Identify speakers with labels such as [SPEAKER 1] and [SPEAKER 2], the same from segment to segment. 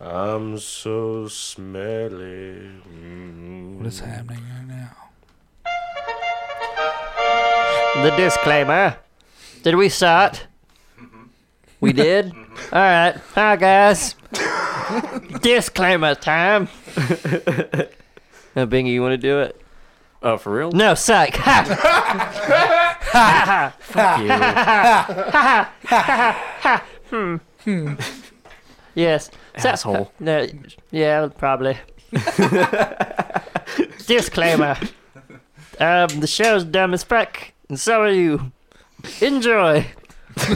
[SPEAKER 1] I'm so smelly.
[SPEAKER 2] What is happening right now?
[SPEAKER 3] The disclaimer. Did we start? Mm-hmm. We did? Alright. Hi, guys. disclaimer time. now, Bingy, you want to do it?
[SPEAKER 1] Oh, for real?
[SPEAKER 3] No, suck. Ha!
[SPEAKER 1] Yeah.
[SPEAKER 3] yes. So-
[SPEAKER 1] Asshole.
[SPEAKER 3] No, yeah, probably. disclaimer. Um, the show's dumb as fuck, and so are you. Enjoy.
[SPEAKER 2] It's my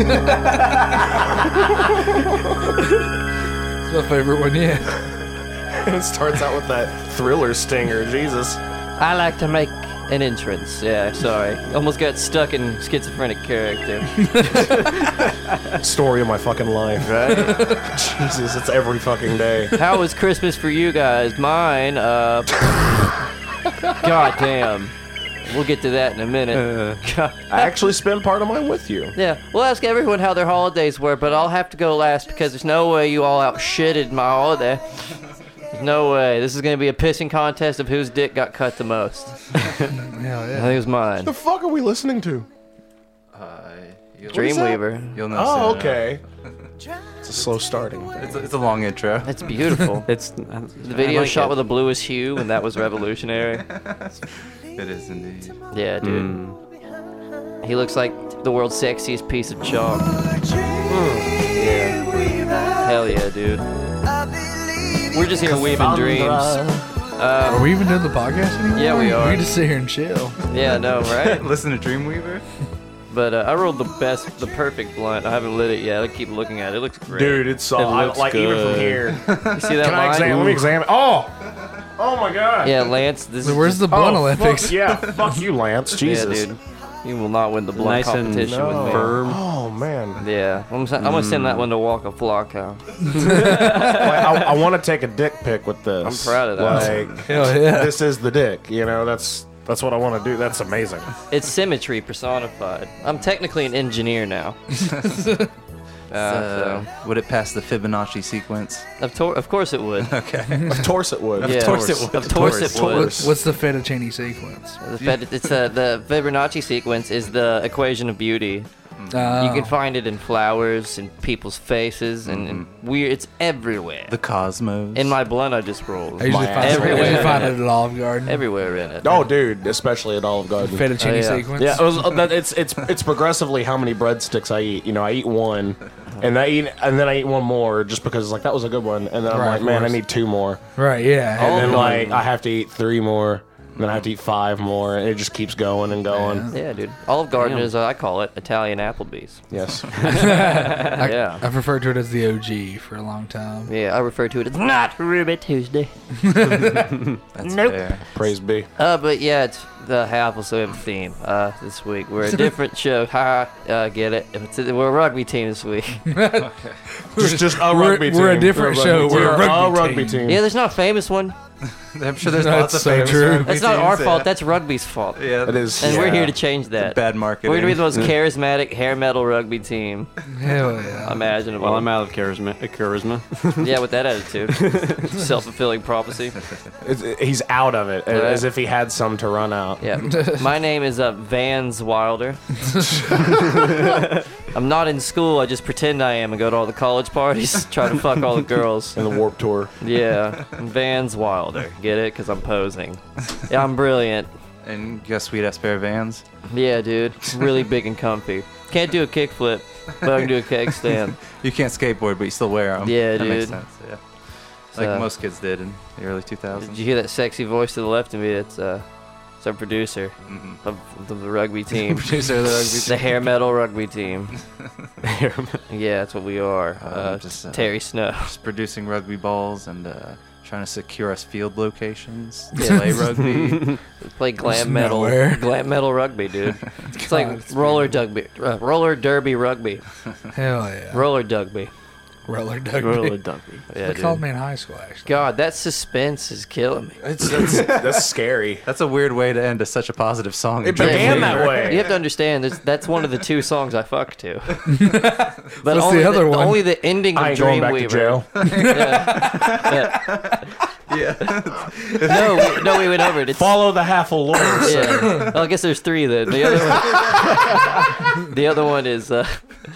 [SPEAKER 2] favorite one yet.
[SPEAKER 1] it starts out with that thriller stinger. Jesus.
[SPEAKER 3] I like to make an entrance. Yeah, sorry. Almost got stuck in schizophrenic character.
[SPEAKER 1] Story of my fucking life, right? Jesus, it's every fucking day.
[SPEAKER 3] How was Christmas for you guys? Mine, uh. God damn. We'll get to that in a minute. God.
[SPEAKER 1] I actually spent part of mine with you.
[SPEAKER 3] Yeah, we'll ask everyone how their holidays were, but I'll have to go last because there's no way you all out shitted my holiday. There's no way. This is going to be a pissing contest of whose dick got cut the most.
[SPEAKER 2] Hell
[SPEAKER 3] I
[SPEAKER 2] yeah.
[SPEAKER 3] think it was mine.
[SPEAKER 1] The fuck are we listening to?
[SPEAKER 4] Uh, you'll,
[SPEAKER 1] is that?
[SPEAKER 3] Dreamweaver.
[SPEAKER 4] you'll know
[SPEAKER 1] Oh,
[SPEAKER 4] soon
[SPEAKER 1] okay. It's a slow starting.
[SPEAKER 4] It's a, it's a long intro.
[SPEAKER 3] That's beautiful.
[SPEAKER 5] It's
[SPEAKER 3] The video shot with a bluish hue, and that was revolutionary.
[SPEAKER 4] It is indeed.
[SPEAKER 3] Yeah, dude. He looks like the world's sexiest piece of chalk. Yeah. Hell yeah, dude. We're just here weaving dreams.
[SPEAKER 2] Are we even doing the podcast anymore?
[SPEAKER 3] Yeah, we are.
[SPEAKER 2] We just sit here and chill.
[SPEAKER 3] Yeah, I know, right?
[SPEAKER 4] Listen to Dreamweaver.
[SPEAKER 3] But uh, I rolled the best, the perfect blunt. I haven't lit it yet. I keep looking at it. It looks great.
[SPEAKER 1] Dude, it's all I
[SPEAKER 5] looks
[SPEAKER 1] like even from
[SPEAKER 5] good.
[SPEAKER 1] here.
[SPEAKER 3] you see that
[SPEAKER 1] Can I
[SPEAKER 3] line?
[SPEAKER 1] examine? Let me examine. Oh, oh my god.
[SPEAKER 3] Yeah, Lance. This
[SPEAKER 2] So
[SPEAKER 3] is
[SPEAKER 2] where's the Blunt
[SPEAKER 1] Oh,
[SPEAKER 2] Olympics?
[SPEAKER 1] Fuck, yeah, fuck you, Lance.
[SPEAKER 3] Yeah,
[SPEAKER 1] Jesus.
[SPEAKER 3] dude. You will not win the blunt
[SPEAKER 5] nice and
[SPEAKER 3] competition with me.
[SPEAKER 5] firm.
[SPEAKER 1] Oh man,
[SPEAKER 3] Yeah, I'm, s- I'm gonna send
[SPEAKER 4] Hmm.
[SPEAKER 3] that one to Walker Flocko.
[SPEAKER 1] I, I want to take a dick pic with this.
[SPEAKER 3] I'm proud of that.
[SPEAKER 1] Like,
[SPEAKER 2] Hell yeah.
[SPEAKER 1] this is the dick. You know, that's that's what I want to do. That's amazing.
[SPEAKER 3] It's symmetry personified. I'm technically an engineer now.
[SPEAKER 4] Uh, would it pass the Fibonacci sequence?
[SPEAKER 3] Of, tor- of course it would.
[SPEAKER 1] Of course it would.
[SPEAKER 3] Yeah.
[SPEAKER 4] course it would.
[SPEAKER 3] Of course it
[SPEAKER 4] Of
[SPEAKER 3] would.
[SPEAKER 2] What's, what's the fettuccine sequence?
[SPEAKER 3] The Fed, it's uh, the Fibonacci sequence is the equation of beauty. You
[SPEAKER 2] Oh.
[SPEAKER 4] Uh-huh.
[SPEAKER 3] can find it in flowers and people's faces and, and weird. It's everywhere.
[SPEAKER 4] Mm-hmm. The cosmos.
[SPEAKER 3] in my blunt, I just rolled.
[SPEAKER 2] I usually
[SPEAKER 1] My
[SPEAKER 2] find
[SPEAKER 1] ass.
[SPEAKER 2] it. I usually
[SPEAKER 3] Everywhere.
[SPEAKER 2] find it at Olive Garden.
[SPEAKER 3] everywhere in it.
[SPEAKER 1] Oh, dude, especially at Olive Garden.
[SPEAKER 2] fettuccine
[SPEAKER 3] Oh, yeah.
[SPEAKER 2] sequence.
[SPEAKER 1] Yeah, it was, uh, that- it's it's it's progressively how many breadsticks I eat. You know, I eat one, and I eat, and then I eat one more just because like that was a good one, and then I'm
[SPEAKER 2] Right,
[SPEAKER 1] like,
[SPEAKER 2] of
[SPEAKER 1] man, I
[SPEAKER 2] course.
[SPEAKER 1] need two more,
[SPEAKER 2] Right. Yeah.
[SPEAKER 1] and then like I have to eat three more, and then I have to eat five more, and it just keeps going and going.
[SPEAKER 3] Yeah, dude. Olive Garden is, uh, I call it, Italian Applebee's.
[SPEAKER 1] Yes,
[SPEAKER 3] yeah.
[SPEAKER 2] I've referred to it as the OG for a long time.
[SPEAKER 3] Yeah, I refer to it as not Ruby Tuesday.
[SPEAKER 4] That's
[SPEAKER 3] Nope.
[SPEAKER 4] fair.
[SPEAKER 1] praise be.
[SPEAKER 3] Uh, but yeah, it's the I also have a theme uh, this week. We're a different show. Ha! ha, Uh, get it? It's a, we're a rugby team this week.
[SPEAKER 1] Just, just a
[SPEAKER 2] we're-
[SPEAKER 1] rugby team.
[SPEAKER 2] we're a different show.
[SPEAKER 1] rugby
[SPEAKER 2] We're a
[SPEAKER 1] team.
[SPEAKER 2] rugby team.
[SPEAKER 1] team.
[SPEAKER 3] Yeah, there's not a famous one.
[SPEAKER 4] I'm sure there's
[SPEAKER 2] That's
[SPEAKER 4] lots of
[SPEAKER 2] so
[SPEAKER 4] famous
[SPEAKER 2] true.
[SPEAKER 4] rugby
[SPEAKER 3] That's not our
[SPEAKER 4] teams,
[SPEAKER 3] fault.
[SPEAKER 4] yeah.
[SPEAKER 3] That's rugby's fault.
[SPEAKER 4] yeah,
[SPEAKER 1] It is.
[SPEAKER 3] And we're
[SPEAKER 1] yeah.
[SPEAKER 3] here to change that.
[SPEAKER 4] bad marketing.
[SPEAKER 3] We're gonna be the most charismatic hair metal rugby team
[SPEAKER 2] Hell yeah.
[SPEAKER 3] imaginable.
[SPEAKER 5] Well, I'm out of charisma. charisma.
[SPEAKER 3] yeah, with that attitude, self fulfilling prophecy.
[SPEAKER 1] It's- it- he's out of it,
[SPEAKER 3] Yeah.
[SPEAKER 1] as if he had some to run out.
[SPEAKER 3] Yeah, my name is uh, Vans Wilder. I'm not in school. I just pretend I am and go to all the college parties, try to fuck all the girls.
[SPEAKER 1] In the warp tour.
[SPEAKER 3] Yeah, I'm Vans Wilder. Get it? Cause I'm posing. Yeah, I'm brilliant.
[SPEAKER 4] and you got sweet ass pair of vans.
[SPEAKER 3] Yeah, dude, really big and comfy. Can't do a kickflip, but I can do a keg stand.
[SPEAKER 4] You can't skateboard, but you still wear them.
[SPEAKER 3] Yeah,
[SPEAKER 4] that Makes
[SPEAKER 3] dude.
[SPEAKER 4] sense. Yeah. Like
[SPEAKER 3] So-
[SPEAKER 4] most kids did in the early 2000s.
[SPEAKER 3] Did you hear that sexy voice to the left of me? It's uh, it's our producer
[SPEAKER 4] Mhm.
[SPEAKER 3] of the rugby team,
[SPEAKER 4] Producer of the rugby
[SPEAKER 3] the hair metal rugby team. yeah, that's what we are.
[SPEAKER 4] Um,
[SPEAKER 3] Uh,
[SPEAKER 4] just, uh,
[SPEAKER 3] Terry Snow.
[SPEAKER 4] just producing rugby balls and uh, trying to secure us field locations. Play rugby.
[SPEAKER 3] Play glam
[SPEAKER 2] Just
[SPEAKER 3] metal,
[SPEAKER 2] nowhere.
[SPEAKER 3] glam metal rugby, dude. It's like
[SPEAKER 2] God, it's
[SPEAKER 3] roller derby, uh, roller derby rugby,
[SPEAKER 2] Hell yeah.
[SPEAKER 3] roller derby,
[SPEAKER 2] roller duck.
[SPEAKER 5] Roller dumpy.
[SPEAKER 3] Yeah,
[SPEAKER 2] They
[SPEAKER 3] dude.
[SPEAKER 2] called me in high school, actually.
[SPEAKER 3] God, that suspense is killing me.
[SPEAKER 1] It's, that's, that's scary.
[SPEAKER 4] That's a weird way to end a, such a positive song.
[SPEAKER 1] It began that
[SPEAKER 3] You
[SPEAKER 1] way.
[SPEAKER 3] have to understand that's, that's one of the two songs I fuck to.
[SPEAKER 2] What's
[SPEAKER 3] But
[SPEAKER 2] the
[SPEAKER 3] only
[SPEAKER 2] other one?
[SPEAKER 3] Only the ending of
[SPEAKER 1] I ain't going back to
[SPEAKER 3] Dreamweaver.
[SPEAKER 1] jail.
[SPEAKER 3] No, we, no, we went over it. It's,
[SPEAKER 1] Follow the half a lords.
[SPEAKER 3] yeah. Well, I guess there's three then. The other one, the other one is uh,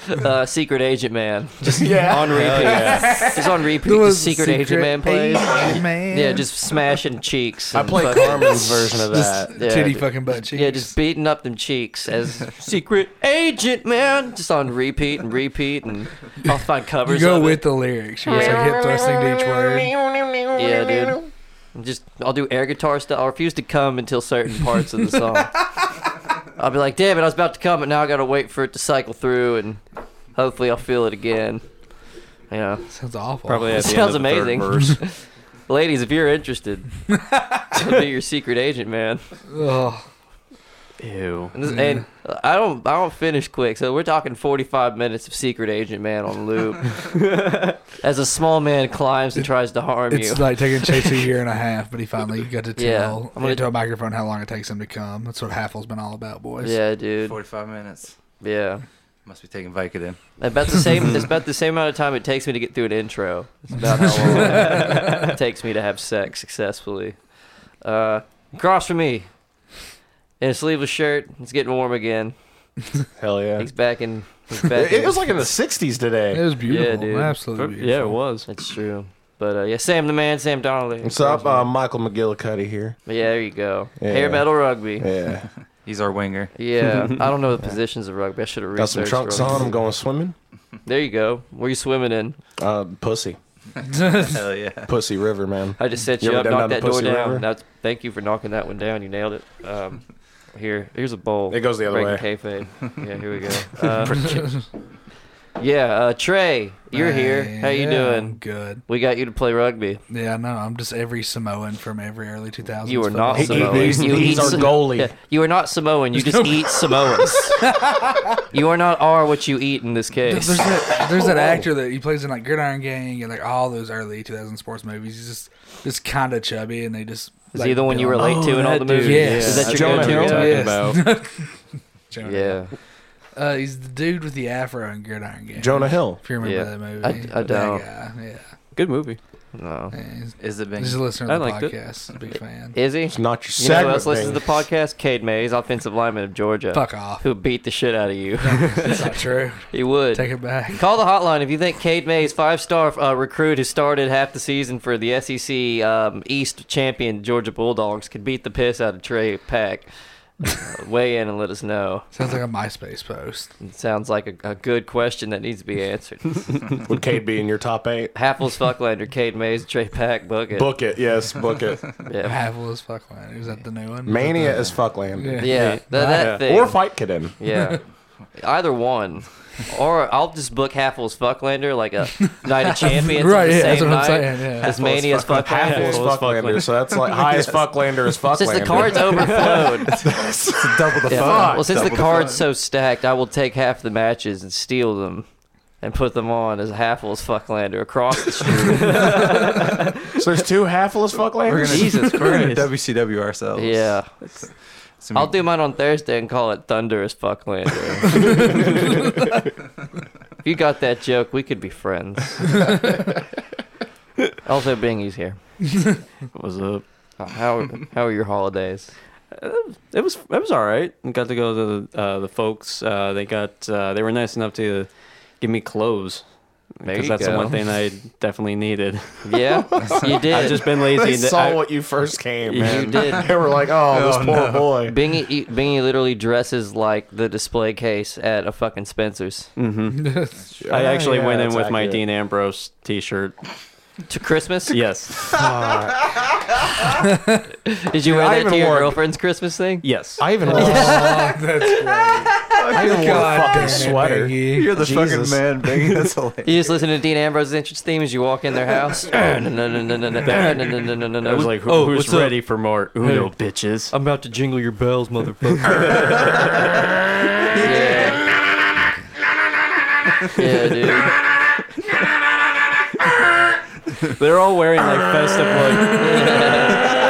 [SPEAKER 3] uh, Secret Agent Man. Just
[SPEAKER 1] Yeah.
[SPEAKER 3] on repeat. Just on repeat.
[SPEAKER 2] There
[SPEAKER 3] Just
[SPEAKER 2] was
[SPEAKER 3] Secret, Agent Man plays.
[SPEAKER 2] Agent Man.
[SPEAKER 3] Yeah, just smashing cheeks.
[SPEAKER 1] I
[SPEAKER 3] and
[SPEAKER 1] played
[SPEAKER 3] fucking-
[SPEAKER 1] Carmen's version of
[SPEAKER 2] Just
[SPEAKER 1] that.
[SPEAKER 3] yeah,
[SPEAKER 2] titty
[SPEAKER 3] dude.
[SPEAKER 2] fucking butt cheeks.
[SPEAKER 3] Yeah, just beating up them cheeks as Secret Agent Man, just on repeat and repeat, and I'll find
[SPEAKER 2] you
[SPEAKER 3] covers.
[SPEAKER 2] go
[SPEAKER 3] of
[SPEAKER 2] with
[SPEAKER 3] it.
[SPEAKER 2] the lyrics. You're just like hip thrusting to each word.
[SPEAKER 3] yeah, dude. I'm just I'll do air guitar stuff. I'll refuse to come until certain parts of the song. I'll be like, damn it, I was about to come, but now I gotta wait for it to cycle through, and hopefully I'll feel it again. Yeah,
[SPEAKER 2] Sounds awful.
[SPEAKER 5] Probably at the
[SPEAKER 3] Sounds
[SPEAKER 5] end of the third
[SPEAKER 3] amazing.
[SPEAKER 5] verse.
[SPEAKER 3] ladies, if you're interested, be your secret agent, man.
[SPEAKER 2] Ugh.
[SPEAKER 5] Ew.
[SPEAKER 3] And, this, and uh, I don't I don't finish quick, so we're talking 45 minutes of Secret Agent Man on loop. As a small man climbs and tries to harm you.
[SPEAKER 2] It's like taking Chase a year and a half, but he finally got to
[SPEAKER 3] Yeah,
[SPEAKER 2] tell
[SPEAKER 3] I'm gonna-
[SPEAKER 2] into a microphone how long it takes him to come. That's what Halfle's been all about, boys.
[SPEAKER 3] yeah, dude.
[SPEAKER 4] Forty-five minutes.
[SPEAKER 3] Yeah.
[SPEAKER 4] Must be taking Vicodin.
[SPEAKER 3] About the same. It's about the same amount of time it takes me to get through an intro. It's about how long it takes me to have sex successfully. Uh, across from me, in a sleeveless shirt. It's getting warm again.
[SPEAKER 1] Hell yeah.
[SPEAKER 3] He's back in. He's back.
[SPEAKER 1] It
[SPEAKER 3] in.
[SPEAKER 1] was like in the 60s
[SPEAKER 2] It
[SPEAKER 1] today.
[SPEAKER 2] was beautiful.
[SPEAKER 3] Yeah, dude.
[SPEAKER 2] Absolutely beautiful.
[SPEAKER 5] Yeah, it was.
[SPEAKER 3] It's true. But uh, yeah, Sam the man, Sam Donnelly.
[SPEAKER 1] What's up? Uh, Michael McGillicuddy here.
[SPEAKER 3] Yeah, there you go.
[SPEAKER 1] Yeah.
[SPEAKER 3] Hair metal rugby.
[SPEAKER 1] Yeah.
[SPEAKER 4] He's our winger.
[SPEAKER 3] Yeah, I don't know the positions of rugby. I should have
[SPEAKER 1] Got
[SPEAKER 3] researched.
[SPEAKER 1] some trunks
[SPEAKER 3] rugby.
[SPEAKER 1] on. I'm going swimming.
[SPEAKER 3] There you go. Where you swimming in?
[SPEAKER 1] Uh, pussy.
[SPEAKER 4] Hell yeah.
[SPEAKER 1] Pussy River, man.
[SPEAKER 3] I just set
[SPEAKER 1] You
[SPEAKER 3] you,
[SPEAKER 1] ever
[SPEAKER 3] up,
[SPEAKER 1] done
[SPEAKER 3] knocked
[SPEAKER 1] down
[SPEAKER 3] that
[SPEAKER 1] the
[SPEAKER 3] door
[SPEAKER 1] Pussy River?
[SPEAKER 3] down. That's, thank you for knocking that one down. You nailed it. Um, here, here's a bowl.
[SPEAKER 1] It goes the other
[SPEAKER 3] Breaking
[SPEAKER 1] way.
[SPEAKER 3] kayfabe. Yeah, here we go. Uh, yeah, uh, Trey, you're here. How you
[SPEAKER 2] Yeah, I'm
[SPEAKER 3] doing?
[SPEAKER 2] Good.
[SPEAKER 3] We got you to play rugby.
[SPEAKER 2] Yeah, no, I'm just every Samoan from every early 2000s.
[SPEAKER 3] You are not
[SPEAKER 1] He- he-
[SPEAKER 3] Samoan.
[SPEAKER 1] he's-
[SPEAKER 3] you
[SPEAKER 1] he's
[SPEAKER 3] eat
[SPEAKER 1] our
[SPEAKER 3] Sa-
[SPEAKER 1] goalie.
[SPEAKER 3] Yeah, you are not Samoan. You just eat Samoans. you are not are what you eat in this
[SPEAKER 2] There's
[SPEAKER 3] case.
[SPEAKER 2] that, there's that actor that he plays in like Gridiron Gang and like all those early 2000 sports movies. He's just just kind of chubby, and they just
[SPEAKER 3] Is
[SPEAKER 2] like,
[SPEAKER 3] he the one you
[SPEAKER 2] build-
[SPEAKER 3] relate to in all the
[SPEAKER 5] that dude,
[SPEAKER 3] movies?
[SPEAKER 2] Oh, yeah.
[SPEAKER 3] Is that your
[SPEAKER 5] I
[SPEAKER 1] Jonah
[SPEAKER 5] know
[SPEAKER 3] go-to
[SPEAKER 1] Hill?
[SPEAKER 5] what
[SPEAKER 3] guy?
[SPEAKER 5] you're
[SPEAKER 2] Yes.
[SPEAKER 5] talking about.
[SPEAKER 2] Jonah Hill.
[SPEAKER 3] Yeah.
[SPEAKER 2] Uh, he's the dude with the afro in Gridiron Gang.
[SPEAKER 1] Jonah Hill.
[SPEAKER 2] If you remember
[SPEAKER 3] Yeah.
[SPEAKER 2] that movie,
[SPEAKER 3] I- I
[SPEAKER 2] That
[SPEAKER 3] don't.
[SPEAKER 2] guy, yeah,
[SPEAKER 5] Good movie.
[SPEAKER 3] No.
[SPEAKER 2] Yeah, he's,
[SPEAKER 4] Is it being?
[SPEAKER 2] he's a listener of the
[SPEAKER 5] I liked it.
[SPEAKER 2] podcast. Big fan.
[SPEAKER 3] Is he?
[SPEAKER 1] It's not your
[SPEAKER 3] You know who else
[SPEAKER 1] segment.
[SPEAKER 3] listens to
[SPEAKER 1] man.
[SPEAKER 3] the podcast? Cade Mays, offensive lineman of Georgia,
[SPEAKER 2] Fuck off.
[SPEAKER 3] who beat the shit out of you.
[SPEAKER 2] That's not true.
[SPEAKER 3] he would.
[SPEAKER 2] Take it back.
[SPEAKER 3] Call the hotline if you think Cade Mays, five-star uh, recruit who started half the season for the SEC um, East champion Georgia Bulldogs, could beat the piss out of Trey Pack. Uh, weigh in and let us know.
[SPEAKER 2] Sounds like a MySpace post.
[SPEAKER 3] It sounds like a, a good question that needs to be answered.
[SPEAKER 1] Would Cade be in your top eight?
[SPEAKER 3] Happles Fucklander, Cade Mays, Trey Pack, Bucket.
[SPEAKER 1] Book it. Yes, book it.
[SPEAKER 3] yeah,
[SPEAKER 2] Havel as fuck land. Is that the new one?
[SPEAKER 1] Mania
[SPEAKER 2] Is
[SPEAKER 1] is
[SPEAKER 2] that
[SPEAKER 1] fuck land.
[SPEAKER 2] the-
[SPEAKER 3] yeah, th- that
[SPEAKER 1] Yeah.
[SPEAKER 3] thing.
[SPEAKER 1] Or Fight Kid in.
[SPEAKER 3] Yeah. Either one. Or I'll just book Halfles Fucklander like a Night of Champions.
[SPEAKER 2] Right,
[SPEAKER 3] on the
[SPEAKER 2] yeah,
[SPEAKER 3] same
[SPEAKER 2] that's what I'm
[SPEAKER 3] night
[SPEAKER 2] saying, yeah.
[SPEAKER 3] As Mania as
[SPEAKER 1] Half
[SPEAKER 3] Fucklander.
[SPEAKER 1] is
[SPEAKER 5] Fucklander.
[SPEAKER 1] Fucklander, so that's like high as Fucklander is Fucklander.
[SPEAKER 3] Since the card's overflowed.
[SPEAKER 4] double the
[SPEAKER 3] Yeah.
[SPEAKER 1] Fuck.
[SPEAKER 3] Well, since the
[SPEAKER 4] Double the
[SPEAKER 3] card's so stacked, I will take half the matches and steal them. And put them on as Halfles Fucklander across the street.
[SPEAKER 1] So there's two halfless
[SPEAKER 4] We're
[SPEAKER 1] Fucklanders?
[SPEAKER 4] gonna,
[SPEAKER 3] Jesus
[SPEAKER 4] we're gonna
[SPEAKER 3] Christ.
[SPEAKER 4] WCW ourselves.
[SPEAKER 3] yeah.
[SPEAKER 4] It's gonna
[SPEAKER 3] I'll
[SPEAKER 4] be-
[SPEAKER 3] do mine on Thursday and call it Thunderous Fucklander. if you got that joke, we could be friends. also, Bingy's here.
[SPEAKER 5] What was up?
[SPEAKER 3] Uh, How how are your holidays?
[SPEAKER 5] It was it was all right. Got to go to the uh, the folks. Uh, they got uh, they were nice enough to give me clothes
[SPEAKER 3] There
[SPEAKER 5] because
[SPEAKER 3] you
[SPEAKER 5] that's the
[SPEAKER 3] go.
[SPEAKER 5] one thing I definitely needed.
[SPEAKER 3] Yeah, you did.
[SPEAKER 5] I've just been lazy.
[SPEAKER 1] They
[SPEAKER 5] and
[SPEAKER 1] saw
[SPEAKER 5] I-
[SPEAKER 1] what you first came,
[SPEAKER 5] You
[SPEAKER 1] man.
[SPEAKER 3] did.
[SPEAKER 1] They were like, oh, this poor boy.
[SPEAKER 3] Bingy e- Bingy literally dresses like the display case at a fucking Spencer's
[SPEAKER 5] I actually
[SPEAKER 1] Oh, Yeah,
[SPEAKER 5] went in
[SPEAKER 1] that's
[SPEAKER 5] with my
[SPEAKER 1] accurate.
[SPEAKER 5] Dean Ambrose T-shirt.
[SPEAKER 3] to Christmas.
[SPEAKER 5] Yes,
[SPEAKER 3] Did you
[SPEAKER 1] I
[SPEAKER 3] wear that
[SPEAKER 1] even
[SPEAKER 3] to your
[SPEAKER 1] wore-
[SPEAKER 3] girlfriend's Christmas thing?
[SPEAKER 5] yes.
[SPEAKER 1] I even wore,
[SPEAKER 2] Fuck, Oh, that's great.
[SPEAKER 1] I even wore a
[SPEAKER 2] God
[SPEAKER 1] fucking
[SPEAKER 2] damn it,
[SPEAKER 1] sweater.
[SPEAKER 2] Biggie.
[SPEAKER 4] You're the
[SPEAKER 1] Jesus.
[SPEAKER 4] fucking man, Biggie. That's hilarious.
[SPEAKER 3] You just listen to Dean Ambrose's entrance theme as you walk in their house.
[SPEAKER 5] I was like, who,
[SPEAKER 3] Oh,
[SPEAKER 5] who's
[SPEAKER 3] what's up?
[SPEAKER 5] ready for more Uno bitches?
[SPEAKER 3] I'm about to jingle your bells, motherfucker. yeah. yeah, dude.
[SPEAKER 5] They're all wearing like festive like.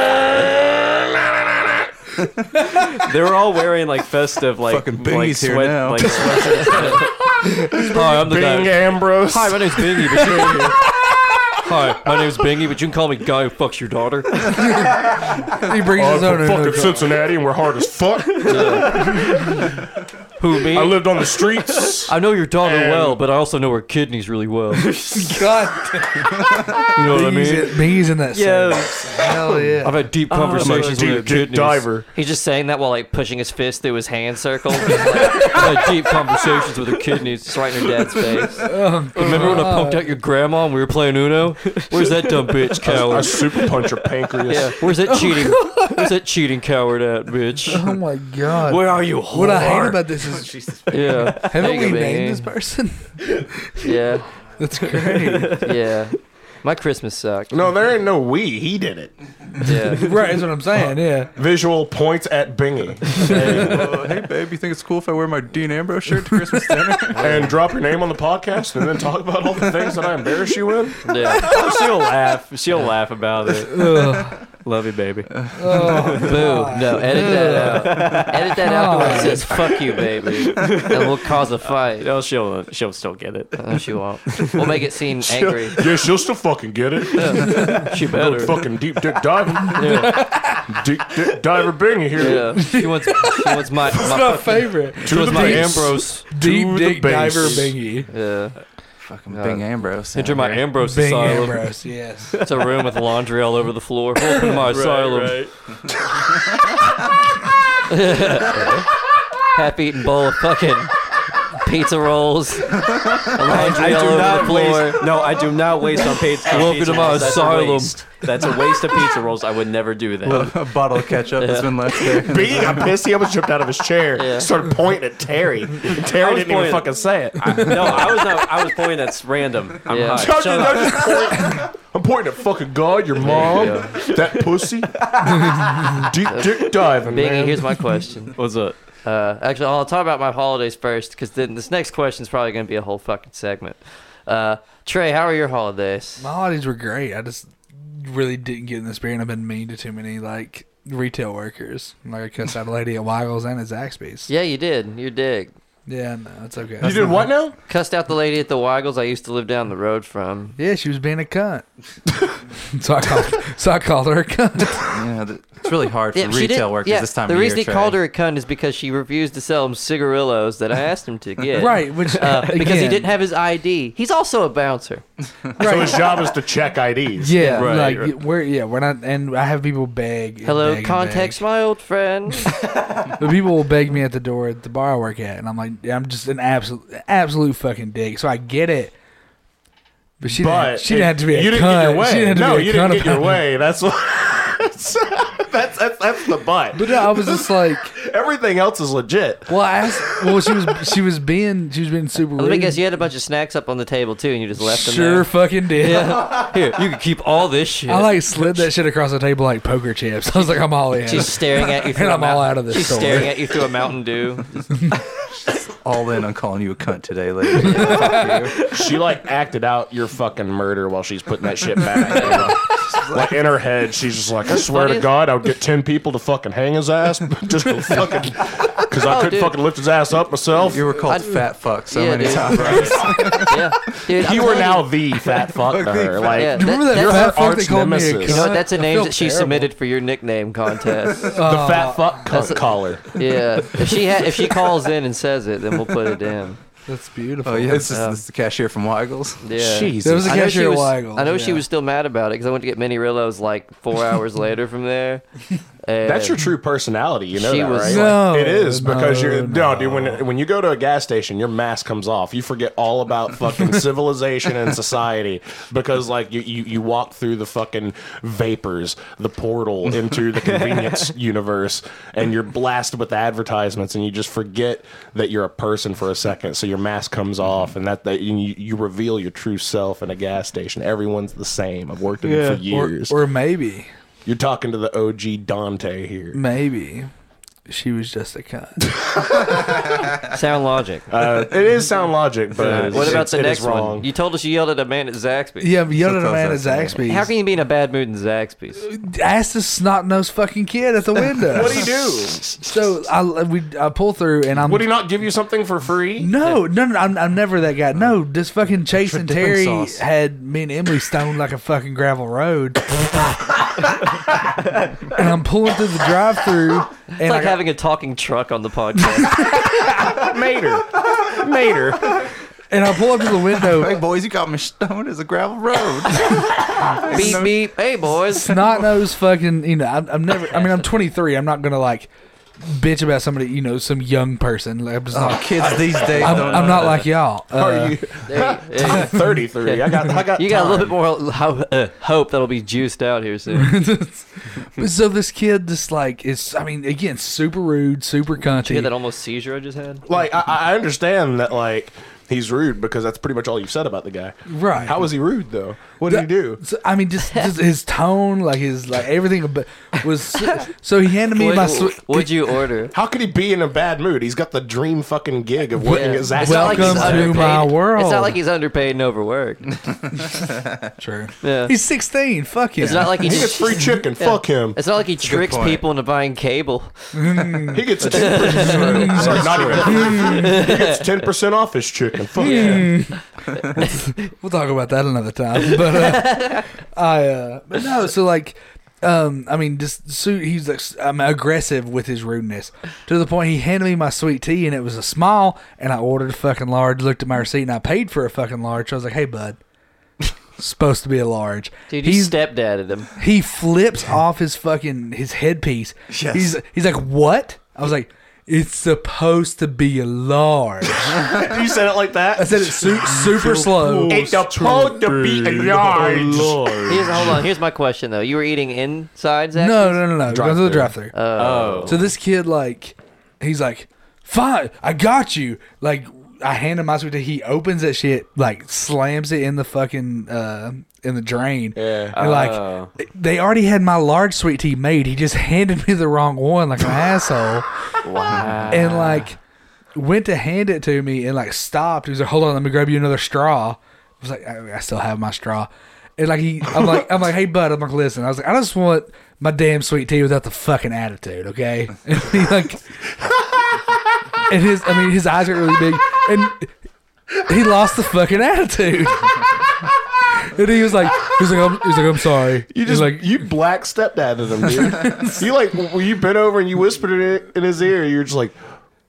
[SPEAKER 5] they were all wearing like festive like like
[SPEAKER 4] Fucking Boogie's here
[SPEAKER 5] sweat
[SPEAKER 4] now.
[SPEAKER 5] like sweatshirts. Hi, I'm the
[SPEAKER 1] Bing
[SPEAKER 5] guy.
[SPEAKER 1] Ambrose.
[SPEAKER 5] Hi, my name's Bingy. But you can... Hi, my name's Bingy, but you can call me guy who fucks your daughter.
[SPEAKER 2] He brings
[SPEAKER 5] Oh,
[SPEAKER 2] his own. no, no, no.
[SPEAKER 1] Cincinnati and we're hard as fuck.
[SPEAKER 5] Who me?
[SPEAKER 1] lived on the streets.
[SPEAKER 5] I know your daughter
[SPEAKER 1] And-
[SPEAKER 5] well, but I also know her kidneys really well. you
[SPEAKER 2] God,
[SPEAKER 5] know what I
[SPEAKER 2] Bingy's
[SPEAKER 5] mean?
[SPEAKER 2] in, Bingy's in that.
[SPEAKER 5] Yeah.
[SPEAKER 2] Yeah, hell yeah.
[SPEAKER 5] I've had deep conversations with her kidneys.
[SPEAKER 3] He's just saying that while like pushing his fist through his hand circle.
[SPEAKER 5] I've had deep conversations with her kidneys.
[SPEAKER 3] It's right in her dad's face.
[SPEAKER 2] Um,
[SPEAKER 5] Remember when I
[SPEAKER 2] oh
[SPEAKER 5] punked out your grandma and we were playing Uno? Where's that dumb bitch
[SPEAKER 1] I
[SPEAKER 5] coward?
[SPEAKER 1] super punch your pancreas.
[SPEAKER 5] Yeah, where's that cheating? Where's that cheating coward at, bitch?
[SPEAKER 2] Oh my god.
[SPEAKER 5] Where are you? Whore?
[SPEAKER 2] what I hate about this is
[SPEAKER 5] yeah,
[SPEAKER 2] haven't
[SPEAKER 3] There you
[SPEAKER 2] we named
[SPEAKER 3] go, Bingy.
[SPEAKER 2] this person?
[SPEAKER 3] Yeah,
[SPEAKER 2] That's great.
[SPEAKER 3] yeah. My Christmas sucked.
[SPEAKER 1] No, there ain't no we. He did it.
[SPEAKER 3] Yeah.
[SPEAKER 2] right, that's what I'm saying. Yeah.
[SPEAKER 1] Visual points at Bingy.
[SPEAKER 4] Well, hey, babe, you think it's cool if I wear my Dean Ambrose shirt to Christmas dinner?
[SPEAKER 1] and drop your name on the podcast and then talk about all the things that I embarrass you in.
[SPEAKER 3] yeah.
[SPEAKER 5] she'll laugh. She'll laugh about it.
[SPEAKER 2] Ugh.
[SPEAKER 5] Love you, baby.
[SPEAKER 3] Boo. No, edit that out. Edit that out the way it says "fuck you, baby," and we'll cause a fight.
[SPEAKER 5] No, she'll she'll still get it.
[SPEAKER 3] No, she won't. We'll make it seem angry.
[SPEAKER 1] Yeah, she'll still fucking get it.
[SPEAKER 5] She better.
[SPEAKER 1] fucking deep dick diver.
[SPEAKER 5] Yeah,
[SPEAKER 1] Deep dick diver Bingy here.
[SPEAKER 3] Yeah. She wants. She wants my.
[SPEAKER 2] It's
[SPEAKER 3] my
[SPEAKER 2] my favorite.
[SPEAKER 1] To
[SPEAKER 5] she was
[SPEAKER 1] the
[SPEAKER 5] my
[SPEAKER 1] base.
[SPEAKER 5] Ambrose.
[SPEAKER 2] Deep
[SPEAKER 1] the
[SPEAKER 2] dick
[SPEAKER 1] base.
[SPEAKER 2] diver Bingy.
[SPEAKER 3] yeah.
[SPEAKER 4] Fucking Bing Ambrose.
[SPEAKER 5] Enter
[SPEAKER 4] out
[SPEAKER 5] my
[SPEAKER 4] here.
[SPEAKER 5] Ambrose
[SPEAKER 2] Bing
[SPEAKER 5] asylum.
[SPEAKER 2] Ambrose, yes.
[SPEAKER 5] It's a room with laundry all over the floor. Open my asylum.
[SPEAKER 3] half-eaten bowl of fucking pizza rolls.
[SPEAKER 5] I,
[SPEAKER 3] Laundry all
[SPEAKER 5] do
[SPEAKER 3] over
[SPEAKER 5] not
[SPEAKER 3] the floor.
[SPEAKER 5] waste. No, I do not waste on pizza. on
[SPEAKER 3] Welcome
[SPEAKER 5] pizza
[SPEAKER 3] to my
[SPEAKER 5] rolls. That's a
[SPEAKER 3] asylum.
[SPEAKER 5] waste. That's a waste of pizza rolls. I would never do that.
[SPEAKER 4] Well, a bottle of ketchup that's been left there.
[SPEAKER 1] Bingy got pissed. He almost jumped out of his chair.
[SPEAKER 3] Yeah.
[SPEAKER 1] Started pointing at Terry. And
[SPEAKER 5] I
[SPEAKER 1] Terry
[SPEAKER 5] was
[SPEAKER 1] didn't even
[SPEAKER 5] pointing-
[SPEAKER 1] fucking say it.
[SPEAKER 5] I- no, I was not. I was pointing at random. I'm
[SPEAKER 3] Yeah.
[SPEAKER 5] high.
[SPEAKER 1] I'm
[SPEAKER 5] Shut
[SPEAKER 1] just-
[SPEAKER 5] up.
[SPEAKER 1] I'm just pointing- I'm pointing at fucking God, your mom, that pussy, deep dick diving,
[SPEAKER 3] Bingy,
[SPEAKER 1] man.
[SPEAKER 3] here's my question.
[SPEAKER 5] What's up?
[SPEAKER 3] Uh, actually, I'll talk about my holidays first, because then this next question is probably going to be a whole fucking segment. Uh, Trey, how are your holidays?
[SPEAKER 2] My holidays were great. I just really didn't get in the spirit and I've been mean to too many like retail workers. Like I cussed out a lady at Wiggles and at Zaxby's.
[SPEAKER 3] Yeah, you did. You dig.
[SPEAKER 2] Yeah, no, it's okay.
[SPEAKER 1] You did what now?
[SPEAKER 3] Cussed out the lady at the Weigels I used to live down the road from.
[SPEAKER 2] Yeah, she was being a cunt. so I called so I called her a cunt.
[SPEAKER 4] Yeah, th- it's really hard for
[SPEAKER 3] Yeah, she
[SPEAKER 4] retail
[SPEAKER 3] did-
[SPEAKER 4] workers
[SPEAKER 3] yeah,
[SPEAKER 4] this time
[SPEAKER 3] The
[SPEAKER 4] of year.
[SPEAKER 3] reason he
[SPEAKER 4] Trey.
[SPEAKER 3] called her a cunt is because she refused to sell him cigarillos that I asked him to get.
[SPEAKER 2] Right, which
[SPEAKER 3] Uh, because he
[SPEAKER 2] again,
[SPEAKER 3] didn't have his ID. He's also a bouncer.
[SPEAKER 1] So his job is to check IDs.
[SPEAKER 2] Yeah,
[SPEAKER 5] Right,
[SPEAKER 2] like
[SPEAKER 5] right.
[SPEAKER 2] we're yeah, we're not and I have people beg and
[SPEAKER 3] Hello,
[SPEAKER 2] beg and
[SPEAKER 3] context, my old friend.
[SPEAKER 2] beg. But people will beg me at the door at the bar I work at and I'm like yeah, I'm just an absolute absolute fucking dick. So I get it. But she didn't,
[SPEAKER 1] But
[SPEAKER 2] she didn't
[SPEAKER 1] it-
[SPEAKER 2] have to be a
[SPEAKER 1] you didn't
[SPEAKER 2] cunt.
[SPEAKER 1] get your way.
[SPEAKER 2] She didn't have to
[SPEAKER 1] no,
[SPEAKER 2] be a
[SPEAKER 1] you
[SPEAKER 2] cunt
[SPEAKER 1] didn't get your
[SPEAKER 2] about it.
[SPEAKER 1] way. That's what. that's, that's that's the butt.
[SPEAKER 2] But no, I was just like,
[SPEAKER 1] Everything else is legit.
[SPEAKER 2] well, I asked, well, she was she was being she was being super
[SPEAKER 3] Let
[SPEAKER 2] rude.
[SPEAKER 3] me guess, you had a bunch of snacks up on the table too, and you just left them
[SPEAKER 2] sure
[SPEAKER 3] there.
[SPEAKER 2] fucking did.
[SPEAKER 3] Yeah. Here, you can keep all this shit.
[SPEAKER 2] I like slid that shit across the table like poker chips. I was like, I'm all in.
[SPEAKER 3] She's staring at you through
[SPEAKER 2] And
[SPEAKER 3] a
[SPEAKER 2] I'm all
[SPEAKER 3] mount-
[SPEAKER 2] out of this
[SPEAKER 3] She's
[SPEAKER 2] story.
[SPEAKER 3] staring at you through a Mountain Dew.
[SPEAKER 4] all in on calling you a cunt today, lady.
[SPEAKER 1] She like acted out your fucking murder while she's putting that shit back. like in her head, she's just like, I swear to
[SPEAKER 3] funny-
[SPEAKER 1] God, I would get ten people to fucking hang his ass, just to fucking because I
[SPEAKER 3] Oh,
[SPEAKER 1] couldn't
[SPEAKER 3] dude.
[SPEAKER 1] fucking lift his ass up myself.
[SPEAKER 4] You were called
[SPEAKER 3] I'd-
[SPEAKER 4] fat fuck so
[SPEAKER 3] yeah,
[SPEAKER 4] many
[SPEAKER 3] dude.
[SPEAKER 4] times.
[SPEAKER 3] yeah, dude. I'm
[SPEAKER 1] you were
[SPEAKER 3] telling
[SPEAKER 1] now the fat fuck to her. Like,
[SPEAKER 3] Yeah,
[SPEAKER 2] Do you remember that
[SPEAKER 3] You're
[SPEAKER 2] fat
[SPEAKER 1] her
[SPEAKER 2] fuck they
[SPEAKER 1] arch
[SPEAKER 2] called me? A
[SPEAKER 1] nemesis.
[SPEAKER 2] cunt?
[SPEAKER 1] You
[SPEAKER 3] You know what? That's
[SPEAKER 2] I
[SPEAKER 3] a name
[SPEAKER 2] feel
[SPEAKER 3] that she
[SPEAKER 2] terrible.
[SPEAKER 3] submitted for your nickname contest.
[SPEAKER 1] the fat fuck cunt collar.
[SPEAKER 3] yeah. If she ha- if she calls in and says it, then we'll put it in.
[SPEAKER 2] That's beautiful.
[SPEAKER 4] Oh yeah, this is,
[SPEAKER 3] Um,
[SPEAKER 4] this is the cashier from Wiggles.
[SPEAKER 3] Yeah.
[SPEAKER 1] Jesus.
[SPEAKER 2] There was a
[SPEAKER 3] I know, she
[SPEAKER 2] cashier
[SPEAKER 3] was,
[SPEAKER 2] at Weigel.
[SPEAKER 3] I know she
[SPEAKER 2] yeah.
[SPEAKER 3] was still mad about it because I went to get mini Rillos like four hours later from there. and-
[SPEAKER 1] That's your true personality, you know
[SPEAKER 3] She
[SPEAKER 1] that,
[SPEAKER 3] was-
[SPEAKER 1] right?
[SPEAKER 2] No,
[SPEAKER 1] it is because
[SPEAKER 2] no,
[SPEAKER 1] you're no, dude. When when you go to a gas station, your mask comes off. You forget all about fucking civilization and society because like you, you you walk through the fucking vapors, the portal into the convenience universe, and you're blasted with advertisements, and you just forget that you're a person for a second. So your mask
[SPEAKER 2] Mm-hmm.
[SPEAKER 1] comes off, and that, that and you, you reveal your true self in a gas station. Everyone's the same. I've worked in it for
[SPEAKER 2] Or-
[SPEAKER 1] years.
[SPEAKER 2] Or, maybe,
[SPEAKER 1] you're talking to the OG Dante here.
[SPEAKER 2] maybe She was just a cunt.
[SPEAKER 3] Sound logic.
[SPEAKER 1] Uh, it is sound logic, but
[SPEAKER 5] Yeah.
[SPEAKER 1] it's-
[SPEAKER 3] What about
[SPEAKER 1] it's-
[SPEAKER 3] the
[SPEAKER 1] it is
[SPEAKER 3] next one?
[SPEAKER 1] wrong.
[SPEAKER 3] You told us you yelled at a man at Zaxby's.
[SPEAKER 2] yeah, but yelled at a
[SPEAKER 4] Sometimes
[SPEAKER 2] man at
[SPEAKER 4] that's-
[SPEAKER 2] Zaxby's.
[SPEAKER 3] How can you be in a bad mood in Zaxby's?
[SPEAKER 2] Ask the snot nosed fucking kid at the window.
[SPEAKER 1] What do you do?
[SPEAKER 2] So I we I pull through and I'm.
[SPEAKER 1] Would he not give you something for free?
[SPEAKER 2] no, no, no, I'm, I'm never that guy. No, this fucking Chase and
[SPEAKER 4] dipping
[SPEAKER 2] Terry
[SPEAKER 4] sauce.
[SPEAKER 2] had me and Emily stoned like a fucking gravel road. and I'm pulling through the drive through and
[SPEAKER 3] It's
[SPEAKER 2] I
[SPEAKER 3] like
[SPEAKER 2] got-
[SPEAKER 3] having a talking truck on the podcast.
[SPEAKER 1] Mater. Mater.
[SPEAKER 2] and I pull up to the window.
[SPEAKER 4] Hey boys, you got me stoned as a gravel road.
[SPEAKER 3] beep beep. Hey boys.
[SPEAKER 2] snot nose fucking you know I'm, I'm never i mean i'm 23 i'm not gonna like bitch about somebody you know some young person like, i'm just not
[SPEAKER 4] Kids these days
[SPEAKER 2] i'm,
[SPEAKER 4] don't
[SPEAKER 2] I'm
[SPEAKER 4] know
[SPEAKER 2] not
[SPEAKER 4] that.
[SPEAKER 2] like y'all uh,
[SPEAKER 1] Are you
[SPEAKER 3] Hey, hey.
[SPEAKER 1] I'm 33? I got I got
[SPEAKER 3] You got a little bit more ho- uh, hope that'll be juiced out here soon.
[SPEAKER 2] but so this kid just like is i mean again super rude super
[SPEAKER 3] You
[SPEAKER 2] cunty
[SPEAKER 3] had that almost seizure I just had.
[SPEAKER 1] like I, I understand that like he's rude because that's pretty much all you've said about the guy.
[SPEAKER 2] Right.
[SPEAKER 1] How was he rude though? What did he do?
[SPEAKER 2] So, i mean just, just his tone like his like everything ab- was so, so he handed me my
[SPEAKER 3] What,
[SPEAKER 2] sweet
[SPEAKER 3] would you order?
[SPEAKER 1] How could he be in a bad mood? He's got the dream fucking gig of working
[SPEAKER 3] Yeah.
[SPEAKER 1] at Zaxby's.
[SPEAKER 3] It's not like he's
[SPEAKER 2] Welcome to
[SPEAKER 3] underpaid.
[SPEAKER 2] my world.
[SPEAKER 3] It's not like he's underpaid and overworked.
[SPEAKER 2] true
[SPEAKER 3] Yeah.
[SPEAKER 2] he's 16 fuck him
[SPEAKER 3] It's not like he
[SPEAKER 1] he
[SPEAKER 3] just
[SPEAKER 1] gets free chicken. Fuck him.
[SPEAKER 3] It's not like he tricks
[SPEAKER 4] point.
[SPEAKER 3] people into buying cable.
[SPEAKER 1] He gets ten percent. Sorry, not even. he gets ten percent off his chicken. Fuck him.
[SPEAKER 2] we'll talk about that another time. But uh, I, uh, but no. So like, um, I mean, just so he's like, I'm aggressive with his rudeness to the point he handed me my sweet tea and it was a small, and I ordered a fucking large. Looked at my receipt and I paid for a fucking large. So I was like, hey, bud. Supposed to be a large.
[SPEAKER 3] Dude, you
[SPEAKER 2] he's
[SPEAKER 3] stepdadded him.
[SPEAKER 2] he flips off his fucking his headpiece.
[SPEAKER 4] Yes.
[SPEAKER 2] He's he's like, what? I was like, it's supposed to be a large.
[SPEAKER 1] You said it like that.
[SPEAKER 2] I said it su- super slow.
[SPEAKER 1] It's supposed to be a large.
[SPEAKER 3] Here's, hold on. Here's my question though. You were eating inside Zach?
[SPEAKER 2] No, no, no, no. Go to the drive-through.
[SPEAKER 5] Oh.
[SPEAKER 2] So this kid, like, he's like, "Fine, I got you." Like, I hand him my sweet tea. He opens that shit, like, slams it in the fucking uh, in the drain.
[SPEAKER 1] Yeah.
[SPEAKER 2] And
[SPEAKER 5] Oh.
[SPEAKER 2] like, they already had my large sweet tea made. He just handed me the wrong one, like an asshole.
[SPEAKER 5] Wow.
[SPEAKER 2] And like, went to hand it to me and like stopped. He was like, "Hold on, let me grab you another straw." I was like, "I, I still have my straw." And like he, I'm like, I'm like, hey bud, I'm like, listen, I was like, I just want my damn sweet tea without the fucking attitude, okay? And he like, and his, I mean, his eyes got really big, and he lost the fucking attitude. And he was like, he was like, I'm, he was like, I'm sorry.
[SPEAKER 1] You
[SPEAKER 2] He's
[SPEAKER 1] just
[SPEAKER 2] like,
[SPEAKER 1] like you black stepdadded him, dude. you like w- you bent over and you whispered it in his ear. You're just like,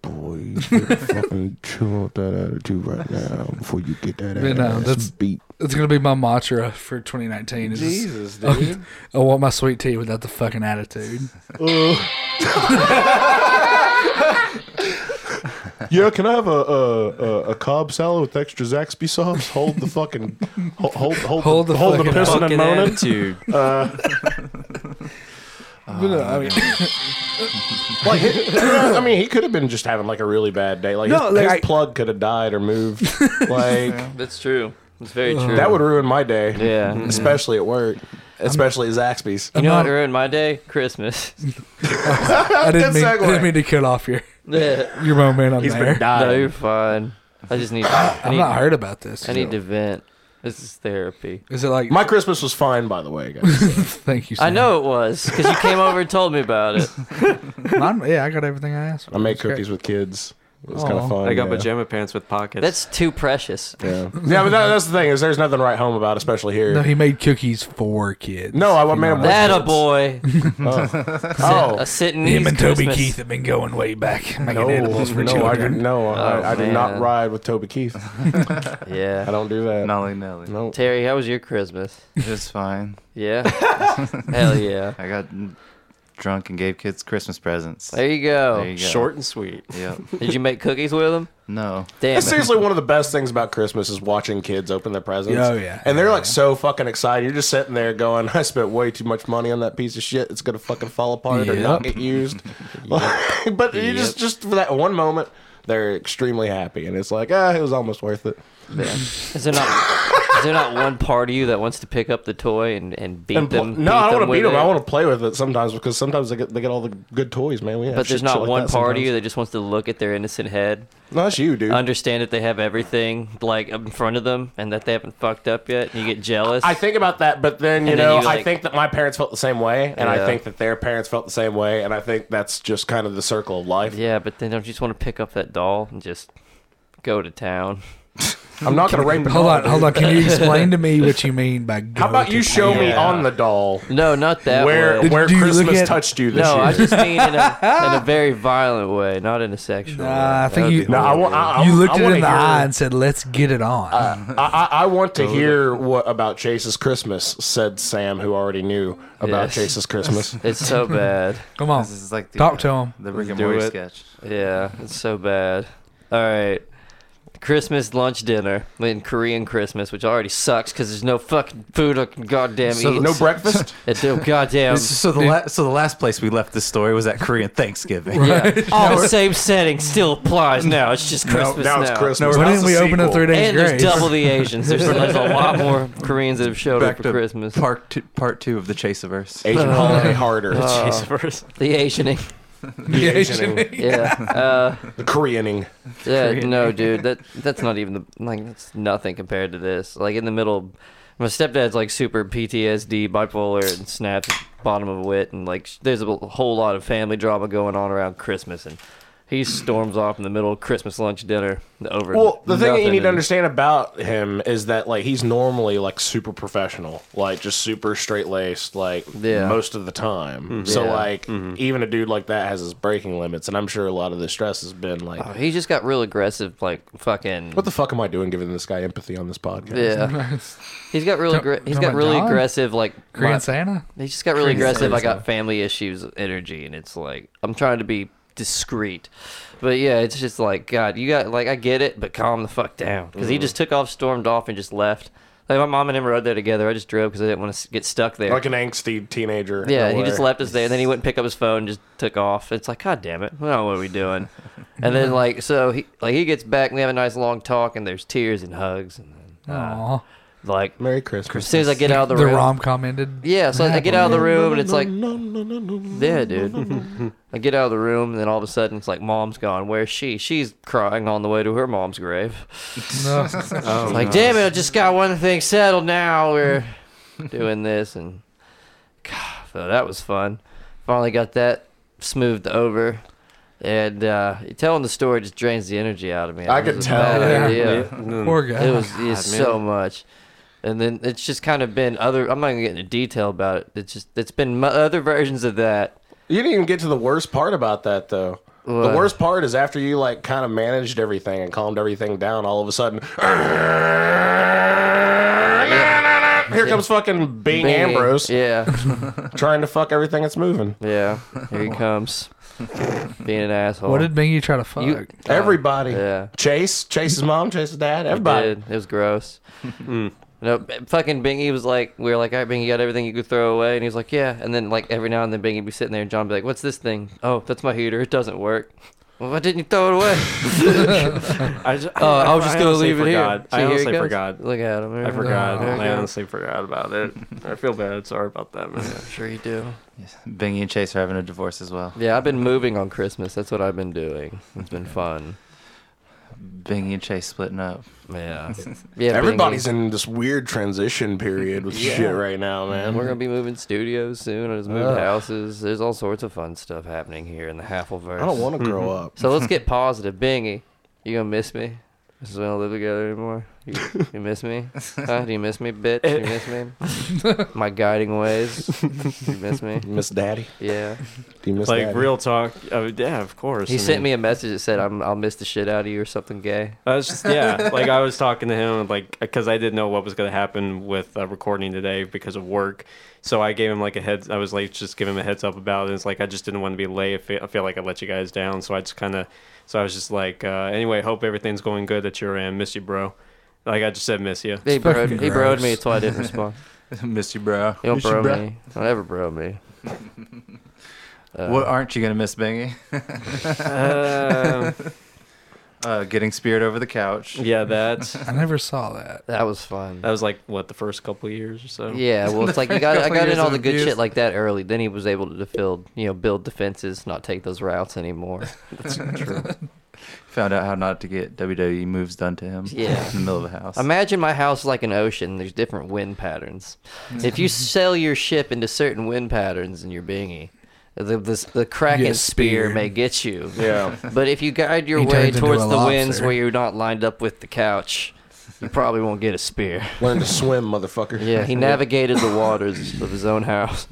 [SPEAKER 1] boy, you better fucking chill out that attitude right now before you get that
[SPEAKER 2] But
[SPEAKER 1] ass
[SPEAKER 2] no, that's-
[SPEAKER 1] beat.
[SPEAKER 2] it's gonna be my mantra for 2019. It's just-
[SPEAKER 1] Jesus, dude.
[SPEAKER 2] I want my sweet tea without the fucking attitude.
[SPEAKER 1] yeah, can I have a a, a, a cob salad with extra Zaxby sauce? Hold the fucking hold hold hold,
[SPEAKER 2] Hold
[SPEAKER 1] the,
[SPEAKER 2] the
[SPEAKER 1] hold the
[SPEAKER 2] fucking
[SPEAKER 1] pissing and
[SPEAKER 5] Fucking
[SPEAKER 1] moaning. Uh,
[SPEAKER 5] attitude.
[SPEAKER 2] But no, I mean,
[SPEAKER 1] Like, I mean, he could have been just having like a really bad day. Like,
[SPEAKER 2] No,
[SPEAKER 1] his,
[SPEAKER 2] like,
[SPEAKER 1] his
[SPEAKER 2] I-
[SPEAKER 1] plug could have died or moved. Like
[SPEAKER 3] That's true. That's very
[SPEAKER 2] Uh,
[SPEAKER 3] true.
[SPEAKER 1] that would ruin my day.
[SPEAKER 3] Yeah.
[SPEAKER 1] especially at work, especially at Zaxby's.
[SPEAKER 3] You know
[SPEAKER 2] I'm
[SPEAKER 3] what ruined my day? Christmas.
[SPEAKER 2] I didn't
[SPEAKER 1] Good
[SPEAKER 2] mean, I
[SPEAKER 1] segue.
[SPEAKER 2] didn't mean to cut off your
[SPEAKER 3] no,
[SPEAKER 2] your moment on there.
[SPEAKER 3] you're fine. I just need. I
[SPEAKER 2] I've
[SPEAKER 3] need,
[SPEAKER 2] not heard about this.
[SPEAKER 3] I
[SPEAKER 2] so.
[SPEAKER 3] need to vent. This is therapy.
[SPEAKER 2] Is it like?
[SPEAKER 1] My Christmas was fine, by the way, guys.
[SPEAKER 2] thank you.
[SPEAKER 3] I
[SPEAKER 2] Sam.
[SPEAKER 3] know it was because you came over and told me about it.
[SPEAKER 2] Mine, yeah, I got everything I asked. For.
[SPEAKER 1] I made
[SPEAKER 2] It's great.
[SPEAKER 1] cookies with kids. It was kind
[SPEAKER 2] Aw.
[SPEAKER 1] of fun.
[SPEAKER 5] I got
[SPEAKER 3] Oh,
[SPEAKER 1] yeah.
[SPEAKER 5] pajama pants with pockets.
[SPEAKER 3] That's too precious.
[SPEAKER 1] Yeah, yeah, but that, that's the thing is, there's nothing right home about, especially here.
[SPEAKER 2] No,
[SPEAKER 1] No,
[SPEAKER 2] he made cookies for kids. If
[SPEAKER 1] I
[SPEAKER 2] you
[SPEAKER 1] made
[SPEAKER 2] know
[SPEAKER 1] them
[SPEAKER 2] what I-
[SPEAKER 3] That a boy.
[SPEAKER 1] oh,
[SPEAKER 3] A sitting.
[SPEAKER 2] Him and Toby
[SPEAKER 3] Christmas.
[SPEAKER 2] Keith have been going way back, making
[SPEAKER 1] no,
[SPEAKER 2] edibles for
[SPEAKER 1] no, I did,
[SPEAKER 2] children.
[SPEAKER 1] no,
[SPEAKER 3] Oh,
[SPEAKER 1] I, I did not
[SPEAKER 3] man.
[SPEAKER 1] ride with Toby Keith. I
[SPEAKER 3] Yeah.
[SPEAKER 1] don't do that.
[SPEAKER 4] Nolly Nelly.
[SPEAKER 1] no.
[SPEAKER 3] Terry, how was your Christmas?
[SPEAKER 4] It's fine.
[SPEAKER 3] Yeah. Hell yeah.
[SPEAKER 4] I got drunk and gave kids Christmas presents.
[SPEAKER 3] There you go.
[SPEAKER 4] There you go.
[SPEAKER 5] Short and sweet.
[SPEAKER 4] Yep.
[SPEAKER 3] Did you make cookies with them?
[SPEAKER 4] No.
[SPEAKER 3] Damn.
[SPEAKER 1] That's
[SPEAKER 3] It.
[SPEAKER 1] seriously one of the best things about Christmas is watching kids open their presents.
[SPEAKER 2] Oh, yeah.
[SPEAKER 1] and they're like so fucking excited. You're just sitting there going, "I spent way too much money on that piece of shit. It's gonna fucking fall apart or not
[SPEAKER 2] Yep.
[SPEAKER 1] get used." but you just just for that one moment, they're extremely happy, and it's like, ah, it was almost worth it.
[SPEAKER 3] Is there not? Is there not one part of you that wants to pick up the toy and, and beat
[SPEAKER 1] And pl-
[SPEAKER 3] them?
[SPEAKER 1] no, I don't want to beat
[SPEAKER 3] with
[SPEAKER 1] them. I
[SPEAKER 3] it?
[SPEAKER 1] want to play with it sometimes because sometimes they get they get all the good toys, man. We have
[SPEAKER 3] But
[SPEAKER 1] shit-
[SPEAKER 3] there's
[SPEAKER 1] shit
[SPEAKER 3] not
[SPEAKER 1] like
[SPEAKER 3] one
[SPEAKER 1] that
[SPEAKER 3] part of you
[SPEAKER 1] sometimes.
[SPEAKER 3] that just wants to look at their innocent head,
[SPEAKER 1] No, that's you, dude.
[SPEAKER 3] understand that they have everything like up in front of them, and that they haven't fucked up yet, and you get jealous.
[SPEAKER 1] I think about that, but then you
[SPEAKER 3] And then
[SPEAKER 1] know,
[SPEAKER 3] you,
[SPEAKER 1] I
[SPEAKER 3] like-
[SPEAKER 1] think that my parents felt the same way, and I
[SPEAKER 3] Yeah.
[SPEAKER 1] think that their parents felt the same way, and I think that's just kind of the circle of life.
[SPEAKER 3] yeah, but then don't you just want to pick up that doll and just go to town?
[SPEAKER 1] I'm not gonna rape. a
[SPEAKER 2] Hold
[SPEAKER 1] doll,
[SPEAKER 2] on,
[SPEAKER 1] dude.
[SPEAKER 2] hold on. Can you explain to me what you mean by? Go
[SPEAKER 1] How about
[SPEAKER 2] to
[SPEAKER 1] you show me
[SPEAKER 4] Yeah.
[SPEAKER 1] on the doll
[SPEAKER 3] No, not that
[SPEAKER 1] where
[SPEAKER 3] way.
[SPEAKER 2] Did-
[SPEAKER 1] where
[SPEAKER 2] do you look
[SPEAKER 1] Christmas
[SPEAKER 2] at-
[SPEAKER 1] touched you this
[SPEAKER 3] No, I
[SPEAKER 1] year?
[SPEAKER 3] just mean in a, in a very violent way, not in a sexual.
[SPEAKER 2] Nah,
[SPEAKER 3] way.
[SPEAKER 2] I think
[SPEAKER 3] That would
[SPEAKER 2] you-
[SPEAKER 3] be
[SPEAKER 1] no, I,
[SPEAKER 3] horrible.
[SPEAKER 1] wa- I, I,
[SPEAKER 2] you looked
[SPEAKER 1] I
[SPEAKER 2] it in
[SPEAKER 1] wanna
[SPEAKER 2] the
[SPEAKER 1] hear- Uh,
[SPEAKER 2] eye and said, "Let's get it on."
[SPEAKER 1] I, I I want to hear what about Chase's Christmas," said Sam, who already knew about
[SPEAKER 3] Yes.
[SPEAKER 1] Chase's Christmas.
[SPEAKER 3] It's so bad.
[SPEAKER 2] Come on,
[SPEAKER 4] This is like the,
[SPEAKER 2] Oh. Talk
[SPEAKER 4] uh,
[SPEAKER 2] to 'em.
[SPEAKER 4] The Rick and
[SPEAKER 5] Do
[SPEAKER 4] Morty
[SPEAKER 5] it.
[SPEAKER 4] sketch.
[SPEAKER 3] Yeah, it's so bad. All right. Christmas lunch dinner in Korean Christmas, which already sucks because there's no fucking food I can goddamn eat.
[SPEAKER 1] no breakfast.
[SPEAKER 3] It's no goddamn.
[SPEAKER 4] so the la- so the last place we left this story was at Korean Thanksgiving.
[SPEAKER 3] Yeah. All the same setting still applies now. It's just Christmas
[SPEAKER 1] now
[SPEAKER 3] now.
[SPEAKER 1] it's Christmas.
[SPEAKER 4] No, we're
[SPEAKER 2] why
[SPEAKER 4] not
[SPEAKER 2] didn't
[SPEAKER 4] the
[SPEAKER 2] we open
[SPEAKER 4] sequel.
[SPEAKER 2] up three days
[SPEAKER 3] And there's
[SPEAKER 2] grace?
[SPEAKER 3] double the Asians. There's, there's a lot more Koreans that have showed up
[SPEAKER 4] Back to
[SPEAKER 3] for Christmas.
[SPEAKER 4] part two, part two of the Chaseverse.
[SPEAKER 1] Asian holiday harder.
[SPEAKER 3] Oh.
[SPEAKER 5] Jeez, first.
[SPEAKER 3] The Asianing.
[SPEAKER 1] The Asianing.
[SPEAKER 3] Yeah. Uh,
[SPEAKER 1] the Koreaning.
[SPEAKER 3] Yeah,
[SPEAKER 4] Korean
[SPEAKER 3] no, dude, that that's not even the like that's nothing compared to this. Like in the middle, my stepdad's like super PTSD, bipolar, and snaps bottom of wit, and like sh- there's a whole lot of family drama going on around Christmas, and he storms off in the middle of Christmas lunch dinner over.
[SPEAKER 1] Well, the thing that you
[SPEAKER 3] nothing,
[SPEAKER 1] need to
[SPEAKER 3] and-
[SPEAKER 1] understand about him is that like he's normally like super professional, like just super straight laced, like
[SPEAKER 3] Yeah. Mm-hmm.
[SPEAKER 1] most of the time. So
[SPEAKER 3] Yeah.
[SPEAKER 1] like even a dude like that has his breaking limits, and I'm sure a lot of the stress has been like,
[SPEAKER 3] Oh, he just got real aggressive, like fucking.
[SPEAKER 1] what the fuck am I doing giving this guy empathy on this podcast?
[SPEAKER 3] yeah, he's got really aggra-
[SPEAKER 2] talking
[SPEAKER 3] he's got
[SPEAKER 2] about
[SPEAKER 3] really
[SPEAKER 2] John?
[SPEAKER 3] aggressive like
[SPEAKER 2] Korean
[SPEAKER 3] my-
[SPEAKER 2] Santa.
[SPEAKER 3] They just got really aggressive. I
[SPEAKER 4] Crazy.
[SPEAKER 3] got family issues energy, and it's like I'm trying to be discreet, but yeah, it's just like God, you got like I get it, but calm the fuck down because he just took off, stormed off, and just left. Like my mom and him rode there together. I just drove because I didn't want to get stuck there.
[SPEAKER 1] Like an angsty teenager.
[SPEAKER 3] yeah, he
[SPEAKER 1] nowhere.
[SPEAKER 3] just left us there, and then he went and picked up his phone and just took off. It's like God damn it, well, what are we doing? And then like so he like he gets back, and we have a nice long talk, and there's tears and hugs, and then uh,
[SPEAKER 2] Aw.
[SPEAKER 3] like
[SPEAKER 1] Merry Christmas.
[SPEAKER 3] as soon as I get out of the,
[SPEAKER 2] the
[SPEAKER 3] room,
[SPEAKER 2] rom com ended.
[SPEAKER 3] yeah, so I get out of the room, and it's like. Yeah,
[SPEAKER 1] Yeah,
[SPEAKER 3] dude. I get out of the room, and then all of a sudden, it's like, Mom's gone. Where's she? She's crying on the way to her mom's grave.
[SPEAKER 2] No.
[SPEAKER 3] It's like, damn it, I just got one thing settled now. We're doing this, and God, so that was fun. Finally got that smoothed over. And uh, telling the story just drains the energy out of me.
[SPEAKER 1] I
[SPEAKER 3] It was
[SPEAKER 1] could
[SPEAKER 3] a
[SPEAKER 1] tell.
[SPEAKER 3] bad
[SPEAKER 2] Yeah. Mm.
[SPEAKER 3] idea.
[SPEAKER 2] Poor guy.
[SPEAKER 3] It was it's
[SPEAKER 5] God, man.
[SPEAKER 3] so much. And then it's just kind of been other. I'm not gonna get into detail about it. It's just it's been mu- other versions of that.
[SPEAKER 1] You didn't even get to the worst part about that though.
[SPEAKER 3] What?
[SPEAKER 1] The worst part is after you like kind of managed everything and calmed everything down, all of a sudden here comes fucking Bing,
[SPEAKER 3] Bing.
[SPEAKER 1] Ambrose
[SPEAKER 3] Yeah.
[SPEAKER 1] trying to fuck everything that's moving.
[SPEAKER 3] Yeah, here he comes, being an asshole.
[SPEAKER 2] What did Bingy try to fuck?
[SPEAKER 3] you?
[SPEAKER 1] Everybody.
[SPEAKER 3] Um, Yeah,
[SPEAKER 1] Chase, Chase's mom, Chase's dad,
[SPEAKER 3] I
[SPEAKER 1] everybody.
[SPEAKER 3] did. It was gross. Mm. No, b- fucking Bingy was like, we were like, all right, Bingy, you got everything you could throw away, and he was like, yeah. And then like every now and then Bingy would be sitting there, and John would be like, what's this thing? Oh, that's my heater. It doesn't work. Well, why didn't you throw it away?
[SPEAKER 5] I, just,
[SPEAKER 3] oh, I was just gonna
[SPEAKER 5] honestly
[SPEAKER 3] leave it
[SPEAKER 5] forgot.
[SPEAKER 3] here. See,
[SPEAKER 5] I
[SPEAKER 3] here it
[SPEAKER 5] honestly
[SPEAKER 3] goes.
[SPEAKER 5] forgot.
[SPEAKER 3] Look at him.
[SPEAKER 5] I forgot.
[SPEAKER 3] There it
[SPEAKER 5] I
[SPEAKER 3] goes.
[SPEAKER 5] honestly forgot about it. I feel bad. Sorry about that, man.
[SPEAKER 3] I'm sure you do.
[SPEAKER 4] Yes. Bingy and Chase are having a divorce as well.
[SPEAKER 3] Yeah, I've been moving on Christmas. That's what I've been doing. It's been fun.
[SPEAKER 4] Bingy and Chase splitting up.
[SPEAKER 3] Yeah. Yeah.
[SPEAKER 1] Everybody's
[SPEAKER 3] Bingy.
[SPEAKER 1] in this weird transition period with shit right now, man.
[SPEAKER 3] We're gonna be moving studios soon. I just moved houses. There's all sorts of fun stuff happening here in the Halfleverse.
[SPEAKER 1] I don't want to grow up.
[SPEAKER 3] So let's get positive, Bingy. You gonna miss me? This is we don't live together anymore. You, you miss me? Huh? Do you miss me, bitch? You miss me? My guiding ways. You miss me?
[SPEAKER 1] Miss Daddy.
[SPEAKER 3] Yeah.
[SPEAKER 1] Do you miss
[SPEAKER 5] like
[SPEAKER 1] Daddy?
[SPEAKER 5] real talk. Uh, yeah, of course.
[SPEAKER 3] He
[SPEAKER 5] I
[SPEAKER 3] sent
[SPEAKER 5] mean-
[SPEAKER 3] me a message that said, I'm, "I'll miss the shit out of you" or something gay.
[SPEAKER 5] I was just yeah, like I was talking to him like because I didn't know what was gonna happen with uh, recording today because of work, so I gave him like a heads. I was like just giving him a heads up about it. It's like I just didn't want to be late. I feel, I feel like I let you guys down, so I just kind of so I was just like uh, anyway. Hope everything's going good at your end. Miss you, bro. Like I just said, miss you.
[SPEAKER 3] He broed,
[SPEAKER 2] fucking
[SPEAKER 3] he broed me.
[SPEAKER 2] gross.
[SPEAKER 3] That's why I didn't respond.
[SPEAKER 4] miss you, bro.
[SPEAKER 3] You don't
[SPEAKER 4] Miss you,
[SPEAKER 3] bro
[SPEAKER 4] bro.
[SPEAKER 3] me. Don't ever bro me. Uh,
[SPEAKER 4] What aren't you gonna miss, Bingy?
[SPEAKER 5] Uh,
[SPEAKER 4] Uh, getting speared over the couch.
[SPEAKER 5] Um, Yeah, that's
[SPEAKER 2] I never saw that.
[SPEAKER 3] That was fun.
[SPEAKER 5] that was like what the first couple of years or so.
[SPEAKER 3] Yeah, well, it's like you got I
[SPEAKER 4] Couple
[SPEAKER 3] got
[SPEAKER 4] years
[SPEAKER 3] in all
[SPEAKER 4] of
[SPEAKER 3] the good
[SPEAKER 4] abuse.
[SPEAKER 3] shit like that early. Then he was able to build, you know, build defenses, not take those routes anymore.
[SPEAKER 4] Found out how not to get WWE moves done to him.
[SPEAKER 3] Yeah.
[SPEAKER 4] In the middle of the house.
[SPEAKER 3] Imagine my house like an ocean. There's different wind patterns. If you sail your ship into certain wind patterns in your dinghy, the the, the kraken
[SPEAKER 2] get
[SPEAKER 3] spear
[SPEAKER 2] speared.
[SPEAKER 3] may get you.
[SPEAKER 1] Yeah.
[SPEAKER 3] But if you guide your
[SPEAKER 2] He
[SPEAKER 3] way
[SPEAKER 2] turns into
[SPEAKER 3] towards
[SPEAKER 2] a
[SPEAKER 3] the winds
[SPEAKER 2] lobster.
[SPEAKER 3] where you're not lined up with the couch, you probably won't get a spear.
[SPEAKER 1] Learn to swim, motherfucker.
[SPEAKER 3] Yeah, he navigated the waters of his own house.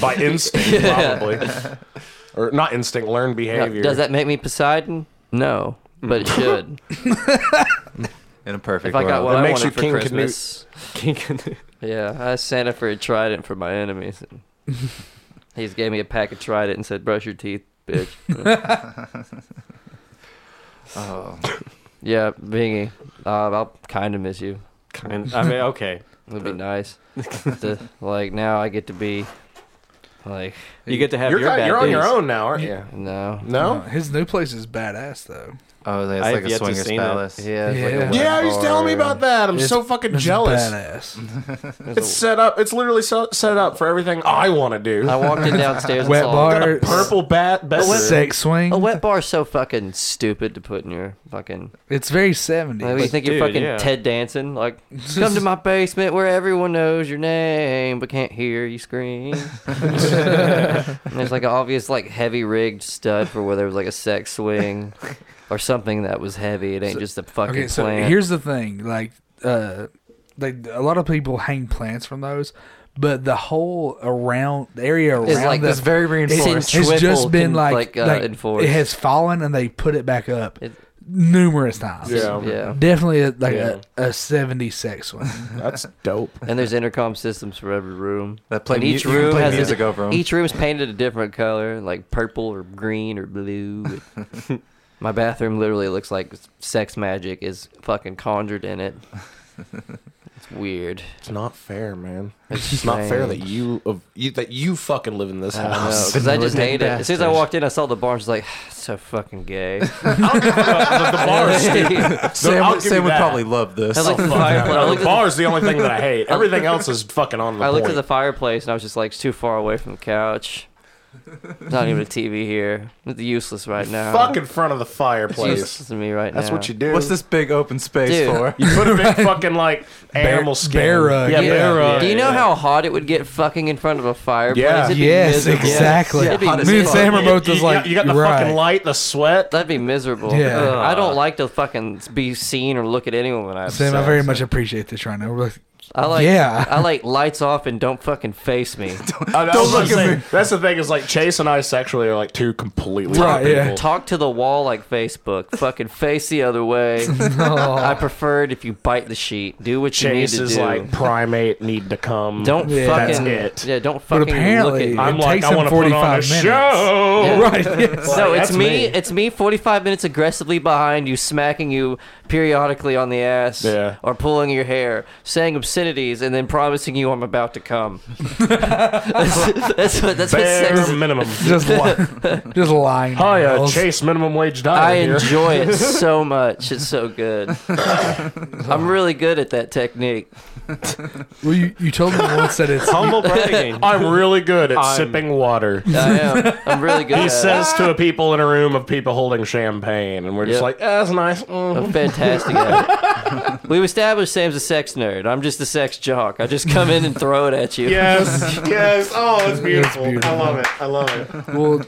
[SPEAKER 1] by instinct,
[SPEAKER 3] Yeah.
[SPEAKER 1] probably, or not instinct. Learn
[SPEAKER 3] Now,
[SPEAKER 1] behavior.
[SPEAKER 3] does that make me Poseidon? No, but it should.
[SPEAKER 4] in a perfect
[SPEAKER 3] if I got
[SPEAKER 4] world.
[SPEAKER 3] what
[SPEAKER 1] It
[SPEAKER 3] I wanted
[SPEAKER 1] makes you
[SPEAKER 3] for
[SPEAKER 1] King Canute.
[SPEAKER 3] Christmas. Yeah, I sent it for a trident for my enemies. he just gave me a pack of trident and said, "Brush your teeth, bitch."
[SPEAKER 4] Oh.
[SPEAKER 3] yeah, Bingy, uh, I'll kind of miss you.
[SPEAKER 5] kind. I mean, okay.
[SPEAKER 3] It'll
[SPEAKER 1] Uh.
[SPEAKER 3] be nice. to, like now, I get to be like,
[SPEAKER 5] You get to have
[SPEAKER 1] you're,
[SPEAKER 5] your
[SPEAKER 1] kind-
[SPEAKER 5] bad
[SPEAKER 1] you're on your
[SPEAKER 5] days.
[SPEAKER 1] own now, aren't you?
[SPEAKER 3] yeah, no,
[SPEAKER 1] No.
[SPEAKER 2] Uh, his new place is badass though.
[SPEAKER 4] Oh,
[SPEAKER 5] I
[SPEAKER 4] that's
[SPEAKER 5] have
[SPEAKER 4] like
[SPEAKER 5] yet
[SPEAKER 4] a
[SPEAKER 5] to
[SPEAKER 4] swingers
[SPEAKER 5] seen it.
[SPEAKER 4] palace.
[SPEAKER 3] yeah, it's
[SPEAKER 2] Yeah.
[SPEAKER 3] Like a
[SPEAKER 1] Yeah, he's telling me about that. I'm
[SPEAKER 2] It's-
[SPEAKER 1] so fucking
[SPEAKER 2] It's
[SPEAKER 1] jealous.
[SPEAKER 2] Badass.
[SPEAKER 3] that.
[SPEAKER 1] It's set up. It's literally so, set up for everything I want to do.
[SPEAKER 3] I walked in downstairs.
[SPEAKER 2] Wet
[SPEAKER 3] and saw
[SPEAKER 2] bar.
[SPEAKER 1] Purple bat bedroom.
[SPEAKER 2] Sex swing.
[SPEAKER 3] A wet bar's so fucking stupid to put in your fucking.
[SPEAKER 2] It's very seventy.
[SPEAKER 3] Like, you think you're
[SPEAKER 5] dude,
[SPEAKER 3] fucking
[SPEAKER 5] yeah.
[SPEAKER 3] Ted Danson? Like, come to my basement where everyone knows your name but can't hear you scream. and there's like an obvious, like, heavy rigged stud for where there was like a sex swing or something that was heavy. It ain't just a fucking
[SPEAKER 2] Okay, so
[SPEAKER 3] plant.
[SPEAKER 2] here's the thing. Like, uh, like a lot of people hang plants from those, but the whole around the area around
[SPEAKER 3] It's like
[SPEAKER 2] the,
[SPEAKER 3] this very reinforced.
[SPEAKER 2] It's
[SPEAKER 3] Centrifugal
[SPEAKER 2] just been
[SPEAKER 3] con-
[SPEAKER 2] like,
[SPEAKER 3] like, uh,
[SPEAKER 2] like,
[SPEAKER 3] enforced.
[SPEAKER 2] it has fallen and they put it back up
[SPEAKER 3] It-
[SPEAKER 2] numerous times.
[SPEAKER 1] Yeah.
[SPEAKER 3] yeah.
[SPEAKER 2] Definitely a, like
[SPEAKER 1] Yeah.
[SPEAKER 2] a, a 76 one.
[SPEAKER 1] That's dope.
[SPEAKER 3] And there's intercom systems for every room.
[SPEAKER 4] That play
[SPEAKER 3] And
[SPEAKER 4] mu-
[SPEAKER 3] each
[SPEAKER 4] you can
[SPEAKER 3] room
[SPEAKER 4] play
[SPEAKER 3] has a-
[SPEAKER 4] music over 'em.
[SPEAKER 3] Each room's painted a different color, like purple or green or blue. My bathroom literally looks like sex magic is fucking conjured in it. It's weird.
[SPEAKER 1] It's not fair, man.
[SPEAKER 3] It's
[SPEAKER 1] It's not fair that
[SPEAKER 3] strange.
[SPEAKER 1] you of you that you fucking live in this
[SPEAKER 3] I don't
[SPEAKER 1] house.
[SPEAKER 3] know, because I just
[SPEAKER 4] Nordic
[SPEAKER 3] hate it. As soon as I
[SPEAKER 4] bastard.
[SPEAKER 3] walked in, I saw the bar. I was like, so fucking gay.
[SPEAKER 1] the bar is stupid.
[SPEAKER 3] I
[SPEAKER 1] No, I'll
[SPEAKER 4] Sam, would-
[SPEAKER 1] give you
[SPEAKER 4] Sam would
[SPEAKER 1] that.
[SPEAKER 4] probably love this.
[SPEAKER 3] looked at the
[SPEAKER 1] Fuck,
[SPEAKER 3] fireplace. I
[SPEAKER 1] no,
[SPEAKER 3] looked
[SPEAKER 1] the
[SPEAKER 3] at the-
[SPEAKER 1] bar is the only thing that I hate. Everything else is fucking on the
[SPEAKER 3] I
[SPEAKER 1] point.
[SPEAKER 3] looked at the fireplace and I was just like, it's too far away from the couch. There's Not even a TV here. It's useless right now.
[SPEAKER 1] Fuck in front of the
[SPEAKER 3] It's
[SPEAKER 1] fireplace.
[SPEAKER 3] useless to me right
[SPEAKER 1] That's
[SPEAKER 3] now.
[SPEAKER 1] what you do.
[SPEAKER 4] What's this big open space
[SPEAKER 3] Dude.
[SPEAKER 4] for?
[SPEAKER 1] You put a big fucking like animal skin.
[SPEAKER 2] bear rug.
[SPEAKER 1] Yeah,
[SPEAKER 2] Yeah. uh,
[SPEAKER 1] bear rug.
[SPEAKER 3] Do you know
[SPEAKER 1] Yeah.
[SPEAKER 3] how hot it would get fucking in front of a fireplace?
[SPEAKER 1] Yeah.
[SPEAKER 3] It'd be
[SPEAKER 2] yes,
[SPEAKER 3] miserable.
[SPEAKER 2] exactly.
[SPEAKER 3] Yeah, hot as
[SPEAKER 2] Me and
[SPEAKER 3] fuck.
[SPEAKER 2] Sam are both
[SPEAKER 1] you,
[SPEAKER 2] just
[SPEAKER 1] you
[SPEAKER 2] like,
[SPEAKER 1] got, you got the
[SPEAKER 2] "You're
[SPEAKER 1] fucking
[SPEAKER 2] right."
[SPEAKER 1] light, the sweat.
[SPEAKER 3] That'd be miserable.
[SPEAKER 2] Yeah.
[SPEAKER 3] Ugh. I don't like to fucking be seen or look at anyone when I have
[SPEAKER 2] Sam, I
[SPEAKER 3] sex.
[SPEAKER 2] very much appreciate this right now. We're like,
[SPEAKER 3] I like
[SPEAKER 2] Yeah.
[SPEAKER 3] I like lights off and don't fucking face me.
[SPEAKER 1] I- I
[SPEAKER 4] Don't
[SPEAKER 1] was
[SPEAKER 4] look
[SPEAKER 1] gonna
[SPEAKER 4] at
[SPEAKER 1] say,
[SPEAKER 4] me.
[SPEAKER 1] That's the thing is like Chase and I sexually are like two completely
[SPEAKER 2] Right,
[SPEAKER 1] different
[SPEAKER 2] yeah.
[SPEAKER 1] people.
[SPEAKER 3] Talk to the wall like Facebook. Fucking face the other way. I prefer it if you bite the sheet. Do what you
[SPEAKER 1] Chase
[SPEAKER 3] need to
[SPEAKER 1] is
[SPEAKER 3] do.
[SPEAKER 1] like primate need to come.
[SPEAKER 3] don't
[SPEAKER 2] Yeah.
[SPEAKER 3] fucking
[SPEAKER 1] That's it.
[SPEAKER 3] yeah. Don't
[SPEAKER 2] but
[SPEAKER 3] fucking look at
[SPEAKER 2] apparently,
[SPEAKER 3] me.
[SPEAKER 2] it
[SPEAKER 1] I'm like
[SPEAKER 2] takes
[SPEAKER 1] I
[SPEAKER 2] him
[SPEAKER 1] want to put
[SPEAKER 2] 45
[SPEAKER 1] on a
[SPEAKER 2] minutes.
[SPEAKER 1] show.
[SPEAKER 3] Yeah.
[SPEAKER 2] Right, yes.
[SPEAKER 3] No,
[SPEAKER 1] Like,
[SPEAKER 3] it's
[SPEAKER 1] that's
[SPEAKER 3] me.
[SPEAKER 1] me.
[SPEAKER 3] It's me. Forty-five minutes aggressively behind you, smacking you periodically on the ass,
[SPEAKER 1] Yeah.
[SPEAKER 3] or pulling your hair, saying obscenities, and then promising you I'm about to come. that's, that's what. That's what sex.
[SPEAKER 1] Bare
[SPEAKER 3] Is.
[SPEAKER 1] minimum.
[SPEAKER 2] Just, li- just lying.
[SPEAKER 1] Hi, uh,
[SPEAKER 2] girls.
[SPEAKER 1] Chase minimum wage diet.
[SPEAKER 3] I
[SPEAKER 1] here.
[SPEAKER 3] enjoy it so much. It's so good. I'm really good at that technique.
[SPEAKER 2] Well, you, you told me once that it's.
[SPEAKER 5] Humble bragging.
[SPEAKER 1] I'm really good at
[SPEAKER 5] I'm-
[SPEAKER 1] sipping water.
[SPEAKER 3] I am. I'm really good.
[SPEAKER 1] He
[SPEAKER 3] at
[SPEAKER 1] says to a people in a room of people holding champagne, and we're just
[SPEAKER 3] Yep.
[SPEAKER 1] like, eh, that's nice.
[SPEAKER 3] it.
[SPEAKER 1] Mm.
[SPEAKER 3] I'm fantastic at it. We've established Sam's a sex nerd. I'm just a sex jock. I just come in and throw it at you.
[SPEAKER 1] Yes, yes. Oh, it's beautiful.
[SPEAKER 2] beautiful.
[SPEAKER 1] I love it. I love it.
[SPEAKER 2] Well,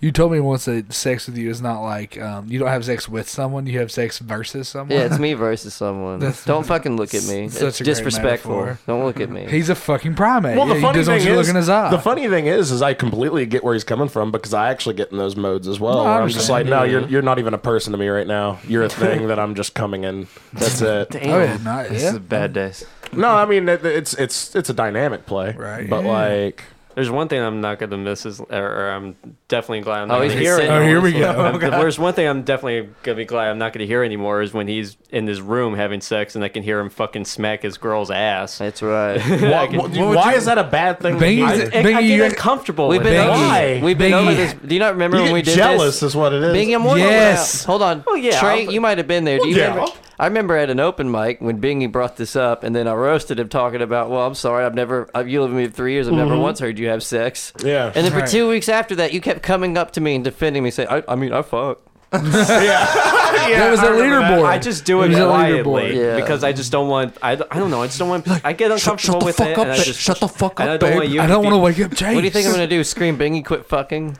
[SPEAKER 2] you told me once that sex with you is not like um, you don't have sex with someone; you have sex versus someone.
[SPEAKER 3] Yeah, it's me versus someone.
[SPEAKER 2] That's-
[SPEAKER 3] Don't fucking look at me.
[SPEAKER 2] such
[SPEAKER 3] It's
[SPEAKER 2] a great
[SPEAKER 3] disrespectful.
[SPEAKER 2] metaphor.
[SPEAKER 3] Don't look at me.
[SPEAKER 2] He's a fucking primate.
[SPEAKER 1] Well, the
[SPEAKER 2] Yeah, he
[SPEAKER 1] funny
[SPEAKER 2] doesn't
[SPEAKER 1] thing
[SPEAKER 2] want you to
[SPEAKER 1] is,
[SPEAKER 2] look in his eye.
[SPEAKER 1] the funny thing is, is I completely get where he's coming from because I actually get in those modes as well.
[SPEAKER 2] No, I
[SPEAKER 1] where I'm just like,
[SPEAKER 2] understand.
[SPEAKER 1] no, you're you're not even a person to me right now. You're a thing that I'm just coming in. That's it.
[SPEAKER 2] oh, yeah, not,
[SPEAKER 4] This
[SPEAKER 2] yeah.
[SPEAKER 4] is bad days.
[SPEAKER 1] No, I mean it, it's it's it's a dynamic play,
[SPEAKER 2] Right.
[SPEAKER 1] But
[SPEAKER 2] Yeah.
[SPEAKER 1] like,
[SPEAKER 5] There's one thing I'm not going to miss is, or, or I'm definitely glad I'm
[SPEAKER 3] Oh,
[SPEAKER 5] not
[SPEAKER 3] he's
[SPEAKER 5] going to hear.
[SPEAKER 3] been sitting
[SPEAKER 5] anymore.
[SPEAKER 2] Oh, here we
[SPEAKER 5] It's like,
[SPEAKER 2] go.
[SPEAKER 5] I'm- There's one thing I'm definitely going to be glad I'm not going to hear anymore is when he's in his room having sex and I can hear him fucking smack his girl's ass.
[SPEAKER 3] That's right.
[SPEAKER 1] Why, why is that a bad thing? to
[SPEAKER 2] Bingy's-
[SPEAKER 1] do?
[SPEAKER 5] I, I, I
[SPEAKER 2] Bingy,
[SPEAKER 5] get
[SPEAKER 2] you-
[SPEAKER 5] uncomfortable.
[SPEAKER 3] We've
[SPEAKER 5] with
[SPEAKER 3] been
[SPEAKER 5] it.
[SPEAKER 3] over,
[SPEAKER 1] Why?
[SPEAKER 3] We've been
[SPEAKER 2] Bingy.
[SPEAKER 3] over this. Do you not remember
[SPEAKER 1] You
[SPEAKER 3] when we
[SPEAKER 1] get
[SPEAKER 3] did
[SPEAKER 1] jealous
[SPEAKER 3] this?
[SPEAKER 1] is what it is.
[SPEAKER 3] Bingham, one
[SPEAKER 2] Yes.
[SPEAKER 3] hold on.
[SPEAKER 5] Well, yeah,
[SPEAKER 3] Trey,
[SPEAKER 5] I'll-
[SPEAKER 3] you might have been there. Do you
[SPEAKER 1] Well, yeah.
[SPEAKER 3] remember? I remember at an open mic when Bingy brought this up, and then I roasted him talking about, "Well, I'm sorry, I've never, I've, you lived with me for three years, I've never once heard you have sex."
[SPEAKER 1] Yeah.
[SPEAKER 3] And then for
[SPEAKER 2] Right.
[SPEAKER 3] two weeks after that, you kept coming up to me and defending me, saying, "I, I mean, I fuck."
[SPEAKER 2] That was
[SPEAKER 5] I
[SPEAKER 2] a
[SPEAKER 5] remember that.
[SPEAKER 2] leaderboard.
[SPEAKER 5] I just do
[SPEAKER 2] It
[SPEAKER 5] it
[SPEAKER 2] was a leaderboard.
[SPEAKER 5] quietly
[SPEAKER 3] Yeah.
[SPEAKER 5] because I just don't want. I, I don't know. I just don't want. I get
[SPEAKER 4] "Shut- shut
[SPEAKER 5] uncomfortable
[SPEAKER 4] the
[SPEAKER 5] with
[SPEAKER 4] fuck
[SPEAKER 5] it.
[SPEAKER 4] up,
[SPEAKER 5] and I
[SPEAKER 4] babe.
[SPEAKER 5] just-
[SPEAKER 4] Shut the fuck
[SPEAKER 5] and
[SPEAKER 4] up,
[SPEAKER 5] I don't
[SPEAKER 4] babe.
[SPEAKER 5] want you.
[SPEAKER 2] I don't
[SPEAKER 5] be-
[SPEAKER 2] want to wake up James.
[SPEAKER 3] What do you think I'm gonna do? Scream, Bingy, quit fucking?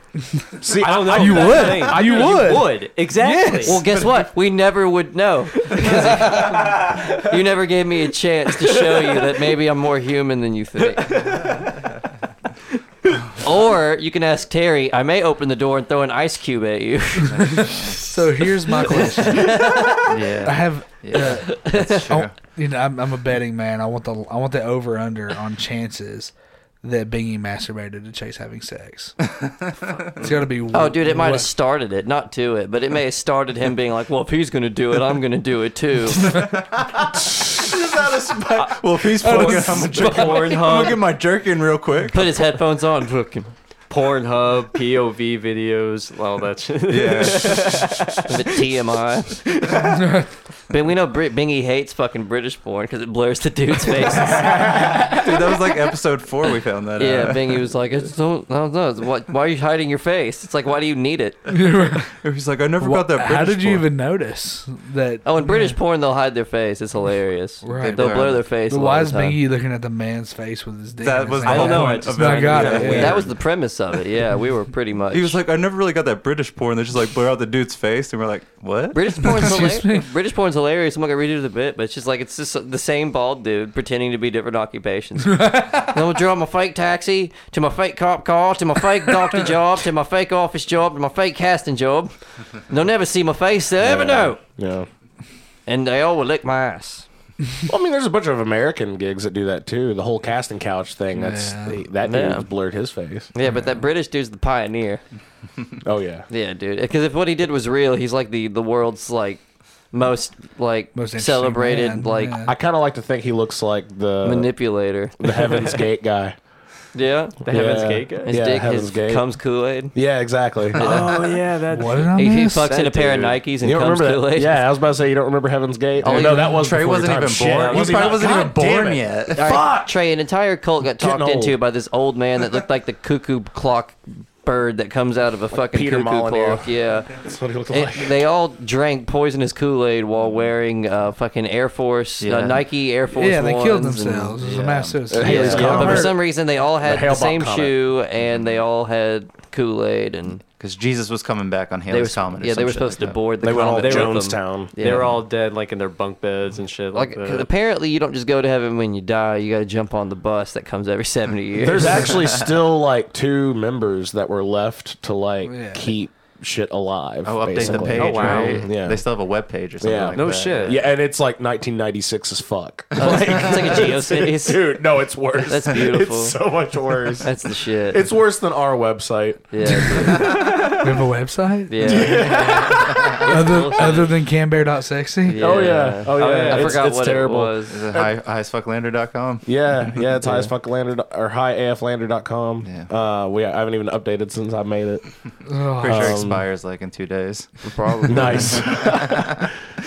[SPEAKER 1] See,
[SPEAKER 5] I don't know.
[SPEAKER 2] You
[SPEAKER 5] That's the
[SPEAKER 2] would.
[SPEAKER 5] thing. I
[SPEAKER 2] You
[SPEAKER 5] really
[SPEAKER 2] would.
[SPEAKER 5] would. Exactly.
[SPEAKER 3] Well, guess what? We never would know. Because you never gave me a chance to show you that maybe I'm more human than you think. or you can ask Terry, I may open the door and throw an ice cube at you.
[SPEAKER 2] So here's my question. I
[SPEAKER 4] Yeah,
[SPEAKER 2] have, uh,
[SPEAKER 4] yeah. That's
[SPEAKER 2] I
[SPEAKER 4] true.
[SPEAKER 3] Oh.
[SPEAKER 2] want- Oh, you know, I'm, I'm a betting man. I want the I want the over under on chances that Bingy masturbated to Chase having sex. it's got to be.
[SPEAKER 3] oh, dude, it might have
[SPEAKER 2] what-
[SPEAKER 3] started it, not to it, but it may have started him being like, well, if he's going to do it, I'm going to do it too.
[SPEAKER 4] well, if he's fucking, I'm gonna jerk. I'm gonna get my jerk in real quick.
[SPEAKER 3] Put his headphones on. fucking-
[SPEAKER 5] Pornhub, POV videos, all that shit.
[SPEAKER 4] Yeah,
[SPEAKER 3] The TMI. but we know Brit Bingy hates fucking British porn because it blurs the dude's face.
[SPEAKER 4] Dude, that was like episode four. We found that.
[SPEAKER 3] Yeah,
[SPEAKER 4] out.
[SPEAKER 3] Bingy was like, I just don't, I don't know. It's What, why are you hiding your face? It's like, why do you need it?
[SPEAKER 4] He's like, I never
[SPEAKER 2] Wha-
[SPEAKER 4] got that. British
[SPEAKER 2] how did you
[SPEAKER 4] porn."
[SPEAKER 2] even notice that?
[SPEAKER 3] Oh, in British porn, they'll hide their face. It's hilarious.
[SPEAKER 2] Right.
[SPEAKER 3] They'll blur their face.
[SPEAKER 2] But
[SPEAKER 3] a lot
[SPEAKER 2] why
[SPEAKER 3] of
[SPEAKER 2] is
[SPEAKER 3] the time.
[SPEAKER 2] Bingy looking at the man's face with his dick?
[SPEAKER 4] That
[SPEAKER 2] in his
[SPEAKER 4] was.
[SPEAKER 2] hand?
[SPEAKER 5] I don't know,
[SPEAKER 4] I
[SPEAKER 5] I
[SPEAKER 4] just
[SPEAKER 5] just-
[SPEAKER 2] I got it, yeah.
[SPEAKER 3] That was the premise of it. Yeah, we were pretty much.
[SPEAKER 4] He was like, I never really got that British porn. They just like blur out the dude's face, and we're like, what?
[SPEAKER 3] British porn's
[SPEAKER 2] Excuse
[SPEAKER 3] hilarious.
[SPEAKER 2] me.
[SPEAKER 3] British porn's hilarious. I'm not gonna redo the bit, but it's just like it's just the same bald dude pretending to be different occupations. and we'll draw my fake taxi to my fake cop car to my fake doctor job to my fake office job to my fake casting job. And they'll never see my face. They'll ever know.
[SPEAKER 1] yeah.
[SPEAKER 3] And they all will lick my ass.
[SPEAKER 1] Well, I mean, there's a bunch of American gigs that do that too. The whole casting couch thing. That's
[SPEAKER 2] Yeah.
[SPEAKER 1] the, that dude
[SPEAKER 3] Yeah.
[SPEAKER 1] just blurred his face.
[SPEAKER 3] Yeah, but that British dude's the pioneer.
[SPEAKER 1] Oh yeah.
[SPEAKER 3] Yeah, dude. Because if what he did was real, he's like the the world's like most like
[SPEAKER 2] Most interesting
[SPEAKER 3] celebrated
[SPEAKER 2] man,
[SPEAKER 3] like
[SPEAKER 2] yeah.
[SPEAKER 1] I kind of like to think he looks like the
[SPEAKER 3] manipulator.
[SPEAKER 1] the Heaven's Gate guy.
[SPEAKER 3] Yeah,
[SPEAKER 5] The Heaven's
[SPEAKER 1] Yeah.
[SPEAKER 5] Gate guy.
[SPEAKER 3] his
[SPEAKER 1] Yeah,
[SPEAKER 3] dick
[SPEAKER 1] Heaven's
[SPEAKER 3] has,
[SPEAKER 1] Gate.
[SPEAKER 3] comes Kool Aid.
[SPEAKER 1] Yeah, exactly.
[SPEAKER 5] Oh yeah, that's
[SPEAKER 2] What did I
[SPEAKER 3] He, he
[SPEAKER 2] miss?
[SPEAKER 3] fucks in a
[SPEAKER 5] That
[SPEAKER 3] pair of
[SPEAKER 5] dude.
[SPEAKER 3] Nikes and
[SPEAKER 1] You don't
[SPEAKER 3] comes
[SPEAKER 1] remember
[SPEAKER 3] Kool
[SPEAKER 1] that?
[SPEAKER 3] Aid.
[SPEAKER 1] Yeah, I was about to say you don't remember Heaven's Gate. Oh no, that was
[SPEAKER 4] Trey
[SPEAKER 1] before your
[SPEAKER 4] wasn't
[SPEAKER 1] time.
[SPEAKER 4] even
[SPEAKER 1] Shit,
[SPEAKER 4] born. He
[SPEAKER 1] was
[SPEAKER 4] probably wasn't
[SPEAKER 1] God
[SPEAKER 4] even
[SPEAKER 1] damn
[SPEAKER 4] born
[SPEAKER 1] it.
[SPEAKER 4] yet.
[SPEAKER 3] All right, Trey, an entire cult got
[SPEAKER 1] Getting
[SPEAKER 3] talked into
[SPEAKER 1] old.
[SPEAKER 3] by this old man that looked like the cuckoo clock bird that comes out of a fucking
[SPEAKER 1] Peter
[SPEAKER 3] cuckoo
[SPEAKER 1] Molyneux.
[SPEAKER 3] clock. Yeah.
[SPEAKER 1] That's what he looked
[SPEAKER 3] It-
[SPEAKER 1] like.
[SPEAKER 3] they all drank poisonous Kool Aid while wearing uh, fucking Air Force, uh,
[SPEAKER 4] Yeah.
[SPEAKER 3] Nike Air Force.
[SPEAKER 2] yeah, they killed
[SPEAKER 3] Ones and-
[SPEAKER 2] themselves. it was
[SPEAKER 3] yeah.
[SPEAKER 2] a mass suicide.
[SPEAKER 1] Yeah.
[SPEAKER 3] Yeah,
[SPEAKER 1] Haley's
[SPEAKER 3] but for
[SPEAKER 1] Comet.
[SPEAKER 3] some reason they all had
[SPEAKER 1] The
[SPEAKER 3] the,
[SPEAKER 1] Hale-Bopp
[SPEAKER 3] same
[SPEAKER 1] Comet.
[SPEAKER 3] shoe and they all had Kool Aid and
[SPEAKER 4] Because Jesus was coming back on
[SPEAKER 3] they were
[SPEAKER 4] Haley's Comet. or
[SPEAKER 3] yeah they
[SPEAKER 4] some
[SPEAKER 3] were
[SPEAKER 4] shit
[SPEAKER 3] supposed
[SPEAKER 4] like
[SPEAKER 3] to
[SPEAKER 4] that.
[SPEAKER 3] board the
[SPEAKER 1] They went all
[SPEAKER 3] comet
[SPEAKER 1] to
[SPEAKER 3] with them.
[SPEAKER 1] Jonestown.
[SPEAKER 3] Yeah.
[SPEAKER 5] They were all dead, like in their bunk beds and shit.
[SPEAKER 3] like
[SPEAKER 5] Like,
[SPEAKER 3] 'cause
[SPEAKER 5] that.
[SPEAKER 3] apparently you don't just go to heaven when you die. You got to jump on the bus that comes every seventy years.
[SPEAKER 1] There's actually still like two members that were left to like
[SPEAKER 2] Yeah.
[SPEAKER 1] keep shit alive.
[SPEAKER 4] Oh, update
[SPEAKER 1] basically.
[SPEAKER 4] the page.
[SPEAKER 5] Oh, wow.
[SPEAKER 4] right?
[SPEAKER 1] Yeah.
[SPEAKER 4] They still have a web page or something.
[SPEAKER 1] Yeah.
[SPEAKER 4] like
[SPEAKER 5] No
[SPEAKER 4] that.
[SPEAKER 5] shit.
[SPEAKER 1] Yeah, and it's like 1996 as fuck.
[SPEAKER 3] it's like a GeoCities.
[SPEAKER 1] Dude, no, it's worse.
[SPEAKER 3] That's beautiful.
[SPEAKER 1] It's so much worse.
[SPEAKER 3] That's the shit.
[SPEAKER 1] it's worse than our website.
[SPEAKER 3] yeah,
[SPEAKER 2] We have a website
[SPEAKER 3] dude. yeah.
[SPEAKER 2] other other than cambear.sexy.
[SPEAKER 3] Yeah.
[SPEAKER 1] Oh yeah. Oh yeah.
[SPEAKER 5] Oh, yeah. I
[SPEAKER 3] I
[SPEAKER 1] It's,
[SPEAKER 3] forgot
[SPEAKER 1] it's
[SPEAKER 3] what
[SPEAKER 1] terrible.
[SPEAKER 3] it was.
[SPEAKER 4] Is it high, highasfucklander.com?
[SPEAKER 1] Yeah, yeah, it's high as fuck lander or highaflander.com.
[SPEAKER 4] Yeah.
[SPEAKER 1] Uh, we I haven't even updated since I made it.
[SPEAKER 2] Oh,
[SPEAKER 4] Pretty sure it
[SPEAKER 1] Um,
[SPEAKER 4] expires like in two days.
[SPEAKER 3] Probably.
[SPEAKER 1] Nice.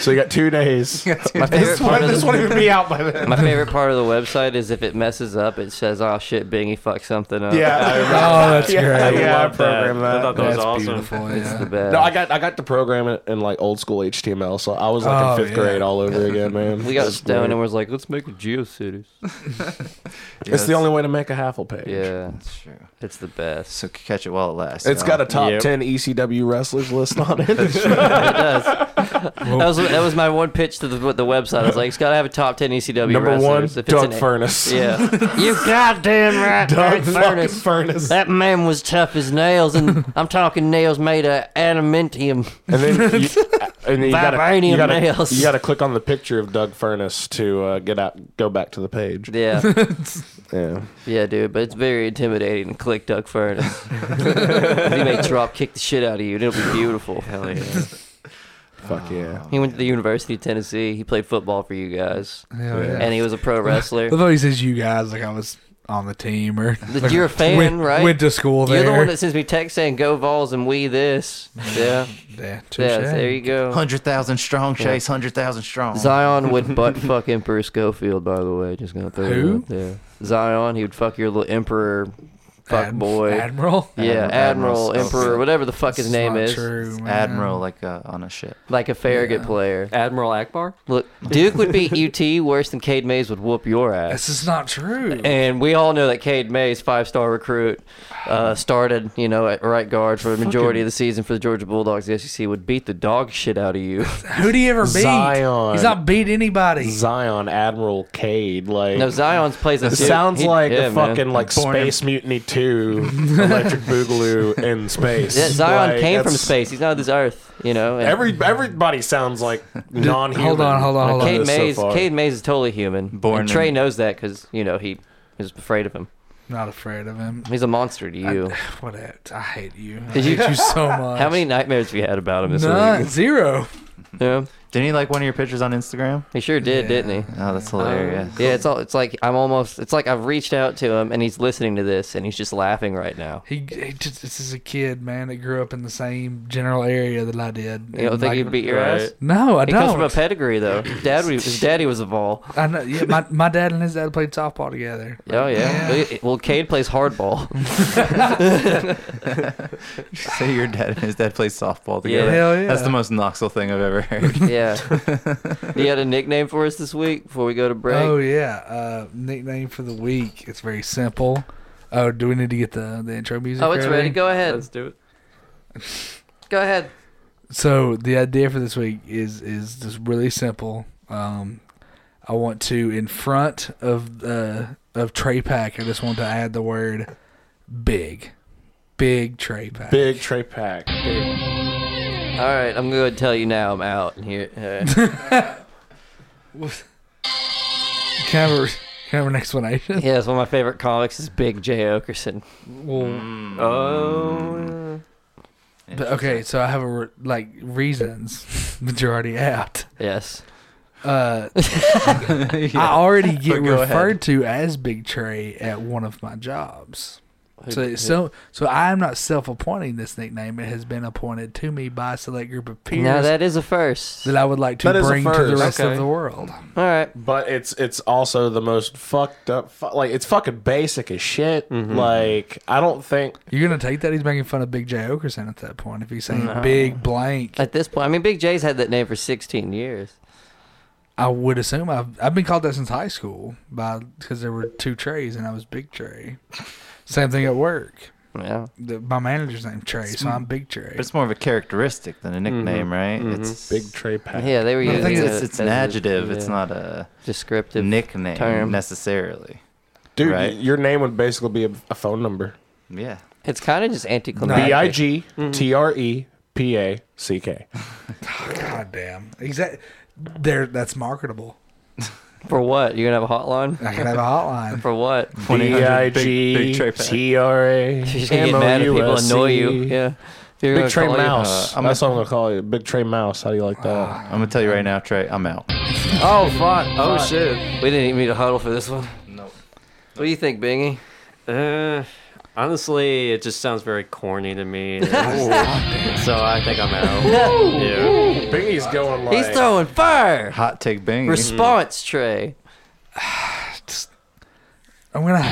[SPEAKER 1] so you got two days.
[SPEAKER 3] My favorite
[SPEAKER 1] This
[SPEAKER 3] part
[SPEAKER 1] one,
[SPEAKER 3] of
[SPEAKER 1] this
[SPEAKER 3] the,
[SPEAKER 1] one even be out by then.
[SPEAKER 3] my favorite part of the website is if it messes up, it says, "Oh shit, Bingy fucked something up."
[SPEAKER 1] Yeah, I remember.
[SPEAKER 2] Oh, that's
[SPEAKER 1] yeah,
[SPEAKER 2] great.
[SPEAKER 1] yeah, I
[SPEAKER 5] Love that.
[SPEAKER 1] programmed that.
[SPEAKER 5] I thought that
[SPEAKER 2] That's
[SPEAKER 5] was awesome.
[SPEAKER 2] beautiful.
[SPEAKER 3] It's the
[SPEAKER 2] Yeah.
[SPEAKER 3] best.
[SPEAKER 1] No, I got I got to program it in like old school HTML, so I was like
[SPEAKER 2] Oh,
[SPEAKER 1] in fifth
[SPEAKER 2] yeah.
[SPEAKER 1] grade all over again, man.
[SPEAKER 3] we got
[SPEAKER 1] It's
[SPEAKER 3] stoned
[SPEAKER 1] weird.
[SPEAKER 3] and was like, "Let's make a GeoCities."
[SPEAKER 1] It's the only way to make a half page.
[SPEAKER 3] Yeah,
[SPEAKER 4] That's true.
[SPEAKER 3] it's the best.
[SPEAKER 4] So catch it while it lasts.
[SPEAKER 1] It's
[SPEAKER 4] you
[SPEAKER 1] got
[SPEAKER 4] know?
[SPEAKER 1] a top
[SPEAKER 5] Yep.
[SPEAKER 1] 10 ECW wrestlers list on it.
[SPEAKER 3] It does. that was that was my one pitch to the, the website. I was like, it's got to have a top ten ECW
[SPEAKER 1] Number one,
[SPEAKER 3] wrestlers. it's
[SPEAKER 1] Doug
[SPEAKER 3] an-
[SPEAKER 1] Furnace.
[SPEAKER 3] Yeah, you goddamn right, Doug
[SPEAKER 1] Doug fucking
[SPEAKER 3] Furnace.
[SPEAKER 1] Furnace.
[SPEAKER 3] That man was tough as nails, and I'm talking nails made of adamantium.
[SPEAKER 1] And then you, And then you gotta,
[SPEAKER 3] Vibranium
[SPEAKER 1] you, gotta,
[SPEAKER 3] nails.
[SPEAKER 1] you gotta click on the picture of Doug Furness to uh, get out, go back to the page.
[SPEAKER 3] Yeah,
[SPEAKER 1] Yeah,
[SPEAKER 3] yeah, dude. But it's very intimidating to click Doug Furnace. he may drop kick the shit out of you, and it'll be beautiful. Hell yeah.
[SPEAKER 1] fuck yeah.
[SPEAKER 3] He went to the University of Tennessee. He played football for you guys,
[SPEAKER 2] Hell yeah.
[SPEAKER 3] and he was a pro wrestler.
[SPEAKER 2] Although he says you guys, like I was on the team or
[SPEAKER 3] That you're a fan,
[SPEAKER 2] went,
[SPEAKER 3] right?
[SPEAKER 2] Went to school
[SPEAKER 3] You're
[SPEAKER 2] there.
[SPEAKER 3] the one that sends me text saying "Go Vols" and "We this." Yeah,
[SPEAKER 2] yeah, touche.
[SPEAKER 3] yeah. There you go.
[SPEAKER 4] Hundred thousand strong, Chase. Hundred thousand strong.
[SPEAKER 3] Zion would butt fuck Emperor Schofield. By the way, just gonna throw
[SPEAKER 2] Who?
[SPEAKER 3] it out there. Zion, he would fuck your little emperor, fuck
[SPEAKER 2] Ad-
[SPEAKER 3] boy.
[SPEAKER 2] Admiral.
[SPEAKER 3] yeah,
[SPEAKER 4] Admiral-
[SPEAKER 3] Admiral,
[SPEAKER 4] Admiral
[SPEAKER 3] Emperor,
[SPEAKER 4] Schofield.
[SPEAKER 3] whatever the fuck his
[SPEAKER 2] That's
[SPEAKER 3] name
[SPEAKER 2] not
[SPEAKER 3] is.
[SPEAKER 2] true, man.
[SPEAKER 4] Admiral, like uh, on a ship.
[SPEAKER 3] Like a Farragut player.
[SPEAKER 5] Admiral Akbar?
[SPEAKER 3] Look, Duke would beat UT worse than Cade Mays would whoop your ass.
[SPEAKER 2] This is not true.
[SPEAKER 3] And we all know that Cade Mays, five-star recruit, uh, started you know at right guard for the majority of the season for the Georgia Bulldogs. The SEC would beat the dog shit out of you.
[SPEAKER 2] Who do you ever beat?
[SPEAKER 1] Zion.
[SPEAKER 2] He's not beat anybody.
[SPEAKER 1] Zion Admiral Cade, like
[SPEAKER 3] no, Zion's plays a
[SPEAKER 1] It sounds like a fucking like
[SPEAKER 2] Born him.
[SPEAKER 1] Space Mutiny 2 Electric Boogaloo in space.
[SPEAKER 3] Yeah, Zion
[SPEAKER 1] Like,
[SPEAKER 3] came from
[SPEAKER 1] that's-
[SPEAKER 3] space. He's not of this earth, you know. and-
[SPEAKER 1] Every everybody sounds like non-human.
[SPEAKER 2] hold on, hold on, hold on.
[SPEAKER 3] Cade
[SPEAKER 1] this so
[SPEAKER 3] Mays,
[SPEAKER 1] far.
[SPEAKER 3] Cade Mays is totally human.
[SPEAKER 4] Born
[SPEAKER 3] and Trey
[SPEAKER 4] in-
[SPEAKER 3] knows that because you know he is afraid of him.
[SPEAKER 2] Not afraid of him.
[SPEAKER 3] He's a monster to you.
[SPEAKER 2] What? A, I hate you. I
[SPEAKER 3] Did you-
[SPEAKER 2] hate you so much.
[SPEAKER 3] How many nightmares have you had about him this
[SPEAKER 2] None.
[SPEAKER 3] week?
[SPEAKER 2] Zero.
[SPEAKER 3] Yeah,
[SPEAKER 4] Didn't he like one of your pictures on Instagram?
[SPEAKER 3] he sure did, didn't he?
[SPEAKER 4] Oh, that's
[SPEAKER 2] Um,
[SPEAKER 4] hilarious.
[SPEAKER 3] Yeah, it's all. It's like I'm almost. It's like I've reached out to him and he's listening to this and he's just laughing right now.
[SPEAKER 2] He, he just, this is a kid, man, that grew up in the same general area that I did.
[SPEAKER 3] You don't
[SPEAKER 2] And,
[SPEAKER 3] think
[SPEAKER 2] like,
[SPEAKER 3] he'd beat your
[SPEAKER 5] Right.
[SPEAKER 3] ass?
[SPEAKER 2] No, I
[SPEAKER 3] He comes
[SPEAKER 2] don't.
[SPEAKER 3] from a pedigree though. His Dad, was- his daddy was a ball.
[SPEAKER 2] I know. Yeah, my, my dad and his dad played softball together.
[SPEAKER 3] Oh yeah. Well, Cade plays hardball.
[SPEAKER 4] Say your dad and his dad play softball
[SPEAKER 3] Yeah.
[SPEAKER 4] together.
[SPEAKER 2] Hell yeah.
[SPEAKER 4] That's the most Knoxville thing I've ever heard.
[SPEAKER 3] Yeah. you had a nickname for us this week before we go to break.
[SPEAKER 2] Oh yeah. Uh, nickname for the week. It's very simple. Oh, do we need to get the the intro music?
[SPEAKER 3] Oh, it's ready. Go ahead.
[SPEAKER 5] Let's do it.
[SPEAKER 3] Go ahead.
[SPEAKER 2] So the idea for this week is is just really simple. Um, I want to in front of uh, of Trey Pack. I just want to add the word big, big Trey Pack.
[SPEAKER 1] Big Trey Pack.
[SPEAKER 3] All right, I'm going to tell you now. I'm out here. Uh,
[SPEAKER 2] Can I have, a, can I have an explanation?
[SPEAKER 3] yeah, it's one of my favorite comics is Big J Okerson.
[SPEAKER 2] Well,
[SPEAKER 5] Oh.
[SPEAKER 2] but, okay, so I have a re- like reasons majority out.
[SPEAKER 3] Yes.
[SPEAKER 2] Uh, I already get
[SPEAKER 4] But go
[SPEAKER 2] referred
[SPEAKER 4] ahead.
[SPEAKER 2] to as Big Trey at one of my jobs. So,
[SPEAKER 3] Who-
[SPEAKER 2] so, so I am not self-appointing this nickname. It has been appointed to me by a select group of peers
[SPEAKER 3] now
[SPEAKER 2] that,
[SPEAKER 3] that is a first.
[SPEAKER 2] I would like to
[SPEAKER 1] That is a
[SPEAKER 2] bring to the
[SPEAKER 1] first.
[SPEAKER 2] rest
[SPEAKER 5] Okay.
[SPEAKER 2] of the world.
[SPEAKER 3] All right.
[SPEAKER 1] But it's it's also the most fucked up. Fu- like it's fucking basic as shit. Like I don't think
[SPEAKER 2] You're gonna take that he's making fun of Big J Okerson at that point if he's saying Big Blank. I,
[SPEAKER 3] At this point, I mean, Big J's had that name for 16 years.
[SPEAKER 2] would assume I've I've been called that since high school by because there were two Treys and I was Big Trey. Same thing at work.
[SPEAKER 3] Yeah.
[SPEAKER 2] The, my manager's name Trey, so I'm Big Trey.
[SPEAKER 4] But it's more of a characteristic than a nickname, right? It's
[SPEAKER 1] Big Trey Pack.
[SPEAKER 3] Yeah, they were
[SPEAKER 2] I
[SPEAKER 3] using
[SPEAKER 2] think
[SPEAKER 3] it
[SPEAKER 4] It's, it's an
[SPEAKER 3] as a-
[SPEAKER 4] adjective. It's
[SPEAKER 3] yeah,
[SPEAKER 4] not a
[SPEAKER 3] descriptive.
[SPEAKER 4] nickname
[SPEAKER 3] term.
[SPEAKER 4] necessarily.
[SPEAKER 1] Dude,
[SPEAKER 4] Right.
[SPEAKER 1] y- your name would basically be a, a phone number.
[SPEAKER 4] Yeah.
[SPEAKER 3] It's kind of just anticlimactic.
[SPEAKER 1] B i g
[SPEAKER 2] Mm-hmm.
[SPEAKER 1] t r e p a c k.
[SPEAKER 2] God damn, exact. There, that's marketable.
[SPEAKER 3] For what? You're going to have a hotline?
[SPEAKER 2] I can have a hotline.
[SPEAKER 3] For what?
[SPEAKER 1] B i
[SPEAKER 4] 1-800-BIG
[SPEAKER 1] g
[SPEAKER 4] Big Trey Pack.
[SPEAKER 1] t r a
[SPEAKER 3] She's gonna get mad if people annoy you. Yeah. If you're
[SPEAKER 1] Big
[SPEAKER 3] gonna
[SPEAKER 1] Trey
[SPEAKER 3] call you-
[SPEAKER 1] Mouse.
[SPEAKER 4] Uh, I'm
[SPEAKER 1] That's what I'm gonna call you. Big Trey Mouse. How do you like that?
[SPEAKER 2] Ah.
[SPEAKER 4] I'm gonna tell you right now, Trey. I'm out.
[SPEAKER 3] Oh fuck!
[SPEAKER 5] Oh,
[SPEAKER 3] fuck.
[SPEAKER 5] shit.
[SPEAKER 3] We didn't even need a huddle for this one.
[SPEAKER 4] No.
[SPEAKER 3] What do you think, Bingy?
[SPEAKER 5] Uh, honestly, it just sounds very corny to me. so I think I'm out. yeah.
[SPEAKER 1] Bingy's going like
[SPEAKER 3] He's throwing
[SPEAKER 5] Mm-hmm.
[SPEAKER 3] fire.
[SPEAKER 4] Hot take bang.
[SPEAKER 3] Response, Trey.
[SPEAKER 2] I'm gonna.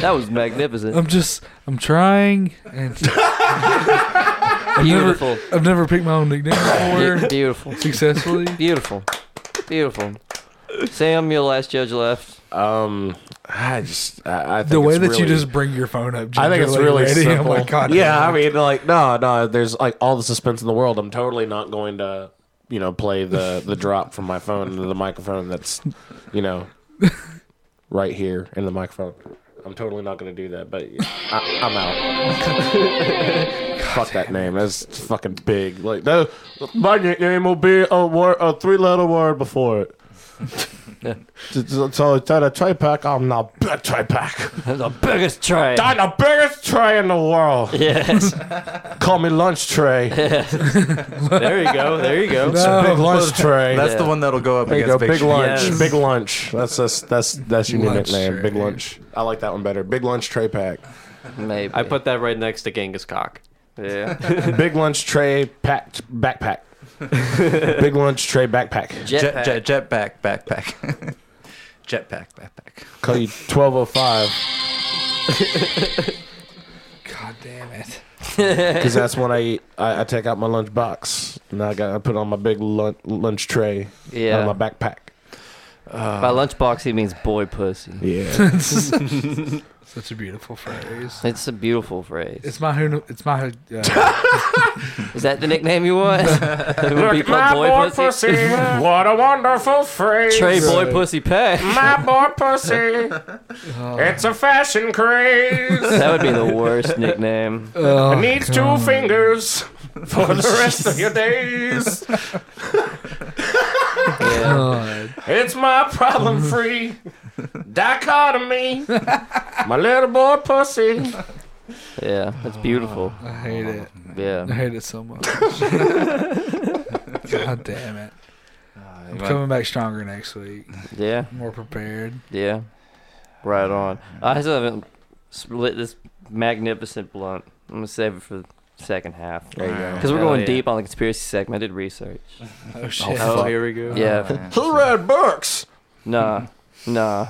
[SPEAKER 3] That was magnificent.
[SPEAKER 2] I'm just. I'm trying, and I've
[SPEAKER 3] Beautiful.
[SPEAKER 2] Never, I've never picked my own nickname
[SPEAKER 3] Be-
[SPEAKER 2] before
[SPEAKER 3] Beautiful.
[SPEAKER 2] successfully.
[SPEAKER 3] Beautiful. Beautiful. Sam, you're the last judge left.
[SPEAKER 1] Um, I just I, I think
[SPEAKER 2] The way
[SPEAKER 1] it's
[SPEAKER 2] that you
[SPEAKER 1] really-
[SPEAKER 2] just bring your phone up,
[SPEAKER 1] I think it's
[SPEAKER 2] gingerly
[SPEAKER 1] really
[SPEAKER 2] ready, I'm
[SPEAKER 1] simple.
[SPEAKER 2] like, God,
[SPEAKER 1] yeah,
[SPEAKER 2] damn
[SPEAKER 1] I mean, like no, no. There's like all the suspense in the world. I'm totally not going to you know play the the drop from my phone into the microphone that's you know right here in the microphone. I'm totally not going to do that, but I, I'm out.
[SPEAKER 2] it.
[SPEAKER 6] Fuck that name. That's fucking big. Like that. My nickname will be a word, a three-letter word before it. so, so instead of tray pack, I'm the big tray pack.
[SPEAKER 3] That's the biggest tray.
[SPEAKER 6] I'm the biggest tray in the world.
[SPEAKER 3] Yes.
[SPEAKER 6] Call me lunch tray.
[SPEAKER 5] There you go. There you go.
[SPEAKER 6] Big lunch tray.
[SPEAKER 4] That's the
[SPEAKER 3] Yeah.
[SPEAKER 4] one that'll go up
[SPEAKER 6] There you
[SPEAKER 4] against
[SPEAKER 6] go,
[SPEAKER 4] Big,
[SPEAKER 6] big
[SPEAKER 4] Sh-
[SPEAKER 6] lunch,
[SPEAKER 5] Yes.
[SPEAKER 6] big lunch. That's that's that's that's your new
[SPEAKER 2] Lunch
[SPEAKER 6] nickname,
[SPEAKER 2] tray.
[SPEAKER 6] big lunch. I like that one better. Big lunch tray pack,
[SPEAKER 3] Maybe.
[SPEAKER 5] I put that right next to Genghis cock.
[SPEAKER 3] yeah.
[SPEAKER 6] big lunch tray packed backpack, big lunch tray backpack.
[SPEAKER 4] Jet,
[SPEAKER 3] Jetpack.
[SPEAKER 4] jet, jetpack backpack. jetpack backpack.
[SPEAKER 6] Call you twelve oh five
[SPEAKER 2] God damn it.
[SPEAKER 6] because that's when I eat. I, I take out my lunch box and I got I put on my big lunch lunch tray out
[SPEAKER 3] Yeah.
[SPEAKER 6] of my backpack.
[SPEAKER 3] By lunchbox, he means boy pussy.
[SPEAKER 6] Yeah,
[SPEAKER 2] Such a beautiful phrase.
[SPEAKER 3] It's a beautiful phrase.
[SPEAKER 2] It's my hoon. It's my.
[SPEAKER 1] Oh,
[SPEAKER 2] Uh,
[SPEAKER 3] Is that the nickname you want? Look,
[SPEAKER 6] what a wonderful phrase.
[SPEAKER 3] Trey boy pussy pack.
[SPEAKER 6] My boy pussy. It's a fashion craze.
[SPEAKER 3] That would be the worst nickname.
[SPEAKER 2] oh,
[SPEAKER 6] needs two fingers for the rest of your days.
[SPEAKER 3] Yeah.
[SPEAKER 2] God.
[SPEAKER 6] It's my problem free dichotomy. My little boy pussy.
[SPEAKER 3] Yeah. That's beautiful.
[SPEAKER 2] I hate it.
[SPEAKER 1] Oh,
[SPEAKER 2] I
[SPEAKER 3] Yeah.
[SPEAKER 2] hate it so much. God damn it. I'm coming back stronger next week.
[SPEAKER 3] Yeah.
[SPEAKER 2] More prepared.
[SPEAKER 3] Yeah. Right on. I still haven't split this magnificent blunt. I'm going to save it for the second half.
[SPEAKER 6] There you go.
[SPEAKER 3] Because we're
[SPEAKER 5] Hell
[SPEAKER 3] going
[SPEAKER 5] yeah.
[SPEAKER 3] deep on the conspiracy segment. I did research.
[SPEAKER 2] Oh shit.
[SPEAKER 5] Oh, here we go.
[SPEAKER 3] Yeah.
[SPEAKER 6] Who read books?
[SPEAKER 3] Nah. Nah.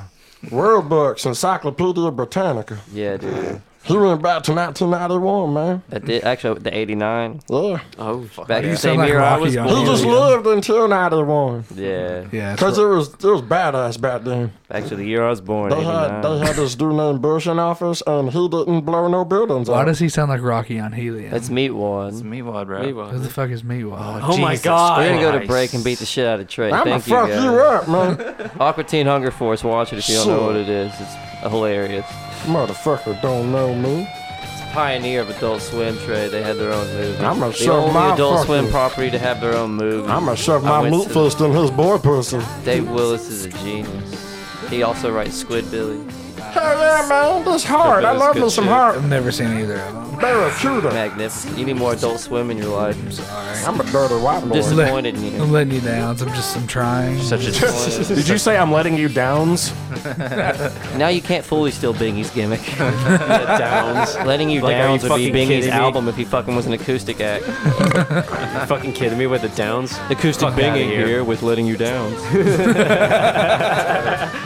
[SPEAKER 6] World books, Encyclopedia Britannica.
[SPEAKER 3] Yeah, dude.
[SPEAKER 6] Who read back to 1991, man?
[SPEAKER 3] I did, actually, the 89.
[SPEAKER 6] Yeah.
[SPEAKER 5] Oh, fuck.
[SPEAKER 3] Back in
[SPEAKER 2] You
[SPEAKER 3] the
[SPEAKER 2] sound
[SPEAKER 3] same
[SPEAKER 2] like
[SPEAKER 3] year I
[SPEAKER 2] Rocky
[SPEAKER 3] was
[SPEAKER 2] on
[SPEAKER 6] Who
[SPEAKER 2] here.
[SPEAKER 6] just
[SPEAKER 2] Yeah.
[SPEAKER 6] lived until 91?
[SPEAKER 3] Yeah.
[SPEAKER 2] Yeah. that's
[SPEAKER 6] Because it was, it was badass back then.
[SPEAKER 3] Back to the year I was born.
[SPEAKER 6] They had, they
[SPEAKER 3] 89.
[SPEAKER 6] had this dude named Bush in office, and he didn't blow no buildings
[SPEAKER 2] Why
[SPEAKER 6] up.
[SPEAKER 2] does he sound like Rocky on Helium?
[SPEAKER 3] Let's meet
[SPEAKER 4] It's
[SPEAKER 3] one.
[SPEAKER 4] me, Wad, bro.
[SPEAKER 2] Who the fuck is me?
[SPEAKER 5] Oh my
[SPEAKER 4] Jesus
[SPEAKER 5] God.
[SPEAKER 3] We're gonna go to
[SPEAKER 4] Christ.
[SPEAKER 3] break and beat the shit out of Trey.
[SPEAKER 6] I'm going
[SPEAKER 3] Thank
[SPEAKER 6] to fuck
[SPEAKER 3] you,
[SPEAKER 6] you
[SPEAKER 3] guys.
[SPEAKER 6] up, man.
[SPEAKER 3] Aqua Teen Hunger Force. Watch it if you don't know
[SPEAKER 6] Sure.
[SPEAKER 3] what it is. It's hilarious.
[SPEAKER 6] Motherfucker don't know me.
[SPEAKER 3] It's a pioneer of Adult Swim, Trey. They had their own movie.
[SPEAKER 6] I'm gonna
[SPEAKER 3] the
[SPEAKER 6] shove
[SPEAKER 3] only
[SPEAKER 6] my
[SPEAKER 3] Adult
[SPEAKER 6] fucking-
[SPEAKER 3] Swim property to have their own movie.
[SPEAKER 6] I'm gonna shove my
[SPEAKER 3] went
[SPEAKER 6] moot
[SPEAKER 3] to-
[SPEAKER 6] fist in his boy pussy.
[SPEAKER 3] Dave Willis is a genius. He also writes Squidbilly,
[SPEAKER 6] Hell yeah, man, that's hard. I
[SPEAKER 5] That's
[SPEAKER 6] love
[SPEAKER 5] good
[SPEAKER 6] me some
[SPEAKER 5] shit.
[SPEAKER 6] hard
[SPEAKER 2] I've never seen either of them.
[SPEAKER 6] barracuda.
[SPEAKER 3] Magnificent. You need more Adult Swim in your life.
[SPEAKER 2] I'm sorry.
[SPEAKER 6] I'm a dirty white boy.
[SPEAKER 3] Disappointed in
[SPEAKER 2] I'm
[SPEAKER 3] you.
[SPEAKER 2] letting you down. I'm just. I'm trying.
[SPEAKER 4] Such a
[SPEAKER 6] Did you say I'm letting you downs?
[SPEAKER 3] Now you can't fully steal Bingy's gimmick.
[SPEAKER 5] Downs.
[SPEAKER 3] Letting you
[SPEAKER 5] Like, are
[SPEAKER 3] down
[SPEAKER 5] you
[SPEAKER 3] would be
[SPEAKER 5] fucking
[SPEAKER 3] Bingy's
[SPEAKER 5] kidding me?
[SPEAKER 3] album if he fucking was an acoustic act.
[SPEAKER 5] You fucking kidding me with the downs?
[SPEAKER 3] Acoustic
[SPEAKER 5] Fuck outta
[SPEAKER 3] Bingy
[SPEAKER 5] here.
[SPEAKER 3] here with Letting You Down.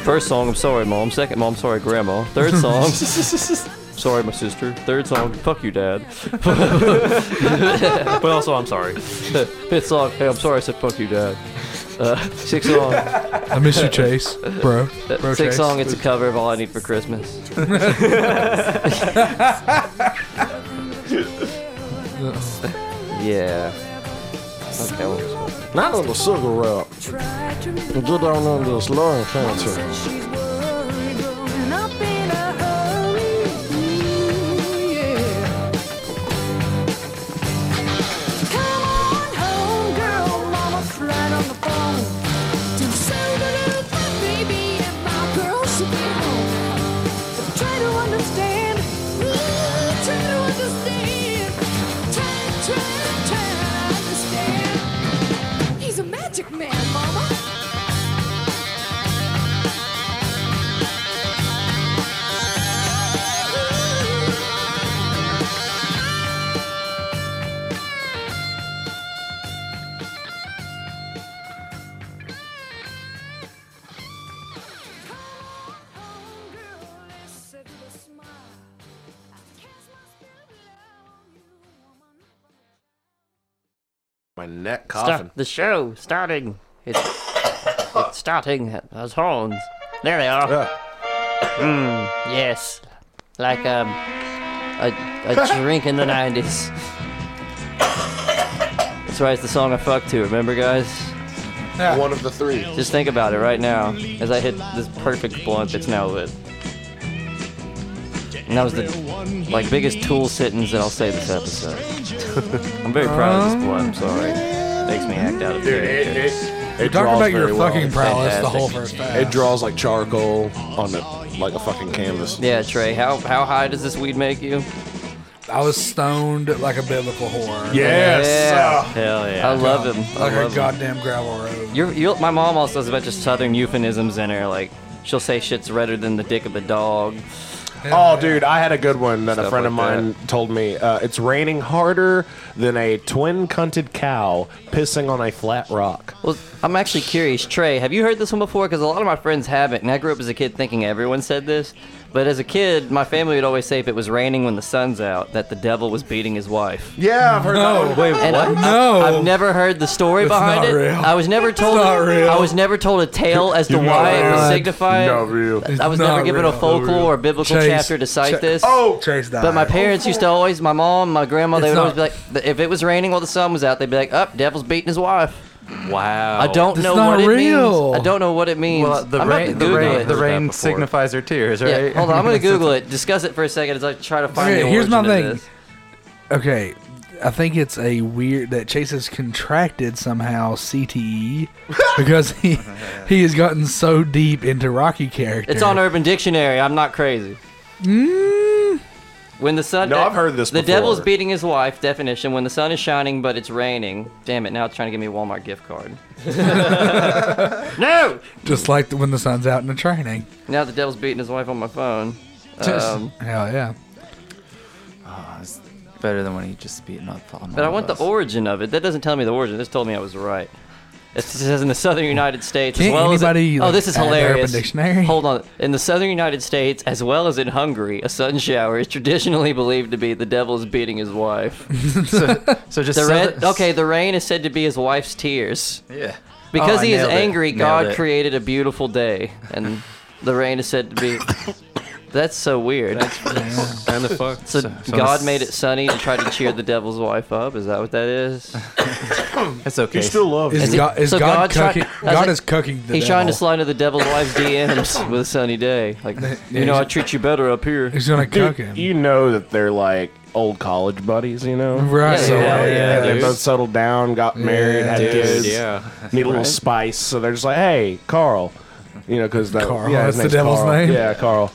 [SPEAKER 3] First song, I'm sorry, mom. Second, mom, sorry, grandma. Third song, sorry, my sister. Third song, fuck you, dad.
[SPEAKER 5] But also, I'm sorry.
[SPEAKER 3] Fifth song, hey, I'm sorry, I said fuck you, dad. Uh, sixth song, Uh,
[SPEAKER 2] I miss you, Chase, bro. Bro,
[SPEAKER 3] sixth
[SPEAKER 2] Chase.
[SPEAKER 3] song, it's a cover of All I Need for Christmas. yeah. Okay, well,
[SPEAKER 6] Not on the cigarette. You
[SPEAKER 7] Get
[SPEAKER 6] Get on under this lung cancer.
[SPEAKER 7] Try to understand. Ooh, Try to understand. Try, try, try to understand. He's a magic man, mama.
[SPEAKER 6] My neck
[SPEAKER 3] Start the show starting. It's, it's starting as horns. There they are. Hmm,
[SPEAKER 6] Yeah.
[SPEAKER 3] Yes, like um, a a drink in the nineties. That's right. It's the song I fucked to. Remember, guys?
[SPEAKER 6] One of the three.
[SPEAKER 3] Just think about it right now as I hit this perfect blunt that's now lit. And that was the like biggest tool sittings that I'll say this episode. I'm very proud of this boy. I'm sorry. Makes me act out of
[SPEAKER 1] Dude,
[SPEAKER 3] character.
[SPEAKER 1] it, it, it
[SPEAKER 2] Talking
[SPEAKER 1] draws
[SPEAKER 2] about your
[SPEAKER 1] very well.
[SPEAKER 2] fucking prowess the
[SPEAKER 3] Fantastic.
[SPEAKER 2] whole first half.
[SPEAKER 1] It draws like charcoal on a, like a fucking canvas.
[SPEAKER 3] Yeah, Trey. How how high does this weed make you?
[SPEAKER 2] I was stoned like a biblical whore.
[SPEAKER 3] Yeah.
[SPEAKER 5] Hell yeah.
[SPEAKER 3] I love him. I
[SPEAKER 2] Like
[SPEAKER 3] love
[SPEAKER 2] a
[SPEAKER 3] him.
[SPEAKER 2] goddamn gravel road.
[SPEAKER 3] You're, you my mom also has a bunch of southern euphemisms in her. Like, she'll say shit's redder than the dick of a dog.
[SPEAKER 2] Yeah.
[SPEAKER 1] Oh, dude, I had a good one that a
[SPEAKER 3] Stuff
[SPEAKER 1] friend of
[SPEAKER 3] like
[SPEAKER 1] mine told me. Uh, it's raining harder than a twin cunted cow pissing on a flat rock.
[SPEAKER 3] Well, I'm actually curious, Trey. Have you heard this one before? Because a lot of my friends haven't, and I grew up as a kid thinking everyone said this. But as a kid, my family would always say if it was raining when the sun's out, that the devil was beating his wife.
[SPEAKER 1] Yeah, I've heard
[SPEAKER 2] No, wait,
[SPEAKER 3] And I-
[SPEAKER 2] No.
[SPEAKER 3] I've never heard the story
[SPEAKER 2] It's
[SPEAKER 3] behind
[SPEAKER 2] not
[SPEAKER 3] it.
[SPEAKER 2] real.
[SPEAKER 3] I was never told.
[SPEAKER 2] not real.
[SPEAKER 3] I was never told a tale as to
[SPEAKER 1] You're
[SPEAKER 3] why
[SPEAKER 1] not
[SPEAKER 3] it was
[SPEAKER 2] real.
[SPEAKER 3] signified.
[SPEAKER 1] Not real.
[SPEAKER 3] I was
[SPEAKER 2] It's
[SPEAKER 3] never
[SPEAKER 2] not
[SPEAKER 3] given
[SPEAKER 2] real.
[SPEAKER 3] a
[SPEAKER 2] Not
[SPEAKER 3] folklore
[SPEAKER 2] real.
[SPEAKER 3] or biblical
[SPEAKER 2] Chase-
[SPEAKER 3] chapter to cite
[SPEAKER 2] Chase-
[SPEAKER 3] this.
[SPEAKER 1] Oh!
[SPEAKER 2] Chase died.
[SPEAKER 3] But my parents used to always, my mom, my grandma, they
[SPEAKER 2] It's
[SPEAKER 3] would always be
[SPEAKER 2] not-
[SPEAKER 3] like, if it was raining while the sun was out, they'd be like, "Up, devil's beating his wife."
[SPEAKER 5] wow.
[SPEAKER 3] I don't
[SPEAKER 2] That's
[SPEAKER 3] know
[SPEAKER 2] not
[SPEAKER 3] what it
[SPEAKER 2] real.
[SPEAKER 3] means. I don't know what it means.
[SPEAKER 4] Oh. Well, the
[SPEAKER 3] I'm about to
[SPEAKER 4] rain, the
[SPEAKER 3] Google it.
[SPEAKER 4] rain, the
[SPEAKER 5] Heard that
[SPEAKER 4] rain
[SPEAKER 5] before.
[SPEAKER 4] signifies her tears,
[SPEAKER 3] Yeah,
[SPEAKER 4] right?
[SPEAKER 3] hold on. I'm gonna Google it. Discuss it for a second as I try to find.
[SPEAKER 2] Okay,
[SPEAKER 3] the
[SPEAKER 2] here's my
[SPEAKER 3] origin of
[SPEAKER 2] thing.
[SPEAKER 3] this.
[SPEAKER 2] Okay, I think it's a weird that Chase has contracted somehow CTE because he he has gotten so deep into Rocky character.
[SPEAKER 3] It's on Urban Dictionary. I'm not crazy.
[SPEAKER 2] Mm.
[SPEAKER 3] When the sun.
[SPEAKER 1] No, I've heard this
[SPEAKER 3] The
[SPEAKER 1] before.
[SPEAKER 3] devil's beating his wife. Definition: When the sun is shining but it's raining. Damn it! Now it's trying to give me a Walmart gift card. no.
[SPEAKER 2] just like the, when the sun's out in the training.
[SPEAKER 3] Now the devil's beating his wife on my phone. Um,
[SPEAKER 2] Hell yeah!
[SPEAKER 4] It's better than when he just beating up on.
[SPEAKER 3] but I
[SPEAKER 4] all
[SPEAKER 3] want
[SPEAKER 4] of
[SPEAKER 3] the
[SPEAKER 4] us.
[SPEAKER 3] origin of it. That doesn't tell me the origin. This told me I was right. It says in the southern United States as
[SPEAKER 2] Can't
[SPEAKER 3] well
[SPEAKER 2] anybody,
[SPEAKER 3] as oh,
[SPEAKER 2] like,
[SPEAKER 3] this is
[SPEAKER 2] add to Urban
[SPEAKER 3] hilarious.
[SPEAKER 2] Dictionary?
[SPEAKER 3] Hold on. In the southern United States, as well as in Hungary, a sun shower is traditionally believed to be the devil's beating his wife.
[SPEAKER 4] so, so just
[SPEAKER 3] The red,
[SPEAKER 4] so-
[SPEAKER 3] okay, the rain is said to be his wife's tears.
[SPEAKER 4] Yeah.
[SPEAKER 3] Because
[SPEAKER 4] Oh, I
[SPEAKER 3] he is
[SPEAKER 4] nailed it.
[SPEAKER 3] angry,
[SPEAKER 4] Nailed
[SPEAKER 3] God
[SPEAKER 4] it.
[SPEAKER 3] created a beautiful day, and the rain is said to be. That's so weird.
[SPEAKER 5] Kind of fuck.
[SPEAKER 3] so,
[SPEAKER 4] so- so
[SPEAKER 3] God
[SPEAKER 4] this-
[SPEAKER 3] made it sunny to try to cheer the devil's wife up. Is that what that is?
[SPEAKER 4] It's okay.
[SPEAKER 1] You still love
[SPEAKER 2] Is
[SPEAKER 3] it-
[SPEAKER 2] God, is
[SPEAKER 3] so
[SPEAKER 2] God,
[SPEAKER 3] God tried-
[SPEAKER 2] cooking?
[SPEAKER 3] I was
[SPEAKER 2] God
[SPEAKER 3] like-
[SPEAKER 2] is cooking. The
[SPEAKER 3] He's trying to
[SPEAKER 2] devil.
[SPEAKER 3] slide into the devil's wife's DMs with a sunny day. Like, you know, I treat you better up here.
[SPEAKER 2] He's gonna cook
[SPEAKER 1] Dude,
[SPEAKER 2] him.
[SPEAKER 1] you know that they're like old college buddies, you know?
[SPEAKER 2] right?
[SPEAKER 3] Yeah,
[SPEAKER 2] so,
[SPEAKER 3] yeah,
[SPEAKER 1] Yeah, they
[SPEAKER 5] dude.
[SPEAKER 1] both settled down, got married, had
[SPEAKER 2] Dude,
[SPEAKER 1] kids,
[SPEAKER 5] yeah.
[SPEAKER 1] need a little spice. So they're just like, hey, Carl. You know, because that,
[SPEAKER 2] Carl,
[SPEAKER 1] yeah,
[SPEAKER 2] that's
[SPEAKER 1] his
[SPEAKER 2] the
[SPEAKER 1] name's
[SPEAKER 2] devil's
[SPEAKER 1] Carl.
[SPEAKER 2] name?
[SPEAKER 1] Yeah, Carl.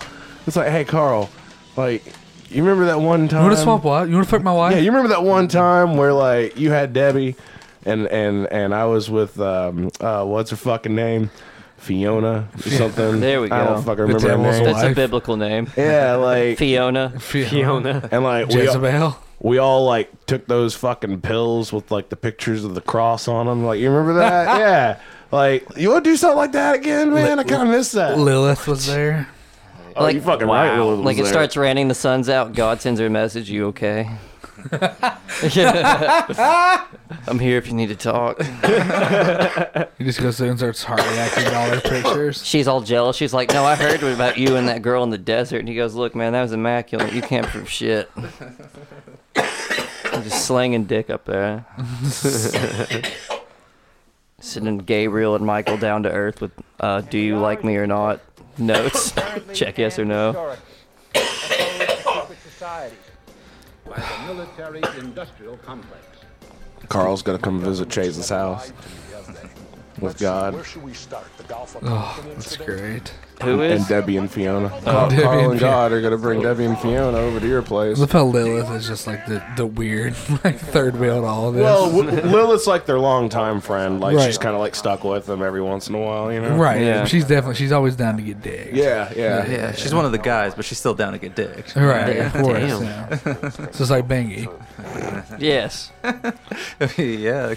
[SPEAKER 1] It's like, hey, Carl, like, you remember that one time?
[SPEAKER 2] You want to swap what? You want to fuck my wife?
[SPEAKER 1] Yeah, you remember that one time where like you had Debbie, and and and I was with um uh what's her fucking name, Fiona or something.
[SPEAKER 3] There we
[SPEAKER 1] I don't
[SPEAKER 3] go.
[SPEAKER 1] fucking remember her
[SPEAKER 2] devil's
[SPEAKER 1] name.
[SPEAKER 3] That's a
[SPEAKER 2] Wife.
[SPEAKER 3] biblical name.
[SPEAKER 1] Yeah, like
[SPEAKER 3] Fiona.
[SPEAKER 5] Fiona.
[SPEAKER 1] and like we all,
[SPEAKER 2] Jezebel.
[SPEAKER 1] we all like took those fucking pills with like the pictures of the cross on them. Like you remember that? yeah. Like you want to do something like that again, man? I kind of miss that.
[SPEAKER 2] Lilith was there.
[SPEAKER 1] oh, you
[SPEAKER 3] Like-
[SPEAKER 1] fucking right. Lilith was
[SPEAKER 3] Like it
[SPEAKER 1] there.
[SPEAKER 3] starts raining, the sun's out. God sends her a message. You okay? I'm here if you need to talk.
[SPEAKER 2] He just goes through and starts heart reacting to all their pictures.
[SPEAKER 3] She's all jealous. She's like, "No, I heard about you and that girl in the desert." And he goes, "Look, man, that was immaculate. You can't prove shit." I'm just slinging dick up there. Sending Gabriel and Michael down to earth with, uh, "Do you like me or not?" Notes. Check yes or no.
[SPEAKER 8] military industrial complex.
[SPEAKER 1] Carl's gonna come visit Chase's house with God
[SPEAKER 8] should we start? The Gulf of
[SPEAKER 2] Oh, that's great.
[SPEAKER 3] Who
[SPEAKER 1] and
[SPEAKER 3] is?
[SPEAKER 1] Debbie and Fiona. Carl,
[SPEAKER 2] Debbie
[SPEAKER 1] Carl
[SPEAKER 2] and
[SPEAKER 1] Uh,
[SPEAKER 2] Fiona.
[SPEAKER 1] and God are gonna bring Debbie and Fiona over to your place.
[SPEAKER 2] I love how Lilith is just like the, the weird like third wheel to all this.
[SPEAKER 1] Well, w- Lilith's like their longtime friend. Like she's
[SPEAKER 2] Right.
[SPEAKER 1] kind of like stuck with them every once in a while, you know?
[SPEAKER 2] right?
[SPEAKER 5] yeah.
[SPEAKER 2] She's definitely she's always down to get digged.
[SPEAKER 1] Yeah, yeah.
[SPEAKER 4] Yeah, she's one of the guys, but she's still down to get dick.
[SPEAKER 2] Right, of course.
[SPEAKER 3] Damn.
[SPEAKER 2] Yeah. it's just like Bengi.
[SPEAKER 3] Yes.
[SPEAKER 4] yeah, kinda.
[SPEAKER 3] exactly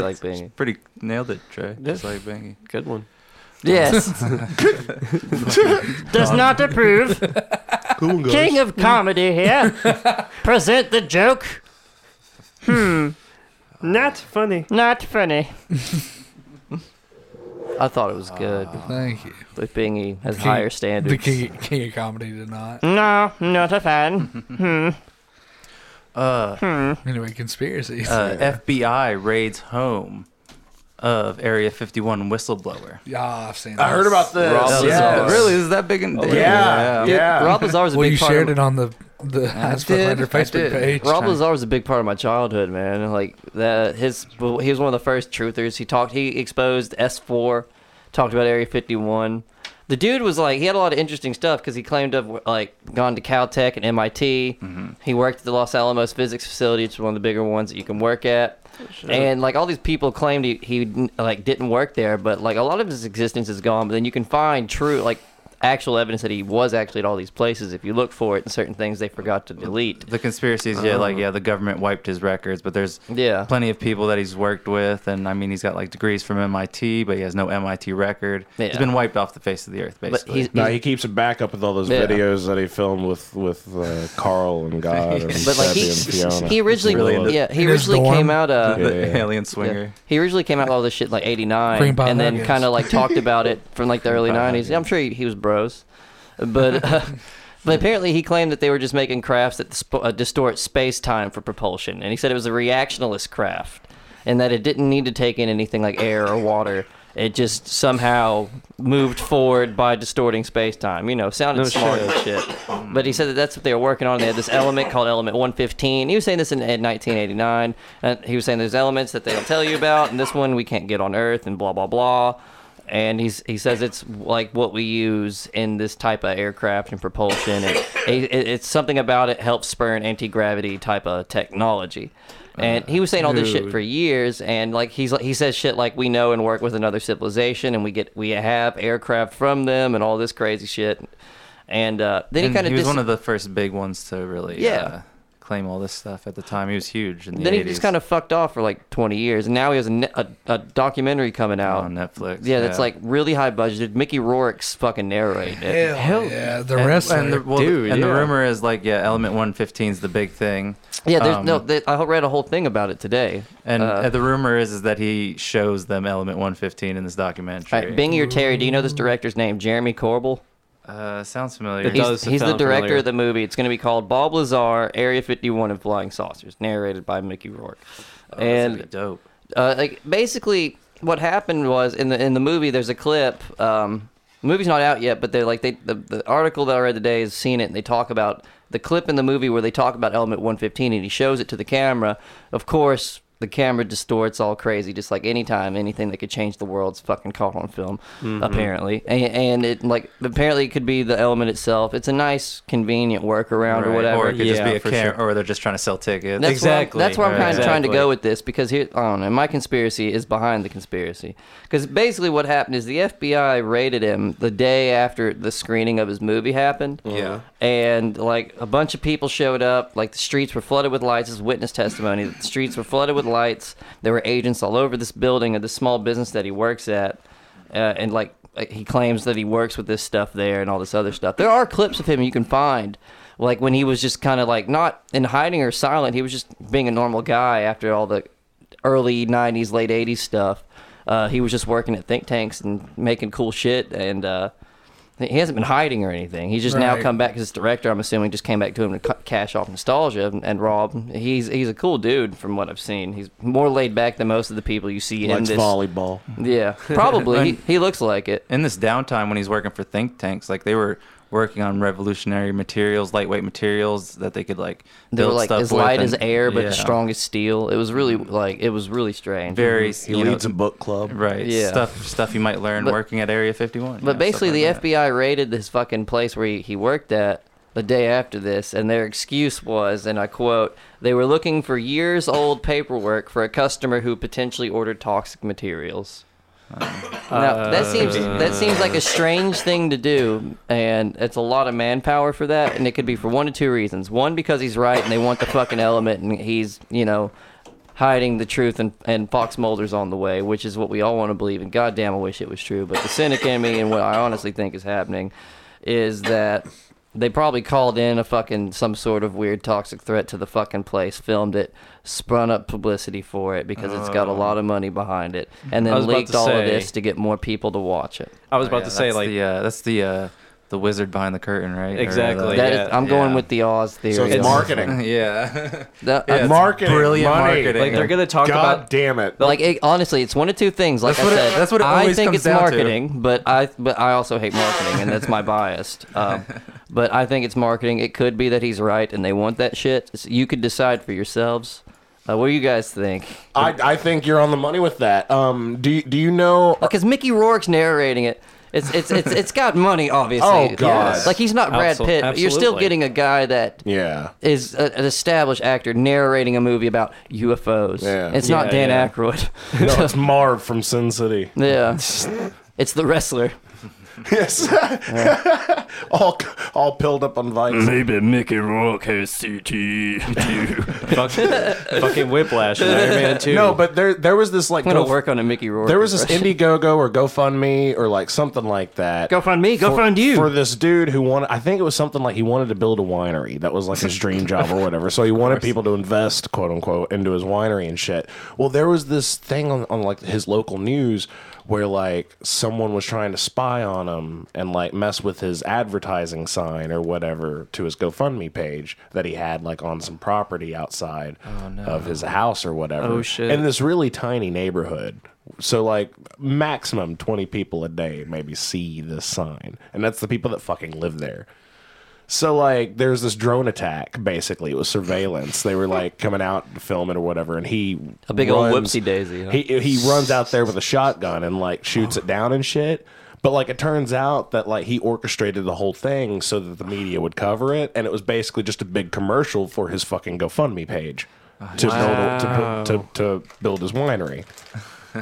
[SPEAKER 4] That's
[SPEAKER 3] like Bingy.
[SPEAKER 4] Pretty nailed it, Trey. Just like Bingy.
[SPEAKER 5] Good one.
[SPEAKER 3] Yes. Does not approve.
[SPEAKER 1] Cool guys.
[SPEAKER 3] King of comedy here. Present the joke.
[SPEAKER 5] Hmm. Not funny.
[SPEAKER 3] Not funny. I thought it was good,
[SPEAKER 2] Thank you.
[SPEAKER 3] but Bingy has
[SPEAKER 2] King-
[SPEAKER 3] higher
[SPEAKER 2] Uh, The
[SPEAKER 3] standards.
[SPEAKER 2] king, king of comedy did not.
[SPEAKER 3] No, not a fan.
[SPEAKER 4] Uh,
[SPEAKER 2] Anyway, conspiracies.
[SPEAKER 1] Uh,
[SPEAKER 4] uh, FBI raids home. of Area 51 whistleblower.
[SPEAKER 2] Yeah, I've seen.
[SPEAKER 1] I heard
[SPEAKER 2] this.
[SPEAKER 1] about this.
[SPEAKER 3] Rob
[SPEAKER 1] Yeah.
[SPEAKER 3] Lazar.
[SPEAKER 4] Yeah, Really? Is that big? In-
[SPEAKER 1] Yeah.
[SPEAKER 4] Oh, yeah.
[SPEAKER 1] Yeah.
[SPEAKER 3] Rob Lazar was a
[SPEAKER 2] Well,
[SPEAKER 3] big
[SPEAKER 2] you
[SPEAKER 3] part
[SPEAKER 2] shared
[SPEAKER 3] of
[SPEAKER 2] it on the the Heinz
[SPEAKER 4] did,
[SPEAKER 2] Frontliner
[SPEAKER 4] I
[SPEAKER 2] Facebook
[SPEAKER 4] did.
[SPEAKER 2] page.
[SPEAKER 4] Rob-
[SPEAKER 3] Rob Lazar was a big part of my childhood, man. And, Like that, his he was one of the first truthers. He talked, he exposed S four, talked about Area fifty one. The dude was like, he had a lot of interesting stuff because he claimed to have like gone to Caltech and MIT.
[SPEAKER 2] Mm-hmm.
[SPEAKER 3] He worked at the Los Alamos Physics Facility, which is one of the bigger ones that you can work at. And like all these people claimed he, he like didn't work there, but like a lot of his existence is gone. But then you can find true like actual evidence that he was actually at all these places if you look for it. And certain things they forgot to delete.
[SPEAKER 4] The conspiracies, yeah, like yeah, the government wiped his records, but there's
[SPEAKER 3] Yeah.
[SPEAKER 4] plenty of people that he's worked with, and I mean, he's got like degrees from MIT, but he has no MIT record. He's
[SPEAKER 3] Yeah.
[SPEAKER 4] been wiped off the face of the earth,
[SPEAKER 3] But
[SPEAKER 4] basically.
[SPEAKER 3] he's,
[SPEAKER 1] No, he keeps it back up with all those
[SPEAKER 3] Yeah.
[SPEAKER 1] videos that he filmed with with uh, Carl and God and
[SPEAKER 3] But like
[SPEAKER 1] Debbie
[SPEAKER 3] he,
[SPEAKER 1] and Fiona.
[SPEAKER 3] he originally,
[SPEAKER 4] Really into-
[SPEAKER 3] yeah, he
[SPEAKER 2] In his
[SPEAKER 3] originally came
[SPEAKER 2] dorm?
[SPEAKER 3] out. Uh,
[SPEAKER 4] the
[SPEAKER 1] Yeah.
[SPEAKER 4] alien
[SPEAKER 3] yeah,
[SPEAKER 4] swinger.
[SPEAKER 3] he originally came out with all this shit in, like
[SPEAKER 2] Cream
[SPEAKER 3] '89,
[SPEAKER 2] pie
[SPEAKER 3] and then
[SPEAKER 2] nuggets.
[SPEAKER 3] kind of like talked about it from like the early '90s. Yeah, I'm sure he, he was bros, but uh, but apparently he claimed that they were just making crafts that sp- uh, distort space time for propulsion, and he said it was a reactionalist craft, and that it didn't need to take in anything like air or water. It just somehow moved forward by distorting space time. You know, sounded smart and shit. But he said that that's what they were working on. They had this element called element 115. He was saying this in, in 1989. And he was saying there's elements that they'll tell you about, and this one we can't get on Earth, and blah, blah, blah. And he's, he says it's like what we use in this type of aircraft and propulsion. And it, it, it's something about it helps spur an anti gravity type of technology. And he was saying all this shit for years, and like he's like he says shit like we know and work with another civilization, and we get we have aircraft from them, and all this crazy shit. And uh, then
[SPEAKER 4] And
[SPEAKER 3] he
[SPEAKER 4] he,
[SPEAKER 3] kind of
[SPEAKER 4] was one of the first big ones to really
[SPEAKER 3] Yeah.
[SPEAKER 4] uh, claim all this stuff at the time. He was huge in the
[SPEAKER 3] then
[SPEAKER 4] 80s.
[SPEAKER 3] he just kind of fucked off for like 20 years and now he has a, ne- a, a documentary coming out
[SPEAKER 4] on Netflix.
[SPEAKER 3] yeah that's like really high budgeted mickey rourke's fucking narrating it
[SPEAKER 2] Hell,
[SPEAKER 4] Hell
[SPEAKER 2] yeah, the
[SPEAKER 4] And-
[SPEAKER 2] wrestler.
[SPEAKER 4] and the, well,
[SPEAKER 5] Dude,
[SPEAKER 4] and the
[SPEAKER 5] yeah.
[SPEAKER 4] rumor is like yeah, Element 115 is the big thing.
[SPEAKER 3] yeah there's no
[SPEAKER 4] Um,
[SPEAKER 3] they, i read a whole thing about it today
[SPEAKER 4] And
[SPEAKER 3] Uh,
[SPEAKER 4] uh, the rumor is is that he shows them Element 115 in this
[SPEAKER 3] all
[SPEAKER 4] documentary.
[SPEAKER 3] right, bingy or terry do you know this director's name jeremy corbel
[SPEAKER 4] uh, sounds familiar.
[SPEAKER 5] It
[SPEAKER 3] he's,
[SPEAKER 5] does
[SPEAKER 3] he's the
[SPEAKER 5] sound
[SPEAKER 3] director
[SPEAKER 5] familiar.
[SPEAKER 3] of the movie it's going to be called bob lazar area 51 and flying saucers narrated by mickey rourke
[SPEAKER 5] Oh,
[SPEAKER 4] That's
[SPEAKER 3] and
[SPEAKER 4] pretty dope.
[SPEAKER 3] uh, like basically what happened was in the in the movie there's a clip um the movie's not out yet but they're like they the, the article that i read today has seen it and they talk about the clip in the movie where they talk about element 115 and he shows it to the camera of course the camera distorts all crazy just like anytime anything that could change the world's fucking caught on film
[SPEAKER 4] Mm-hmm.
[SPEAKER 3] apparently and, and it like apparently it could be the element itself it's a nice convenient workaround
[SPEAKER 4] Right,
[SPEAKER 3] or whatever
[SPEAKER 4] Or it could just
[SPEAKER 5] Yeah,
[SPEAKER 4] be a
[SPEAKER 5] for
[SPEAKER 4] camera, or they're just trying to sell tickets.
[SPEAKER 3] that's
[SPEAKER 5] Exactly.
[SPEAKER 3] Where I'm, that's where I'm
[SPEAKER 5] Right.
[SPEAKER 3] kind of trying to
[SPEAKER 5] Exactly.
[SPEAKER 3] go with this because here, I don't know. My conspiracy is behind the conspiracy because basically what happened is the FBI raided him the day after the screening of his movie happened.
[SPEAKER 4] Yeah.
[SPEAKER 3] And like a bunch of people showed up. Like the streets were flooded with lights. This is witness testimony. that The streets were flooded with lights. There were agents all over this building of this small business that he works at, uh, and like he claims that he works with this stuff there and all this other stuff. There are clips of him you can find, like when he was just kind of like not in hiding or silent. He was just being a normal guy after all the early '90s, late '80s stuff. Uh, he was just working at think tanks and making cool shit and. Uh, he hasn't been hiding or anything. He's just now
[SPEAKER 2] Right.
[SPEAKER 3] come back 'cause his director, I'm assuming, just came back to him to cu- cash off nostalgia. And, and Rob, he's he's a cool dude from what I've seen. He's more laid back than most of the people you see in
[SPEAKER 1] likes
[SPEAKER 3] this.
[SPEAKER 1] volleyball.
[SPEAKER 3] Yeah, probably. he, he looks like it.
[SPEAKER 4] in this downtime when he's working for think tanks, like they were working on revolutionary materials, lightweight materials that they could like
[SPEAKER 3] They
[SPEAKER 4] build
[SPEAKER 3] were like
[SPEAKER 4] stuff
[SPEAKER 3] as light
[SPEAKER 4] with
[SPEAKER 3] as
[SPEAKER 4] and-
[SPEAKER 3] air, but as
[SPEAKER 4] yeah.
[SPEAKER 3] strong as steel. It was really like it was really strange.
[SPEAKER 4] Very,
[SPEAKER 1] He
[SPEAKER 4] you know,
[SPEAKER 1] leads a book club.
[SPEAKER 4] right
[SPEAKER 3] Yeah.
[SPEAKER 4] stuff stuff you might learn
[SPEAKER 3] But-
[SPEAKER 4] working at Area 51.
[SPEAKER 3] But
[SPEAKER 4] yeah, stuff
[SPEAKER 3] basically, the
[SPEAKER 4] like that.
[SPEAKER 3] FBI raided this fucking place where he, he worked at the day after this, and their excuse was, and I quote, they were looking for years old paperwork for a customer who potentially ordered toxic materials.
[SPEAKER 4] Uh,
[SPEAKER 3] now, that seems that seems like a strange thing to do, and it's a lot of manpower for that, and it could be for one of two reasons. One, because he's right, and they want the fucking element, and he's you know hiding the truth, and and Fox Mulder's on the way, which is what we all want to believe. And goddamn, I wish it was true, but the cynic in me, and what I honestly think is happening, is that they probably called in a fucking some sort of weird toxic threat to the fucking place, filmed it, spun up publicity for it because it's got a lot of money behind it, and
[SPEAKER 5] I
[SPEAKER 3] then
[SPEAKER 5] was about
[SPEAKER 3] leaked
[SPEAKER 5] to
[SPEAKER 3] all of
[SPEAKER 5] say-
[SPEAKER 3] this to get more people to watch it.
[SPEAKER 5] I was about
[SPEAKER 4] Oh, Yeah,
[SPEAKER 5] to say
[SPEAKER 4] that's
[SPEAKER 5] like
[SPEAKER 4] the, uh, that's the uh, the wizard behind the curtain, right? Or, uh,
[SPEAKER 5] Exactly.
[SPEAKER 4] yeah.
[SPEAKER 3] That is-
[SPEAKER 5] Yeah,
[SPEAKER 3] I'm going
[SPEAKER 4] yeah.
[SPEAKER 3] with the Oz theory.
[SPEAKER 1] So it's
[SPEAKER 3] on
[SPEAKER 1] marketing.
[SPEAKER 3] That-
[SPEAKER 4] Yeah,
[SPEAKER 3] I-
[SPEAKER 4] it's
[SPEAKER 1] marketing,
[SPEAKER 4] Brilliant
[SPEAKER 1] money.
[SPEAKER 4] marketing.
[SPEAKER 5] Like they're gonna talk
[SPEAKER 1] God
[SPEAKER 5] about
[SPEAKER 1] damn it.
[SPEAKER 3] like it, honestly, it's one of two things. Like
[SPEAKER 4] That's
[SPEAKER 3] I
[SPEAKER 4] what it-
[SPEAKER 3] said,
[SPEAKER 4] that's what it
[SPEAKER 3] I
[SPEAKER 4] always
[SPEAKER 3] think
[SPEAKER 4] comes
[SPEAKER 3] it's
[SPEAKER 4] down to.
[SPEAKER 3] marketing, but I but I also hate marketing, and that's my bias. Um, but I think it's marketing. It could be that he's right, and they want that shit. So you could decide for yourselves. Uh, what do you guys think?
[SPEAKER 1] I, I think you're on the money with that. Um, do you- do you know?
[SPEAKER 3] Because Mickey Rourke's narrating it. It's it's it's it's got money, obviously.
[SPEAKER 1] Oh, God.
[SPEAKER 3] Like he's not Brad
[SPEAKER 5] Absol-
[SPEAKER 3] Pitt. but You're still
[SPEAKER 5] absolutely.
[SPEAKER 3] getting a guy that
[SPEAKER 1] Yeah.
[SPEAKER 3] is a, an established actor narrating a movie about UFOs.
[SPEAKER 1] Yeah.
[SPEAKER 3] It's not
[SPEAKER 5] Yeah,
[SPEAKER 3] Dan
[SPEAKER 5] yeah.
[SPEAKER 3] Aykroyd.
[SPEAKER 1] No, it's Marv from Sin City.
[SPEAKER 3] yeah. It's the wrestler.
[SPEAKER 1] Yes. all all pilled up on Vicks.
[SPEAKER 6] Maybe Mickey Rourke has CTE.
[SPEAKER 5] fucking, fucking Whiplash and Iron Man 2.
[SPEAKER 1] No, but there there was this like
[SPEAKER 3] I'm gonna
[SPEAKER 1] Go-
[SPEAKER 3] work on a Mickey Rourke.
[SPEAKER 1] there was this
[SPEAKER 3] impression.
[SPEAKER 1] Indiegogo or GoFundMe or like something like that.
[SPEAKER 3] Go find me. Go find you.
[SPEAKER 1] for this dude who wanted i think it was something like he wanted to build a winery that was like his dream job or whatever so he wanted people to invest quote unquote into his winery and shit well there was this thing on, on like his local news where like someone was trying to spy on him and like mess with his advertising sign or whatever to his gofundme page that he had like on some property outside of his house or whatever
[SPEAKER 5] Oh, shit.
[SPEAKER 1] in this really tiny neighborhood so like maximum 20 people a day maybe see this sign and that's the people that fucking live there so like there's this drone attack basically it was surveillance they were like coming out to film it or whatever and he
[SPEAKER 3] A big old whoopsie daisy, huh?
[SPEAKER 1] he, he runs out there with a shotgun and like shoots it down and shit but like it turns out that like he orchestrated the whole thing so that the media would cover it and it was basically just a big commercial for his fucking gofundme page
[SPEAKER 3] Uh,
[SPEAKER 1] to, build, to, to, to build his winery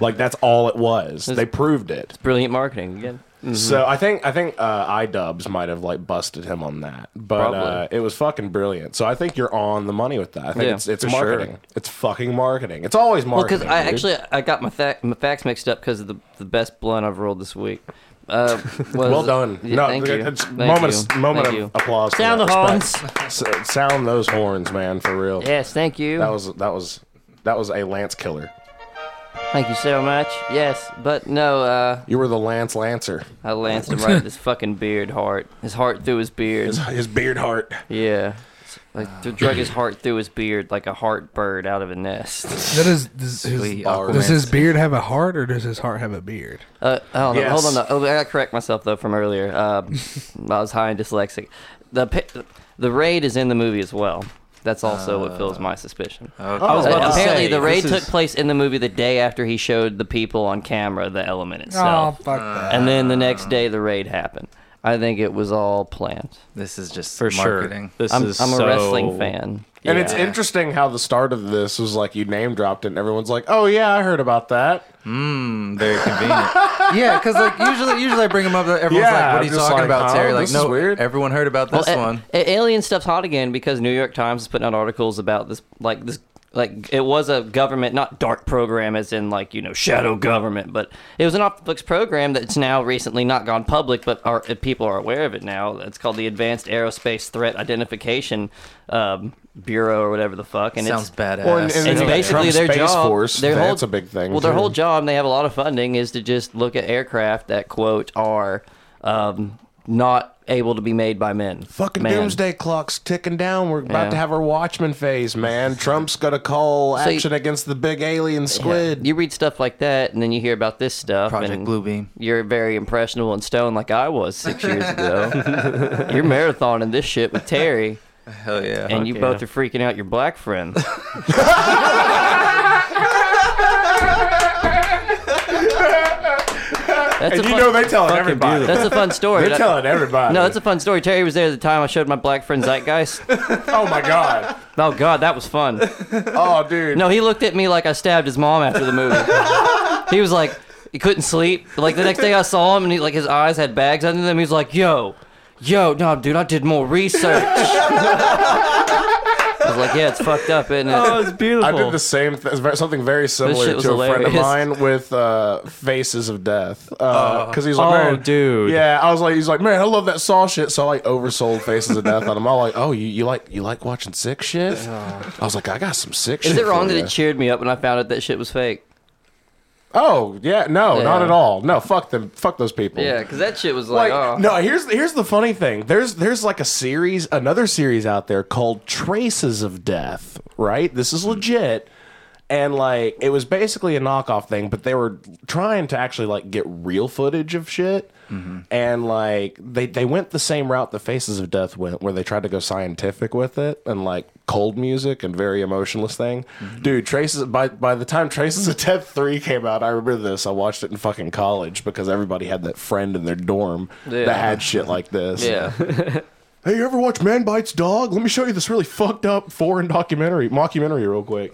[SPEAKER 1] like that's all it was they proved it
[SPEAKER 3] Brilliant marketing again.
[SPEAKER 1] so I think I think uh, iDubbbz might have like busted him on that, but uh, it was fucking brilliant. So I think you're on the money with that. I think
[SPEAKER 3] Yeah,
[SPEAKER 1] it's it's
[SPEAKER 5] for sure.
[SPEAKER 1] marketing. It's fucking marketing. It's always
[SPEAKER 3] Well, because
[SPEAKER 1] marketing.
[SPEAKER 3] I
[SPEAKER 1] dude.
[SPEAKER 3] actually I got my, fa- my facts mixed up because of the the best blunt I've rolled this week. Uh, was-
[SPEAKER 1] well done.
[SPEAKER 3] Yeah,
[SPEAKER 1] no,
[SPEAKER 3] thank you.
[SPEAKER 1] it's
[SPEAKER 3] Thank
[SPEAKER 1] moment
[SPEAKER 3] you.
[SPEAKER 1] moment
[SPEAKER 3] Thank
[SPEAKER 1] of
[SPEAKER 3] you.
[SPEAKER 1] applause. for
[SPEAKER 3] Sound
[SPEAKER 1] that.
[SPEAKER 3] the
[SPEAKER 1] Respect. S- sound those horns, man, for real.
[SPEAKER 3] Yes, thank you.
[SPEAKER 1] That was that was that was a Lance killer.
[SPEAKER 3] thank you so much. Yes, but no. Uh,
[SPEAKER 1] You were the Lance Lancer.
[SPEAKER 3] I lanced him right in his fucking beard heart. His heart through his beard.
[SPEAKER 1] His, his beard heart.
[SPEAKER 3] Yeah. Like to drug his heart through his beard like a heart bird out of a nest.
[SPEAKER 2] That is, does, his,
[SPEAKER 4] Sweet Aquaman.
[SPEAKER 2] does his beard have a heart or does his heart have a beard?
[SPEAKER 3] Uh, hold on,
[SPEAKER 1] Yes.
[SPEAKER 3] hold on. though. Oh, I gotta correct myself though from earlier. Uh, I was high and dyslexic. The pa- the raid is in the movie as well. That's also what fills my suspicion.
[SPEAKER 5] Uh,
[SPEAKER 4] Okay.
[SPEAKER 5] I was about to
[SPEAKER 3] Apparently,
[SPEAKER 5] say,
[SPEAKER 3] the raid
[SPEAKER 5] this
[SPEAKER 3] took
[SPEAKER 5] is-
[SPEAKER 3] place in the movie the day after he showed the people on camera the element
[SPEAKER 2] Oh,
[SPEAKER 3] itself,
[SPEAKER 2] fuck that.
[SPEAKER 3] and then the
[SPEAKER 5] Ah.
[SPEAKER 3] next day the raid happened. I think it was all planned.
[SPEAKER 4] This is just
[SPEAKER 5] for
[SPEAKER 4] marketing.
[SPEAKER 5] sure. This
[SPEAKER 3] I'm, I'm a
[SPEAKER 5] is so-
[SPEAKER 3] wrestling fan.
[SPEAKER 1] And it's interesting how the start of this was like you name dropped it and everyone's like, "Oh yeah, I heard about that."
[SPEAKER 4] Very convenient. yeah, because like usually, usually I bring them up. Everyone's
[SPEAKER 1] Yeah,
[SPEAKER 4] like, "What
[SPEAKER 1] I'm
[SPEAKER 4] are you
[SPEAKER 1] just
[SPEAKER 4] talking
[SPEAKER 1] like,
[SPEAKER 4] about,
[SPEAKER 1] huh?
[SPEAKER 4] Terry?" Like,
[SPEAKER 1] This
[SPEAKER 4] no,
[SPEAKER 1] is weird.
[SPEAKER 4] everyone heard about this
[SPEAKER 3] Well, a-
[SPEAKER 4] one.
[SPEAKER 3] a- alien stuff's hot again because New York Times is putting out articles about this, like this, like it was a government, not dark program, as in like you know shadow government, but it was an off the books program that's now recently not gone public, but are, uh, people are aware of it now. It's called the Advanced Aerospace Threat Identification um, Bureau or whatever the fuck, and
[SPEAKER 4] Sounds
[SPEAKER 3] it's.
[SPEAKER 4] badass.
[SPEAKER 1] Well, and- and
[SPEAKER 3] It's
[SPEAKER 1] Yeah.
[SPEAKER 3] basically
[SPEAKER 1] Trump's
[SPEAKER 3] their
[SPEAKER 1] Space
[SPEAKER 3] job.
[SPEAKER 1] Force,
[SPEAKER 3] their
[SPEAKER 1] that's a big thing,
[SPEAKER 3] Well, their
[SPEAKER 1] too.
[SPEAKER 3] whole job, and they have a lot of funding, is to just look at aircraft that quote are um, not able to be made by men.
[SPEAKER 1] Fucking
[SPEAKER 3] Man.
[SPEAKER 1] doomsday clock's ticking down. We're about
[SPEAKER 3] Yeah.
[SPEAKER 1] to have our Watchmen phase, man. Trump's gonna call
[SPEAKER 3] So you-
[SPEAKER 1] action against the big alien squid.
[SPEAKER 3] You read stuff like that, and then you hear about this stuff.
[SPEAKER 4] Project
[SPEAKER 3] and
[SPEAKER 4] Bluebeam.
[SPEAKER 3] You're very impressionable and stoned, like I was six years ago. you're marathoning this shit with Terry,
[SPEAKER 4] Hell yeah.
[SPEAKER 3] and you
[SPEAKER 5] yeah.
[SPEAKER 3] both are freaking out your black friends. That's a
[SPEAKER 1] and you
[SPEAKER 3] fun-
[SPEAKER 1] know they telling everybody.
[SPEAKER 3] that's a fun story.
[SPEAKER 1] They're telling everybody.
[SPEAKER 3] no, that's a fun story. Terry was there at the time I showed my black friend Zeitgeist.
[SPEAKER 1] oh my god.
[SPEAKER 3] Oh God, that was fun.
[SPEAKER 1] Oh dude.
[SPEAKER 3] No, he looked at me like I stabbed his mom after the movie. he was like, he couldn't sleep. Like the next day, I saw him and he, like his eyes had bags under them. He was like, "Yo, yo, no, dude, I did more research." I was like, "Yeah, it's fucked up, isn't it?"
[SPEAKER 5] Oh, it's beautiful.
[SPEAKER 1] I did the same thing, something very similar
[SPEAKER 3] shit
[SPEAKER 1] to a
[SPEAKER 3] was
[SPEAKER 1] friend of
[SPEAKER 3] hilarious.
[SPEAKER 1] mine with uh, Faces of Death. Because he's like,
[SPEAKER 5] Oh,
[SPEAKER 1] man,
[SPEAKER 5] dude.
[SPEAKER 1] Yeah, I was like, he's like, man, I love that Saw shit. So I like oversold Faces of Death on him. I'm like, oh, you, you like you like watching sick shit? I was like, I got some sick
[SPEAKER 3] Is
[SPEAKER 1] shit.
[SPEAKER 3] it wrong
[SPEAKER 1] for
[SPEAKER 3] that
[SPEAKER 1] ya.
[SPEAKER 3] it cheered me up when I found out that shit was fake?
[SPEAKER 1] Oh yeah, no, not
[SPEAKER 3] Yeah.
[SPEAKER 1] at all. No, fuck them. Fuck those people.
[SPEAKER 3] Yeah, because that shit was like, oh.
[SPEAKER 1] Like, no, here's here's the funny thing. There's there's like a series, another series out there called Traces of Death. Right, this is legit, and like it was basically a knockoff thing, but they were trying to actually like get real footage of shit,
[SPEAKER 3] Mm-hmm.
[SPEAKER 1] and like they they went the same route the Faces of Death went, where they tried to go scientific with it and like cold music and very emotionless thing.
[SPEAKER 3] Mm-hmm.
[SPEAKER 1] Dude, Traces by by the time Traces of Death three came out, I remember this. I watched it in fucking college because everybody had that friend in their dorm
[SPEAKER 3] Yeah.
[SPEAKER 1] that had shit like this.
[SPEAKER 3] Yeah.
[SPEAKER 1] Hey, you ever watch Man Bites Dog? Let me show you this really fucked up foreign documentary, mockumentary, real quick.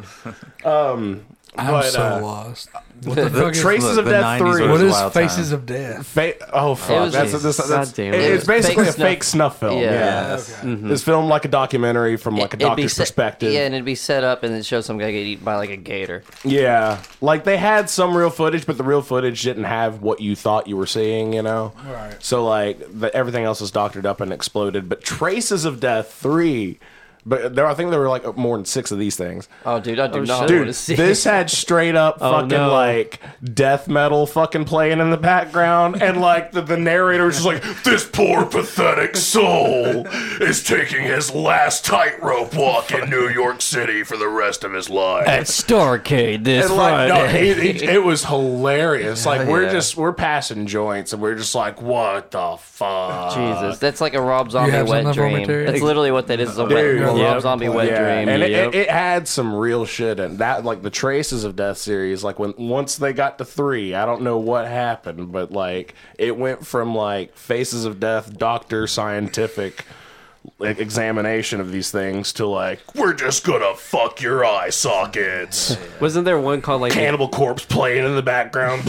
[SPEAKER 2] I'm
[SPEAKER 1] But,
[SPEAKER 2] so
[SPEAKER 1] uh,
[SPEAKER 2] lost. What the, fuck is,
[SPEAKER 1] Traces of
[SPEAKER 4] Look, the
[SPEAKER 1] Death
[SPEAKER 4] 90s
[SPEAKER 1] three.
[SPEAKER 4] was
[SPEAKER 2] what
[SPEAKER 4] a
[SPEAKER 2] is
[SPEAKER 4] wild
[SPEAKER 2] Faces
[SPEAKER 4] time.
[SPEAKER 2] of Death?
[SPEAKER 1] Fa- oh fuck!
[SPEAKER 3] was
[SPEAKER 1] that's
[SPEAKER 3] just-
[SPEAKER 1] this. That's,
[SPEAKER 5] God damn
[SPEAKER 1] it-
[SPEAKER 5] it.
[SPEAKER 1] It's basically
[SPEAKER 3] Fake
[SPEAKER 1] a
[SPEAKER 3] snuff-
[SPEAKER 1] fake snuff film.
[SPEAKER 3] Yeah. Mm-hmm.
[SPEAKER 1] Yeah,
[SPEAKER 4] Yes.
[SPEAKER 1] it's filmed like a documentary from like a
[SPEAKER 3] It'd be
[SPEAKER 1] doctor's
[SPEAKER 3] set-
[SPEAKER 1] perspective.
[SPEAKER 3] Yeah, and it'd be set up and then show some guy get eaten by like a gator.
[SPEAKER 1] Yeah. Like they had some real footage, but the real footage didn't have what you thought you were seeing, you know?
[SPEAKER 2] Right.
[SPEAKER 1] So, like, the, everything else was doctored up and exploded. But Traces of Death 3, but there, I think there were like more than six of these things.
[SPEAKER 3] Oh, dude, I do
[SPEAKER 5] Oh,
[SPEAKER 3] not
[SPEAKER 5] shit.
[SPEAKER 1] Dude,
[SPEAKER 3] want to see
[SPEAKER 1] this had straight up
[SPEAKER 5] Oh,
[SPEAKER 1] fucking
[SPEAKER 5] no.
[SPEAKER 1] like death metal fucking playing in the background, and like the, the narrator was just like, "This poor pathetic soul is taking his last tightrope walk in New York City for the rest of his life."
[SPEAKER 6] At Starcade this
[SPEAKER 1] And like, no,
[SPEAKER 6] Friday.
[SPEAKER 1] it, it, it was hilarious. Like
[SPEAKER 3] Oh,
[SPEAKER 1] we're
[SPEAKER 3] yeah.
[SPEAKER 1] just we're passing joints, and we're just like, what the fuck?
[SPEAKER 3] Jesus, that's like a Rob Zombie
[SPEAKER 2] have some
[SPEAKER 3] wet
[SPEAKER 2] leftover
[SPEAKER 3] dream.
[SPEAKER 2] material?
[SPEAKER 3] That's literally what that is. is a wet, a
[SPEAKER 1] Dude,
[SPEAKER 3] Rob
[SPEAKER 5] yep.
[SPEAKER 3] Zombie wet
[SPEAKER 1] Yeah,
[SPEAKER 3] dream.
[SPEAKER 1] and it,
[SPEAKER 5] Yep.
[SPEAKER 1] it, it had some real shit, and that like the Traces of Death series. Like when once they got to three, I don't know what happened, but like it went from like Faces of Death, Doctor Scientific. Like examination of these things to like we're just gonna fuck your eye sockets.
[SPEAKER 5] Wasn't there one called like
[SPEAKER 1] Cannibal Corpse playing in the background.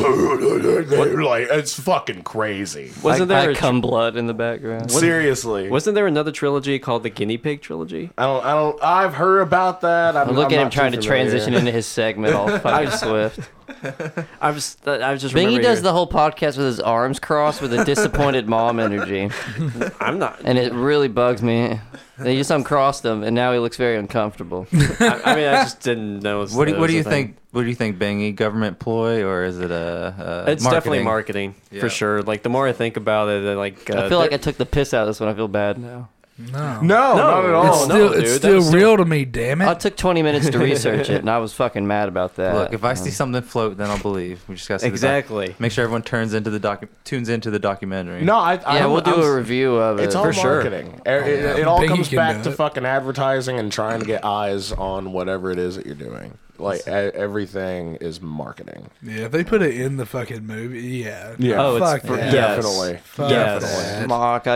[SPEAKER 1] like it's fucking crazy.
[SPEAKER 5] wasn't there
[SPEAKER 3] I,
[SPEAKER 5] a
[SPEAKER 3] I cum blood in the background?
[SPEAKER 1] Seriously,
[SPEAKER 5] wasn't there another trilogy called the Guinea Pig trilogy?
[SPEAKER 1] I don't. I don't. I've heard about that. I'm,
[SPEAKER 3] I'm looking at
[SPEAKER 1] I'm
[SPEAKER 3] him
[SPEAKER 1] not
[SPEAKER 3] trying
[SPEAKER 1] too
[SPEAKER 3] to
[SPEAKER 1] familiar.
[SPEAKER 3] transition into his segment all fucking swift.
[SPEAKER 5] I was I was
[SPEAKER 3] Bingy
[SPEAKER 5] just remembering
[SPEAKER 3] does
[SPEAKER 5] your-
[SPEAKER 3] the whole podcast with his arms crossed with a disappointed mom energy.
[SPEAKER 5] I'm not.
[SPEAKER 3] And it really bugs me. They just uncrossed him and now he looks very uncomfortable.
[SPEAKER 5] I, I mean, I just didn't know. it was-
[SPEAKER 4] What do,
[SPEAKER 5] it
[SPEAKER 4] what
[SPEAKER 5] was
[SPEAKER 4] do
[SPEAKER 5] a
[SPEAKER 4] you
[SPEAKER 5] thing.
[SPEAKER 4] think? What do you think, Bingy? Government ploy or is it a? a
[SPEAKER 5] It's definitely marketing for sure. Like the more I think about it, I like uh,
[SPEAKER 3] I feel like I
[SPEAKER 5] there-
[SPEAKER 3] took the piss out of this one. I feel bad now.
[SPEAKER 2] No.
[SPEAKER 1] No, not at all.
[SPEAKER 2] It's still,
[SPEAKER 5] no,
[SPEAKER 2] it's
[SPEAKER 5] dude, that
[SPEAKER 2] still
[SPEAKER 5] was still-
[SPEAKER 2] real to me, damn
[SPEAKER 3] I
[SPEAKER 2] it.
[SPEAKER 3] took 20 minutes to research it and I was fucking mad about that.
[SPEAKER 4] Look, if I see something float, then I'll believe. We just got to
[SPEAKER 5] exactly.
[SPEAKER 4] Make sure everyone turns into the docu- tunes into the documentary.
[SPEAKER 1] No, I. I
[SPEAKER 3] yeah, we'll do
[SPEAKER 1] I'm-
[SPEAKER 3] a review of it.
[SPEAKER 1] It's all
[SPEAKER 3] for sure. Oh,
[SPEAKER 1] marketing. It, it- it all
[SPEAKER 2] Bingy
[SPEAKER 1] comes
[SPEAKER 2] can
[SPEAKER 1] back
[SPEAKER 2] do
[SPEAKER 1] to
[SPEAKER 2] it.
[SPEAKER 1] fucking advertising and trying to get eyes on whatever it is that you're doing. Like e- everything is marketing.
[SPEAKER 2] Yeah, if they put it in the fucking movie, yeah.
[SPEAKER 1] Yeah.
[SPEAKER 5] Oh, it's
[SPEAKER 2] Fuck
[SPEAKER 5] for,
[SPEAKER 2] yeah.
[SPEAKER 5] yes.
[SPEAKER 1] Definitely.
[SPEAKER 2] Fuck
[SPEAKER 5] Yes.
[SPEAKER 2] that.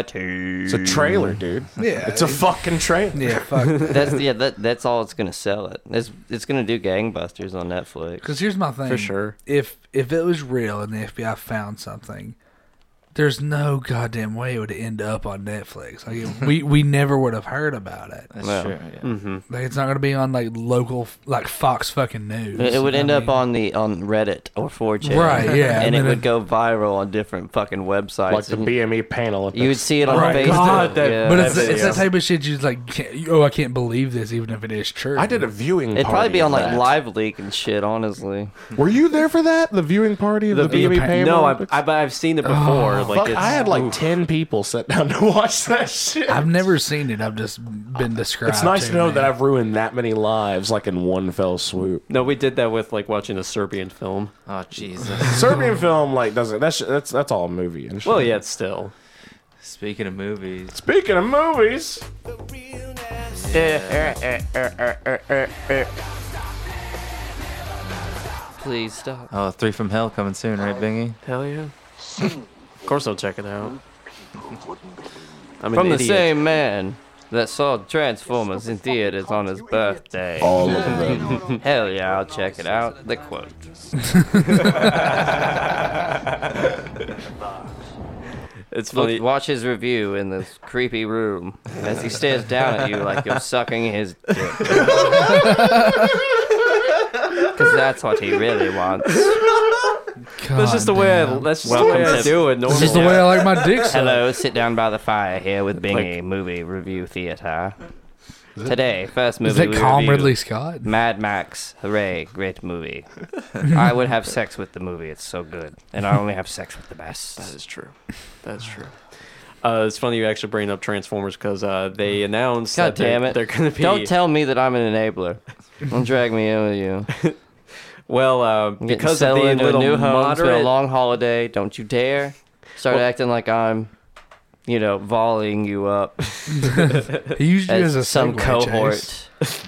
[SPEAKER 1] It's a trailer, dude.
[SPEAKER 2] Yeah.
[SPEAKER 1] It's a fucking trailer.
[SPEAKER 2] yeah, fuck that.
[SPEAKER 3] That's yeah. That that's all it's gonna sell it. It's it's gonna do gangbusters on Netflix.
[SPEAKER 2] Because here's my thing.
[SPEAKER 5] For sure.
[SPEAKER 2] If if it was real and the FBI found something, there's no goddamn way it would end up on Netflix. Like it- we we never would have heard about it.
[SPEAKER 4] That's
[SPEAKER 3] No.
[SPEAKER 4] true. Yeah.
[SPEAKER 5] Mm-hmm.
[SPEAKER 2] Like it's not gonna be on like local like Fox fucking news.
[SPEAKER 3] It, it would
[SPEAKER 2] I
[SPEAKER 3] end up
[SPEAKER 2] mean,
[SPEAKER 3] on the on Reddit or 4chan,
[SPEAKER 2] Right, yeah,
[SPEAKER 3] and,
[SPEAKER 2] and
[SPEAKER 3] it
[SPEAKER 2] then
[SPEAKER 3] would
[SPEAKER 2] it-
[SPEAKER 3] go viral on different fucking websites.
[SPEAKER 1] Like the
[SPEAKER 3] and
[SPEAKER 1] BME panel. at
[SPEAKER 3] you would
[SPEAKER 1] the-
[SPEAKER 3] see it on uh,
[SPEAKER 2] Right.
[SPEAKER 3] Facebook.
[SPEAKER 5] God, that-
[SPEAKER 3] yeah.
[SPEAKER 2] But it's,
[SPEAKER 5] that
[SPEAKER 2] it's Oh that
[SPEAKER 5] video.
[SPEAKER 2] type of shit you like. Can't, oh, I can't believe this, even if it is true.
[SPEAKER 1] I did a viewing.
[SPEAKER 3] It'd
[SPEAKER 1] party
[SPEAKER 3] probably be
[SPEAKER 1] of
[SPEAKER 3] on like
[SPEAKER 1] that.
[SPEAKER 3] Live Leak and shit. Honestly,
[SPEAKER 1] Were you there for that? The viewing party of the,
[SPEAKER 5] The E
[SPEAKER 1] BME
[SPEAKER 5] pa-
[SPEAKER 1] panel.
[SPEAKER 5] no, I, I, but I've seen it before. like
[SPEAKER 1] Fuck,
[SPEAKER 5] it's,
[SPEAKER 1] I had like ten people sit down to watch that shit.
[SPEAKER 2] I've never seen it. I've just been described.
[SPEAKER 1] it's nice to know
[SPEAKER 2] me.
[SPEAKER 1] that I've ruined that many lives, like in one fell swoop.
[SPEAKER 5] No, we did that with like watching a Serbian film.
[SPEAKER 4] Oh Jesus!
[SPEAKER 1] Serbian film, like, doesn't that's that's that's all a movie. And shit.
[SPEAKER 5] Well, yeah, it's still.
[SPEAKER 4] Speaking of movies,
[SPEAKER 1] Speaking of movies,
[SPEAKER 3] please stop.
[SPEAKER 4] oh, Three from Hell coming soon, right, Bingy?
[SPEAKER 5] Hell yeah. of course, I'll check it out. I'm an
[SPEAKER 3] From the
[SPEAKER 5] idiot.
[SPEAKER 3] same man that saw Transformers in theaters on his birthday.
[SPEAKER 1] all of them.
[SPEAKER 3] Hell yeah, I'll check it out. The quote.
[SPEAKER 5] It's funny.
[SPEAKER 3] Look, watch his review in this creepy room as he stares down at you like you're sucking his dick. Because that's what he really wants.
[SPEAKER 5] That's just the way. I,
[SPEAKER 2] Goddamn.
[SPEAKER 5] that's just
[SPEAKER 3] Welcome
[SPEAKER 5] the way I
[SPEAKER 3] to-
[SPEAKER 5] do it. Normally.
[SPEAKER 2] This is the way I like my dick. sucked.
[SPEAKER 3] Hello, sit down by the fire here with Bingy Movie Review Theater. Today, first movie
[SPEAKER 2] Is that
[SPEAKER 3] we
[SPEAKER 2] calm
[SPEAKER 3] reviewed,
[SPEAKER 2] Ridley Scott?
[SPEAKER 3] Mad Max. Hooray, great movie. I would have sex with the movie. It's so good. And I only have sex with the
[SPEAKER 5] That
[SPEAKER 3] best.
[SPEAKER 5] is true. That's true. Uh, it's funny you actually bring up Transformers because uh, they announced
[SPEAKER 3] Mm. God
[SPEAKER 5] that they're-
[SPEAKER 3] damn it.
[SPEAKER 5] they're going to be
[SPEAKER 3] Don't tell me that I'm an enabler. Don't drag me in with you.
[SPEAKER 5] well uh,
[SPEAKER 3] I'm getting
[SPEAKER 5] because of
[SPEAKER 3] settled
[SPEAKER 5] the
[SPEAKER 3] into
[SPEAKER 5] little
[SPEAKER 3] a new home. It's been a
[SPEAKER 5] moderate
[SPEAKER 3] long holiday. Don't you dare start acting like I'm, you know, volleying you up
[SPEAKER 2] He used you as
[SPEAKER 3] as
[SPEAKER 2] a
[SPEAKER 3] some
[SPEAKER 2] segue,
[SPEAKER 3] cohort, uh,
[SPEAKER 2] Chase.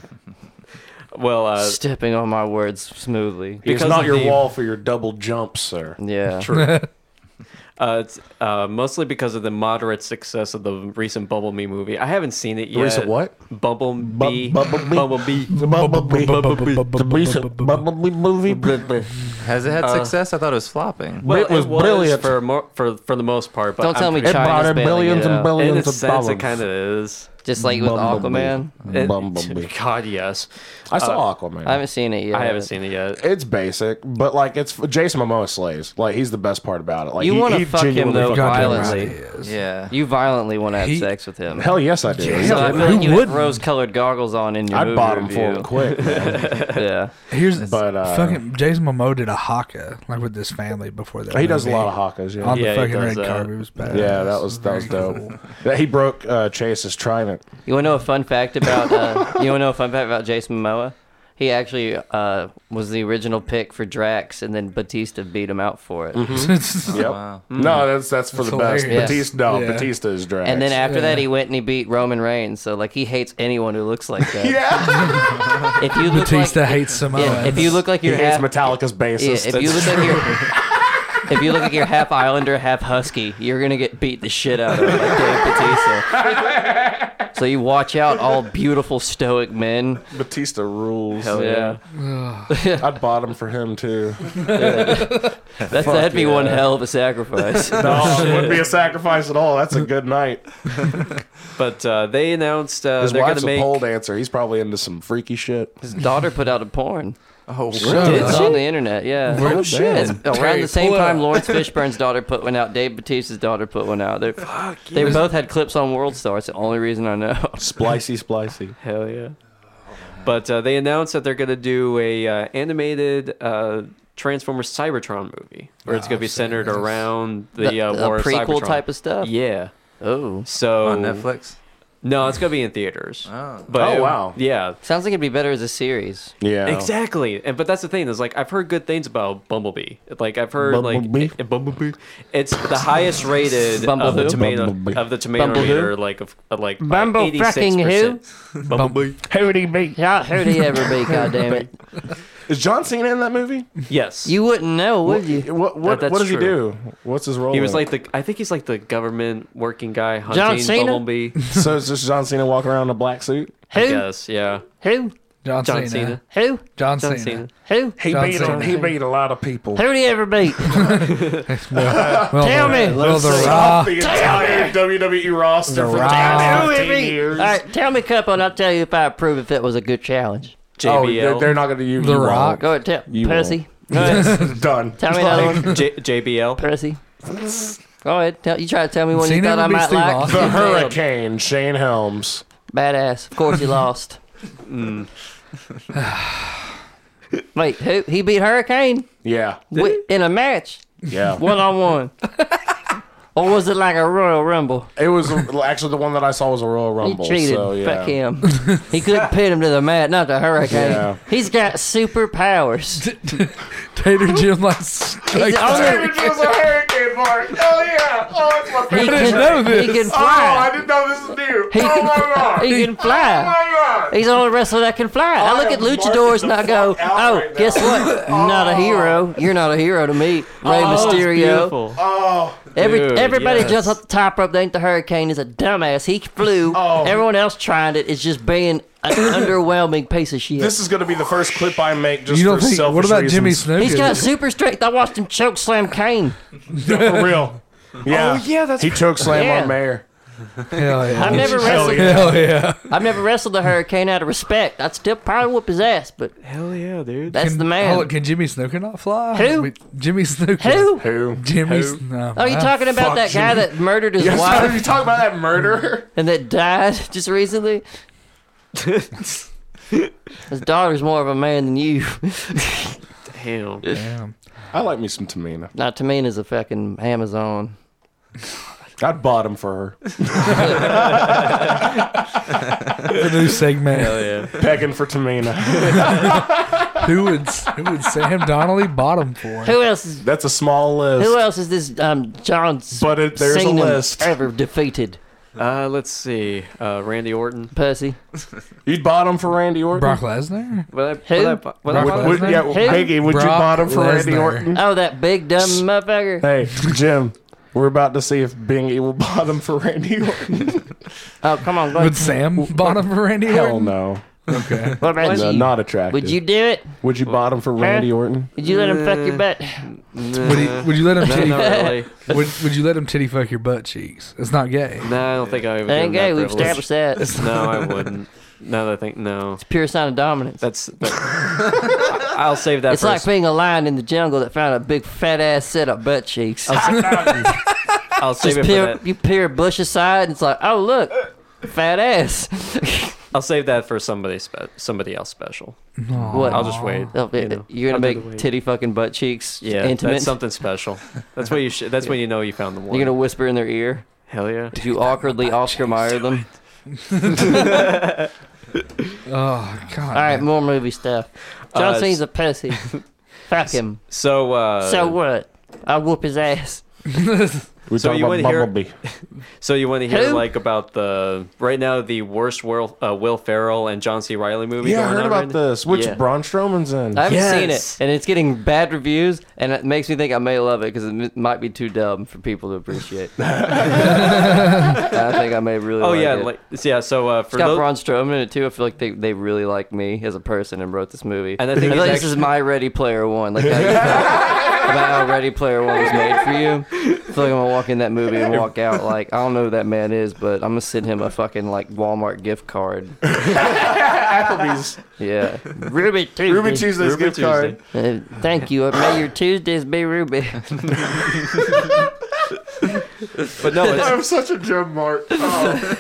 [SPEAKER 5] well uh,
[SPEAKER 3] stepping on my words smoothly.
[SPEAKER 1] It's
[SPEAKER 5] Because
[SPEAKER 1] not
[SPEAKER 5] of
[SPEAKER 1] your
[SPEAKER 5] the-
[SPEAKER 1] wall for your double jumps, sir.
[SPEAKER 3] Yeah.
[SPEAKER 5] Uh, it's uh, mostly because of the moderate success of the recent Bumblebee movie. I haven't seen it yet.
[SPEAKER 1] recent what?
[SPEAKER 5] Bumblebee.
[SPEAKER 1] Bumblebee.
[SPEAKER 5] Bumblebee.
[SPEAKER 1] Oh, The recent Bumblebee movie.
[SPEAKER 4] Has it had
[SPEAKER 5] Uh,
[SPEAKER 4] success? I thought it was flopping.
[SPEAKER 5] Well,
[SPEAKER 1] It was brilliant.
[SPEAKER 5] for mo- for for the most part. But
[SPEAKER 3] Don't
[SPEAKER 5] I'm
[SPEAKER 3] tell me
[SPEAKER 5] pretty-
[SPEAKER 1] It
[SPEAKER 3] China's
[SPEAKER 1] brought in
[SPEAKER 3] bailing it
[SPEAKER 1] billions and
[SPEAKER 3] out.
[SPEAKER 5] in
[SPEAKER 1] billions
[SPEAKER 5] a
[SPEAKER 1] of
[SPEAKER 5] sense,
[SPEAKER 1] dollars.
[SPEAKER 5] it kind of is.
[SPEAKER 3] Just like with
[SPEAKER 1] Bumblebee.
[SPEAKER 3] Aquaman.
[SPEAKER 5] It-
[SPEAKER 1] Bumblebee.
[SPEAKER 5] God, yes.
[SPEAKER 1] I saw Aquaman.
[SPEAKER 3] I haven't seen it yet.
[SPEAKER 5] I haven't seen it yet.
[SPEAKER 1] it's basic, but like it's Jason Momoa slays. Like he's the best part about it. Like
[SPEAKER 3] You
[SPEAKER 1] he-
[SPEAKER 3] wanna
[SPEAKER 1] he
[SPEAKER 3] fuck him,
[SPEAKER 1] genuinely
[SPEAKER 3] though,
[SPEAKER 1] fucking
[SPEAKER 2] Goddamn
[SPEAKER 1] loves
[SPEAKER 3] violently.
[SPEAKER 1] it.
[SPEAKER 2] right he is.
[SPEAKER 4] Yeah.
[SPEAKER 3] You violently want to have
[SPEAKER 2] He-
[SPEAKER 3] sex with him.
[SPEAKER 1] Hell yes, I do.
[SPEAKER 2] Yeah.
[SPEAKER 3] So I feel
[SPEAKER 2] Who
[SPEAKER 3] like you had
[SPEAKER 2] wouldn't?
[SPEAKER 3] rose-colored goggles on in your
[SPEAKER 1] I'd
[SPEAKER 3] movie
[SPEAKER 1] bottom
[SPEAKER 3] review.
[SPEAKER 1] for him quick. man.
[SPEAKER 3] Yeah.
[SPEAKER 2] Here's
[SPEAKER 1] But, uh,
[SPEAKER 2] fucking Jason Momoa did a haka like with this family before that.
[SPEAKER 1] he does a
[SPEAKER 2] movie.
[SPEAKER 1] lot of hawkers. Yeah.
[SPEAKER 2] on
[SPEAKER 5] Yeah,
[SPEAKER 2] the
[SPEAKER 5] he
[SPEAKER 2] fucking red
[SPEAKER 5] does
[SPEAKER 3] uh,
[SPEAKER 5] that.
[SPEAKER 2] carpet. It was bad.
[SPEAKER 1] yeah, that was that was dope. Yeah, he broke uh, Chase's trident.
[SPEAKER 3] You want to know a fun fact about? Uh, you want to know a fun fact about Jason Momoa? He actually uh, was the original pick for Drax, and then Batista beat him out for it.
[SPEAKER 1] Mm-hmm.
[SPEAKER 3] Mm-hmm.
[SPEAKER 1] Yep.
[SPEAKER 4] Wow.
[SPEAKER 1] No, that's that's for
[SPEAKER 2] That's
[SPEAKER 1] the best.
[SPEAKER 2] hilarious.
[SPEAKER 1] Batista, no,
[SPEAKER 2] Yeah.
[SPEAKER 1] Batista is dragged.
[SPEAKER 3] And then after that,
[SPEAKER 2] Yeah.
[SPEAKER 3] he went and he beat Roman Reigns. So like he hates anyone who looks like that.
[SPEAKER 1] yeah,
[SPEAKER 3] If you look
[SPEAKER 2] Batista
[SPEAKER 3] like,
[SPEAKER 2] hates Samoa.
[SPEAKER 3] yeah, if you look like
[SPEAKER 1] he
[SPEAKER 3] you're
[SPEAKER 1] hates
[SPEAKER 3] half,
[SPEAKER 1] Metallica's
[SPEAKER 3] yeah,
[SPEAKER 1] bassist.
[SPEAKER 3] if you look like you're, if you look like you're half Islander, half Husky, you're gonna get beat the shit out of like Dave Batista. so you watch out, all beautiful stoic men.
[SPEAKER 1] Batista rules.
[SPEAKER 3] Hell yeah.
[SPEAKER 1] I'd bottom for him too.
[SPEAKER 3] That's, that'd be one hell of a sacrifice.
[SPEAKER 1] No, it wouldn't be a sacrifice at all. That's a good night.
[SPEAKER 5] But uh, they announced uh,
[SPEAKER 1] His
[SPEAKER 5] they're going
[SPEAKER 1] wife's
[SPEAKER 5] to
[SPEAKER 1] a
[SPEAKER 5] make.
[SPEAKER 1] pole dancer. He's probably into some freaky shit.
[SPEAKER 3] His daughter put out a porn.
[SPEAKER 4] Oh,
[SPEAKER 3] It's on the internet, yeah.
[SPEAKER 2] Where- Oh, shit.
[SPEAKER 3] It's around
[SPEAKER 2] Terry,
[SPEAKER 3] the same
[SPEAKER 2] pull it
[SPEAKER 3] time
[SPEAKER 2] up.
[SPEAKER 3] Lawrence Fishburne's daughter put one out, Dave Batista's daughter put one out. They're, they both had clips on World Star. It's the only reason I know.
[SPEAKER 1] Splicey, splicey.
[SPEAKER 5] Hell yeah. But uh, they announced that they're going to do a uh, animated uh, Transformers Cybertron movie, where it's
[SPEAKER 1] Oh,
[SPEAKER 5] going to be centered around the, uh,
[SPEAKER 3] The- a
[SPEAKER 5] war of
[SPEAKER 3] prequel
[SPEAKER 5] Cybertron.
[SPEAKER 3] type of stuff.
[SPEAKER 5] Yeah.
[SPEAKER 3] Oh,
[SPEAKER 5] So
[SPEAKER 4] on Netflix.
[SPEAKER 5] No, it's gonna be in theaters.
[SPEAKER 4] Oh.
[SPEAKER 5] But
[SPEAKER 1] Oh, wow.
[SPEAKER 5] Yeah.
[SPEAKER 3] sounds like it'd be better as a series.
[SPEAKER 1] Yeah.
[SPEAKER 5] Exactly, and but that's the thing is like I've heard good things about Bumblebee. Like I've heard
[SPEAKER 1] Bumblebee?
[SPEAKER 5] like eh, Bumblebee, it's the highest rated of the
[SPEAKER 3] Bumblebee.
[SPEAKER 5] tomato
[SPEAKER 1] Bumblebee.
[SPEAKER 5] of the tomato
[SPEAKER 3] Bumblebee.
[SPEAKER 5] meter, like of, of like
[SPEAKER 3] Bumble
[SPEAKER 5] eighty six
[SPEAKER 3] fracking
[SPEAKER 5] percent. Bumblebee.
[SPEAKER 3] Not who'd he ever be? God damn it!
[SPEAKER 1] Is John Cena in that movie?
[SPEAKER 5] Yes,
[SPEAKER 3] You wouldn't know, would you?
[SPEAKER 1] What what
[SPEAKER 5] That-
[SPEAKER 1] what does
[SPEAKER 5] that's
[SPEAKER 1] he do? What's his role?
[SPEAKER 5] He was
[SPEAKER 1] in
[SPEAKER 5] like
[SPEAKER 1] it?
[SPEAKER 5] the I think he's like the government working guy hunting
[SPEAKER 3] Cena?
[SPEAKER 5] Bumblebee.
[SPEAKER 1] so. Is just John Cena walking around in a black suit?
[SPEAKER 3] Who?
[SPEAKER 5] yes, yeah.
[SPEAKER 3] Who?
[SPEAKER 2] John,
[SPEAKER 5] John
[SPEAKER 2] Cena.
[SPEAKER 5] Cena.
[SPEAKER 3] Who?
[SPEAKER 2] John,
[SPEAKER 5] John
[SPEAKER 2] Cena.
[SPEAKER 5] Cena.
[SPEAKER 3] Who?
[SPEAKER 1] He
[SPEAKER 2] John
[SPEAKER 1] beat
[SPEAKER 2] Cena.
[SPEAKER 1] a, he beat a lot of people.
[SPEAKER 3] Who'd he ever beat?
[SPEAKER 2] Well,
[SPEAKER 3] Tell
[SPEAKER 2] the,
[SPEAKER 3] me.
[SPEAKER 2] Well, the
[SPEAKER 1] Stop
[SPEAKER 2] Raw.
[SPEAKER 1] the entire WWE roster
[SPEAKER 2] The
[SPEAKER 1] for
[SPEAKER 2] Raw.
[SPEAKER 1] damn
[SPEAKER 3] Who
[SPEAKER 1] near
[SPEAKER 3] it
[SPEAKER 1] 15
[SPEAKER 3] be? All
[SPEAKER 2] Ah.
[SPEAKER 1] years.
[SPEAKER 3] right, tell me, couple, and I'll tell you if I approve if it was a good challenge.
[SPEAKER 1] Oh,
[SPEAKER 5] JBL.
[SPEAKER 1] they're, they're not going to use
[SPEAKER 2] The
[SPEAKER 1] you
[SPEAKER 2] Rock.
[SPEAKER 3] Go ahead, tell
[SPEAKER 1] You
[SPEAKER 3] Percy.
[SPEAKER 1] wrong. Done.
[SPEAKER 3] Tell me another one.
[SPEAKER 5] J- JBL.
[SPEAKER 3] Percy. Go ahead. Tell, you try to tell me one you
[SPEAKER 2] Cena
[SPEAKER 3] thought I
[SPEAKER 2] would be
[SPEAKER 3] might
[SPEAKER 2] Steve
[SPEAKER 3] like.
[SPEAKER 2] Austin.
[SPEAKER 1] The
[SPEAKER 3] You failed.
[SPEAKER 1] Hurricane, Shane Helms.
[SPEAKER 3] Badass. Of course you lost. Mm. Wait, who? He beat Hurricane
[SPEAKER 1] Yeah,
[SPEAKER 3] wi- in a match,
[SPEAKER 1] yeah.
[SPEAKER 3] one on one. Or was it like a Royal Rumble?
[SPEAKER 1] It was actually the one that I saw was a Royal
[SPEAKER 3] He
[SPEAKER 1] Rumble.
[SPEAKER 3] cheated.
[SPEAKER 1] So yeah.
[SPEAKER 3] Fuck him. He could have pin him to the mat, not the Hurricane.
[SPEAKER 1] Yeah.
[SPEAKER 3] He's got superpowers.
[SPEAKER 2] Tater Jim likes.
[SPEAKER 3] He's
[SPEAKER 2] likes-
[SPEAKER 3] the only-
[SPEAKER 1] It was a hurricane mark. Hell yeah! Oh, it's my
[SPEAKER 3] He
[SPEAKER 1] favorite.
[SPEAKER 3] can,
[SPEAKER 2] know this.
[SPEAKER 3] he can
[SPEAKER 1] Oh, I
[SPEAKER 3] fly.
[SPEAKER 1] didn't know this was new.
[SPEAKER 3] He
[SPEAKER 1] oh my god!
[SPEAKER 3] He can fly.
[SPEAKER 1] Oh my god!
[SPEAKER 3] He's the only wrestler that can fly. I,
[SPEAKER 1] I
[SPEAKER 3] look at
[SPEAKER 1] am marking
[SPEAKER 3] luchadors
[SPEAKER 1] the
[SPEAKER 3] and I
[SPEAKER 1] fuck
[SPEAKER 3] go,
[SPEAKER 1] out
[SPEAKER 3] oh,
[SPEAKER 1] right now."
[SPEAKER 3] guess what? Not a hero. You're not a hero to me. Rey Mysterio.
[SPEAKER 5] Beautiful.
[SPEAKER 1] Oh,
[SPEAKER 3] Every,
[SPEAKER 5] Dude,
[SPEAKER 3] everybody
[SPEAKER 5] yes.
[SPEAKER 3] just up the top rope. They ain't the hurricane. Is a dumbass. He flew.
[SPEAKER 1] Oh.
[SPEAKER 3] Everyone else tried it. It's just being an underwhelming piece of shit.
[SPEAKER 1] this is gonna be the first clip I make just
[SPEAKER 2] You don't
[SPEAKER 1] for
[SPEAKER 2] think?
[SPEAKER 1] selfish
[SPEAKER 2] What about
[SPEAKER 1] reasons.
[SPEAKER 2] Jimmy Snuka?
[SPEAKER 3] He's got super strength. I watched him choke slam Kane.
[SPEAKER 1] For real. Oh, Yeah.
[SPEAKER 5] yeah, that's
[SPEAKER 1] He choke slam
[SPEAKER 3] Yeah.
[SPEAKER 1] on Mayor.
[SPEAKER 2] Hell yeah.
[SPEAKER 3] I've never
[SPEAKER 1] Hell
[SPEAKER 3] wrestled.
[SPEAKER 1] yeah.
[SPEAKER 2] Hell yeah.
[SPEAKER 3] I've never wrestled the hurricane out of respect. I'd still probably whoop his ass, but
[SPEAKER 5] hell yeah, dude.
[SPEAKER 3] that's the man.
[SPEAKER 2] Hold on, can Oh, Jimmy Snooker not fly?
[SPEAKER 3] Who?
[SPEAKER 2] We- Jimmy Snooker.
[SPEAKER 3] Who?
[SPEAKER 1] Who?
[SPEAKER 2] Jimmy.
[SPEAKER 1] Who?
[SPEAKER 2] No,
[SPEAKER 3] Are you
[SPEAKER 2] I-
[SPEAKER 3] talking about that guy that murdered his
[SPEAKER 1] Yes,
[SPEAKER 3] wife?
[SPEAKER 1] you talk about that murderer.
[SPEAKER 3] and that died just recently. His daughter's more of a man than you. Damn.
[SPEAKER 2] Damn.
[SPEAKER 1] I like me some Tamina.
[SPEAKER 3] Now Tamina's a fucking Amazon.
[SPEAKER 1] I'd bought him for her.
[SPEAKER 2] The new
[SPEAKER 5] Oh,
[SPEAKER 2] segment.
[SPEAKER 1] Begging for Tamina.
[SPEAKER 2] who would who would Sam Donnelly bottom for?
[SPEAKER 3] Who else? Is,
[SPEAKER 1] That's a small list.
[SPEAKER 3] who else is this um, John? S-
[SPEAKER 1] But it- there's a
[SPEAKER 3] Cena
[SPEAKER 1] list.
[SPEAKER 3] Ever defeated
[SPEAKER 5] Uh, let's see. Uh, Randy Orton.
[SPEAKER 3] Percy?
[SPEAKER 1] You'd bought him for Randy Orton?
[SPEAKER 2] Brock Lesnar?
[SPEAKER 5] Would I,
[SPEAKER 3] Who?
[SPEAKER 5] would I, would I
[SPEAKER 2] Rock-
[SPEAKER 5] buy-
[SPEAKER 1] Would, yeah,
[SPEAKER 3] Who?
[SPEAKER 1] Piggy, would you
[SPEAKER 2] Brock
[SPEAKER 1] bought him for Randy
[SPEAKER 2] Lesnar.
[SPEAKER 1] Orton?
[SPEAKER 3] Oh, that big dumb motherfucker.
[SPEAKER 1] Hey, Jim, we're about to see if Bingy will bought him for Randy Orton.
[SPEAKER 3] Oh, come on. Go
[SPEAKER 2] Would Sam bottom for Randy
[SPEAKER 1] Hell
[SPEAKER 2] Orton?
[SPEAKER 1] no.
[SPEAKER 2] Okay.
[SPEAKER 3] What about
[SPEAKER 1] No,
[SPEAKER 3] you?
[SPEAKER 1] not attractive.
[SPEAKER 3] Would you do it?
[SPEAKER 1] Would you bought him for Randy Orton?
[SPEAKER 3] Would you let him fuck
[SPEAKER 1] Uh,
[SPEAKER 3] your butt?
[SPEAKER 2] Would, he, would you let him
[SPEAKER 5] No,
[SPEAKER 2] titty?
[SPEAKER 5] not really.
[SPEAKER 2] Would, would you let him titty fuck your butt cheeks? It's not gay.
[SPEAKER 5] No, I don't think I would.
[SPEAKER 3] That ain't
[SPEAKER 5] give him
[SPEAKER 3] gay.
[SPEAKER 5] that
[SPEAKER 3] We've
[SPEAKER 5] privilege.
[SPEAKER 3] established that.
[SPEAKER 5] No, I wouldn't. No, that I think no.
[SPEAKER 3] Pure sign of dominance.
[SPEAKER 5] That's. That, I'll save that.
[SPEAKER 3] It's
[SPEAKER 5] for a
[SPEAKER 3] like being a lion in the jungle that found a big fat ass set of butt cheeks.
[SPEAKER 5] I'll save
[SPEAKER 3] Just
[SPEAKER 5] it
[SPEAKER 3] peer,
[SPEAKER 5] for that.
[SPEAKER 3] you peer bush aside, and it's like, oh look, fat ass.
[SPEAKER 5] I'll save that for somebody spe- somebody else special.
[SPEAKER 3] what?
[SPEAKER 5] I'll just wait.
[SPEAKER 3] Oh,
[SPEAKER 5] you know.
[SPEAKER 3] You're gonna
[SPEAKER 5] I'll do the
[SPEAKER 3] make
[SPEAKER 5] wait.
[SPEAKER 3] titty fucking butt cheeks
[SPEAKER 5] Yeah,
[SPEAKER 3] intimate.
[SPEAKER 5] that's something special. That's what you should. That's when you know you found the one.
[SPEAKER 3] You're gonna whisper in their ear.
[SPEAKER 5] Hell yeah.
[SPEAKER 3] Did you awkwardly Oscar Mayer them?
[SPEAKER 2] Oh God!
[SPEAKER 3] All right, more movie stuff. John
[SPEAKER 5] Uh,
[SPEAKER 3] Cena's a pussy. Fuck him.
[SPEAKER 5] So uh,
[SPEAKER 3] so what? I'll whoop his ass.
[SPEAKER 1] We
[SPEAKER 5] So
[SPEAKER 1] talking
[SPEAKER 5] you
[SPEAKER 1] about
[SPEAKER 5] wouldn't hear-
[SPEAKER 1] Bumblebee.
[SPEAKER 5] so you want to hear
[SPEAKER 3] Who?
[SPEAKER 5] like about the right now the worst Will, uh, Will Ferrell and John C. Riley movie?
[SPEAKER 1] Yeah, I
[SPEAKER 5] going
[SPEAKER 1] heard
[SPEAKER 5] on
[SPEAKER 1] about
[SPEAKER 5] right now?
[SPEAKER 1] this. Which
[SPEAKER 5] Yeah.
[SPEAKER 1] Braun Strowman's in?
[SPEAKER 3] I haven't seen it,
[SPEAKER 5] Yes.
[SPEAKER 3] and it's getting bad reviews, and it makes me think I may love it because it m- might be too dumb for people to appreciate. I think I may really.
[SPEAKER 5] Oh yeah,
[SPEAKER 3] it.
[SPEAKER 5] like yeah. So uh, for
[SPEAKER 3] It's got
[SPEAKER 5] those,
[SPEAKER 3] Braun Strowman in it too. I feel like they, they really like me as a person and wrote this movie.
[SPEAKER 5] And I think
[SPEAKER 3] feel like
[SPEAKER 5] he's
[SPEAKER 3] this is my Ready Player One. Like how you felt about how Ready Player One was made for you. I feel like I'm gonna walk in that movie and walk out like I don't know who that man is, but I'm gonna send him a fucking like Walmart gift card.
[SPEAKER 1] Applebee's.
[SPEAKER 3] Yeah, Ruby Tuesday.
[SPEAKER 1] Ruby Tuesday's
[SPEAKER 5] Ruby
[SPEAKER 1] gift card.
[SPEAKER 3] Uh, thank you. May your Tuesdays be Ruby.
[SPEAKER 5] but no, it's,
[SPEAKER 1] I'm such a Jim Mart. Oh.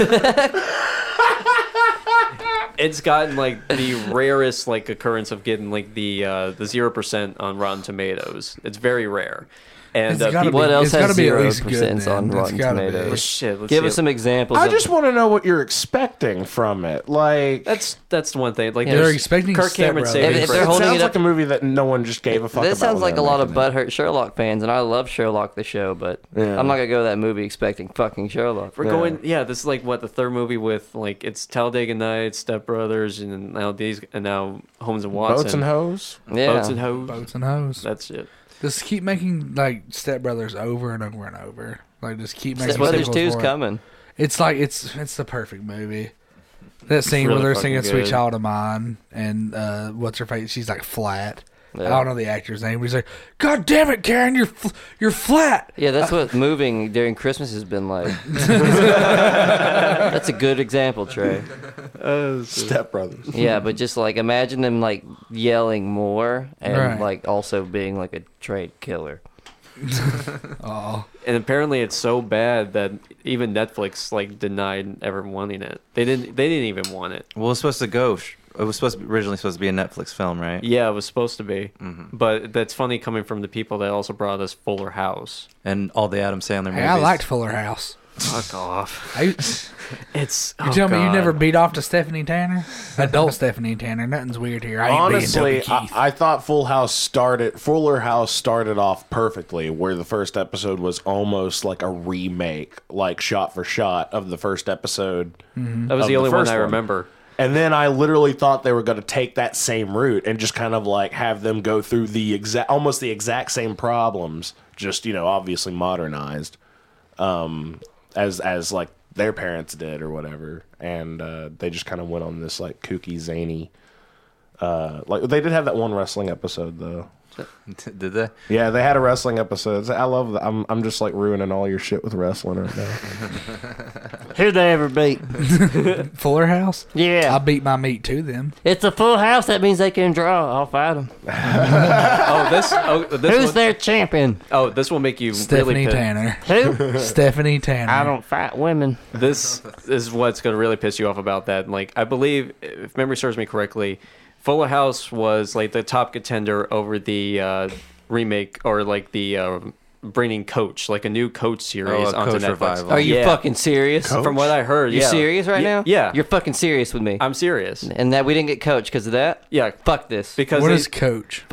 [SPEAKER 5] it's gotten like the rarest like occurrence of getting like the uh, the zero percent on Rotten Tomatoes. It's very rare. And
[SPEAKER 2] It's
[SPEAKER 5] uh,
[SPEAKER 2] gotta
[SPEAKER 5] people,
[SPEAKER 2] be-
[SPEAKER 3] What else
[SPEAKER 2] it's gotta
[SPEAKER 3] has
[SPEAKER 2] be at
[SPEAKER 3] zero
[SPEAKER 2] least good,
[SPEAKER 3] percent
[SPEAKER 2] man.
[SPEAKER 3] on
[SPEAKER 2] It's
[SPEAKER 3] Rotten
[SPEAKER 2] gotta be.
[SPEAKER 5] Oh,
[SPEAKER 3] Tomatoes?
[SPEAKER 5] shit, let's
[SPEAKER 3] Give
[SPEAKER 5] see.
[SPEAKER 3] us some examples.
[SPEAKER 1] I
[SPEAKER 3] of-
[SPEAKER 1] just want to know what you're expecting from it. Like
[SPEAKER 5] That's that's one thing. Like
[SPEAKER 2] They're
[SPEAKER 5] there's-
[SPEAKER 2] expecting
[SPEAKER 5] Kirk
[SPEAKER 2] Step
[SPEAKER 5] Cameron
[SPEAKER 2] Brothers.
[SPEAKER 5] saving
[SPEAKER 3] If- if
[SPEAKER 5] Grace.
[SPEAKER 3] they're
[SPEAKER 1] it
[SPEAKER 3] holding
[SPEAKER 1] sounds
[SPEAKER 3] it up-
[SPEAKER 1] like a movie that no one just gave a fuck
[SPEAKER 3] This
[SPEAKER 1] about.
[SPEAKER 3] sounds
[SPEAKER 1] when
[SPEAKER 3] like a
[SPEAKER 1] they're
[SPEAKER 3] lot of
[SPEAKER 1] making it.
[SPEAKER 3] butthurt Sherlock fans, and I love Sherlock the show, but
[SPEAKER 1] Yeah.
[SPEAKER 3] I'm not gonna go to that movie expecting fucking Sherlock.
[SPEAKER 5] We're going, yeah. This is like what the third movie with like it's Talladega Nights, Step Brothers, and now these, and now Holmes and Watson,
[SPEAKER 1] Boats and hoes.
[SPEAKER 3] Yeah,
[SPEAKER 5] Boats and Hoes.
[SPEAKER 2] Boats and hoes.
[SPEAKER 5] That's it.
[SPEAKER 2] Just keep making like Step Brothers over and over and over. Like just keep making
[SPEAKER 3] Step Brothers
[SPEAKER 2] sequels
[SPEAKER 3] Two's
[SPEAKER 2] for it.
[SPEAKER 3] coming.
[SPEAKER 2] It's like it's it's the perfect movie. That scene
[SPEAKER 5] really
[SPEAKER 2] where they're singing
[SPEAKER 5] fucking
[SPEAKER 2] "Sweet
[SPEAKER 5] good.
[SPEAKER 2] Child of Mine" and uh, what's her face? She's like flat. I
[SPEAKER 3] Yeah.
[SPEAKER 2] don't know the actor's name. But he's like, "God damn it, Karen, you're fl- you're flat."
[SPEAKER 3] Yeah, that's what moving during Christmas has been like. that's a good example, Trey.
[SPEAKER 1] Step Brothers.
[SPEAKER 3] Yeah, but just like imagine them like yelling more and
[SPEAKER 2] Right.
[SPEAKER 3] like also being like a trade killer.
[SPEAKER 2] Oh,
[SPEAKER 5] And apparently, it's so bad that even Netflix like denied ever wanting it. They didn't. They didn't even want it.
[SPEAKER 4] Well, it's supposed to go. sh- It was supposed to be, originally supposed to be a Netflix film, right?
[SPEAKER 5] Yeah, it was supposed to be, but that's funny coming from the people that also brought us Fuller House.
[SPEAKER 4] And all the Adam Sandler movies.
[SPEAKER 2] hey, I liked Fuller House.
[SPEAKER 5] Fuck off.
[SPEAKER 2] I, you
[SPEAKER 5] It's oh
[SPEAKER 2] tell me you
[SPEAKER 5] God.
[SPEAKER 2] never beat off to Stephanie Tanner, adult Stephanie Tanner. Nothing's weird here. I ain't
[SPEAKER 1] Honestly,
[SPEAKER 2] beating Toby
[SPEAKER 1] I,
[SPEAKER 2] Keith.
[SPEAKER 1] I thought Full House started. Fuller House started off perfectly, where the first episode was almost like a remake, like shot for shot of the first episode.
[SPEAKER 2] Mm-hmm.
[SPEAKER 5] That was
[SPEAKER 1] of
[SPEAKER 5] the
[SPEAKER 1] the
[SPEAKER 5] only one
[SPEAKER 1] first
[SPEAKER 5] I
[SPEAKER 1] one.
[SPEAKER 5] remember.
[SPEAKER 1] And then I literally thought they were going to take that same route and just kind of like have them go through the exact, almost the exact same problems, just you know, obviously modernized, um, as as like their parents did or whatever. And uh, they just kind of went on this like kooky, zany. Uh, like they did have that one wrestling episode though.
[SPEAKER 4] Did they?
[SPEAKER 1] Yeah, they had a wrestling episode. I love that. I'm, I'm just like ruining all your shit with wrestling right now.
[SPEAKER 3] Who they ever beat?
[SPEAKER 2] Fuller House.
[SPEAKER 3] Yeah.
[SPEAKER 2] I beat my meat to them.
[SPEAKER 3] It's a full house. That means they can draw. I'll fight them.
[SPEAKER 5] Oh, this. Oh, this
[SPEAKER 3] Who's
[SPEAKER 5] one,
[SPEAKER 3] their champion?
[SPEAKER 5] Oh, this will make you
[SPEAKER 2] Stephanie
[SPEAKER 5] really. pissed.
[SPEAKER 2] Tanner.
[SPEAKER 3] Who?
[SPEAKER 2] Stephanie Tanner.
[SPEAKER 3] I don't fight women.
[SPEAKER 5] This is what's going to really piss you off about that. Like, I believe, if memory serves me correctly, Fuller House was like the top contender over the uh, remake or like the uh, bringing Coach, like a new Coach series
[SPEAKER 4] a
[SPEAKER 5] onto
[SPEAKER 4] Coach
[SPEAKER 5] Netflix.
[SPEAKER 4] revival.
[SPEAKER 3] Are you
[SPEAKER 5] Yeah.
[SPEAKER 3] fucking serious?
[SPEAKER 5] From what I heard,
[SPEAKER 3] You're
[SPEAKER 5] yeah.
[SPEAKER 3] serious right
[SPEAKER 5] Ye-
[SPEAKER 3] now?
[SPEAKER 5] Yeah,
[SPEAKER 3] You're fucking serious with me.
[SPEAKER 5] I'm serious.
[SPEAKER 3] and that we didn't get coached because of that?
[SPEAKER 5] Yeah,
[SPEAKER 3] Fuck this.
[SPEAKER 5] because
[SPEAKER 2] What
[SPEAKER 5] they-
[SPEAKER 2] is coach?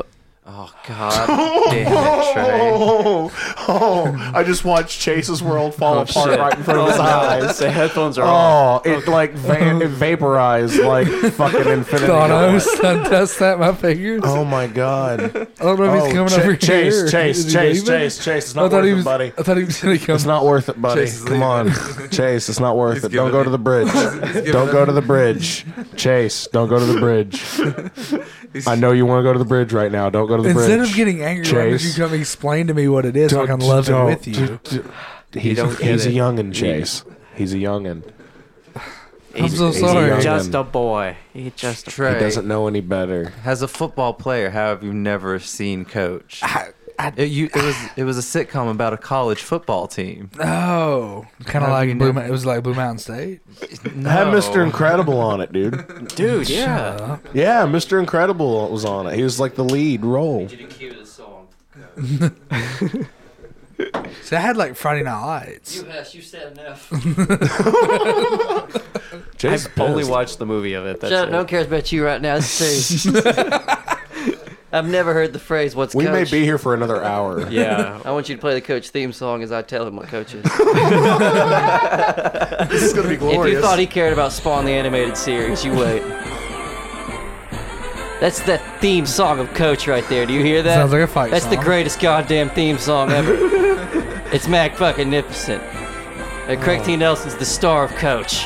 [SPEAKER 4] Oh God, damn it, Trey.
[SPEAKER 1] Oh, oh, I just watched Chase's world fall apart
[SPEAKER 5] Oh, shit.
[SPEAKER 1] right in front of his eyes.
[SPEAKER 5] the headphones are off.
[SPEAKER 1] Oh, it like va- it vaporized like fucking infinity.
[SPEAKER 2] God, I
[SPEAKER 1] Gauntlet.
[SPEAKER 2] was dust at my fingers.
[SPEAKER 1] Oh my god.
[SPEAKER 2] I don't know if he's coming
[SPEAKER 1] Cha-
[SPEAKER 2] over here.
[SPEAKER 1] Oh, Chase, Chase,
[SPEAKER 2] Is he
[SPEAKER 1] Chase,
[SPEAKER 2] leaving?
[SPEAKER 1] Chase, Chase. It's
[SPEAKER 2] I
[SPEAKER 1] not
[SPEAKER 2] thought
[SPEAKER 1] worth
[SPEAKER 2] he
[SPEAKER 1] it,
[SPEAKER 2] was.
[SPEAKER 1] buddy.
[SPEAKER 2] I thought he was gonna come.
[SPEAKER 1] It's not worth it, buddy.
[SPEAKER 9] Chase is
[SPEAKER 1] Come on. Chase, it's not worth it. Don't
[SPEAKER 9] giving
[SPEAKER 1] go
[SPEAKER 9] it-
[SPEAKER 1] to the bridge. Don't go to the bridge. Chase, don't go to the bridge. I know you want to go to the bridge right now. Don't go to the
[SPEAKER 2] Instead
[SPEAKER 1] bridge.
[SPEAKER 2] of getting angry, why don't you
[SPEAKER 1] Chase.
[SPEAKER 2] come explain to me what it is so I can
[SPEAKER 1] Don't-
[SPEAKER 2] love it
[SPEAKER 1] don't-
[SPEAKER 2] with you?
[SPEAKER 1] He's,
[SPEAKER 4] don't get
[SPEAKER 1] he's a
[SPEAKER 4] it.
[SPEAKER 1] youngin', Chase. He's a youngin'.
[SPEAKER 2] I'm so
[SPEAKER 1] he's young.
[SPEAKER 2] sorry.
[SPEAKER 5] Just a boy. He just.
[SPEAKER 4] Trey
[SPEAKER 1] He doesn't know any better.
[SPEAKER 4] As a football player, how have you never seen Coach? it, you, it was it was a sitcom about a college football team.
[SPEAKER 2] Oh, kind of
[SPEAKER 4] Have
[SPEAKER 2] like
[SPEAKER 4] you
[SPEAKER 2] Blue.
[SPEAKER 4] never-
[SPEAKER 2] Ma- it was like Blue Mountain State.
[SPEAKER 1] Had Mr. Incredible on it, dude.
[SPEAKER 5] Dude, yeah.
[SPEAKER 3] Uh-huh.
[SPEAKER 1] Yeah, Mr. Incredible was on it. He was like the lead role.
[SPEAKER 2] So I had like Friday Night Lights.
[SPEAKER 3] you said enough.
[SPEAKER 1] Chase
[SPEAKER 5] I've only
[SPEAKER 1] pissed.
[SPEAKER 5] watched the movie of it. That's
[SPEAKER 3] Shut up,
[SPEAKER 5] it.
[SPEAKER 3] no one cares about you right now. It's serious. I've never heard the phrase, what's
[SPEAKER 1] We may
[SPEAKER 3] coach?
[SPEAKER 1] be here for another hour.
[SPEAKER 5] Yeah.
[SPEAKER 3] I want you to play the coach theme song as I tell him what coach is.
[SPEAKER 1] This is gonna be
[SPEAKER 3] if you thought he cared about Spawn the animated series, you wait. That's the theme song of Coach right there. Do you hear that?
[SPEAKER 2] Sounds like a fight
[SPEAKER 3] That's the
[SPEAKER 2] song.
[SPEAKER 3] greatest goddamn theme song ever. it's mag fucking magnificent. And Craig T. Nelson's the star of Coach.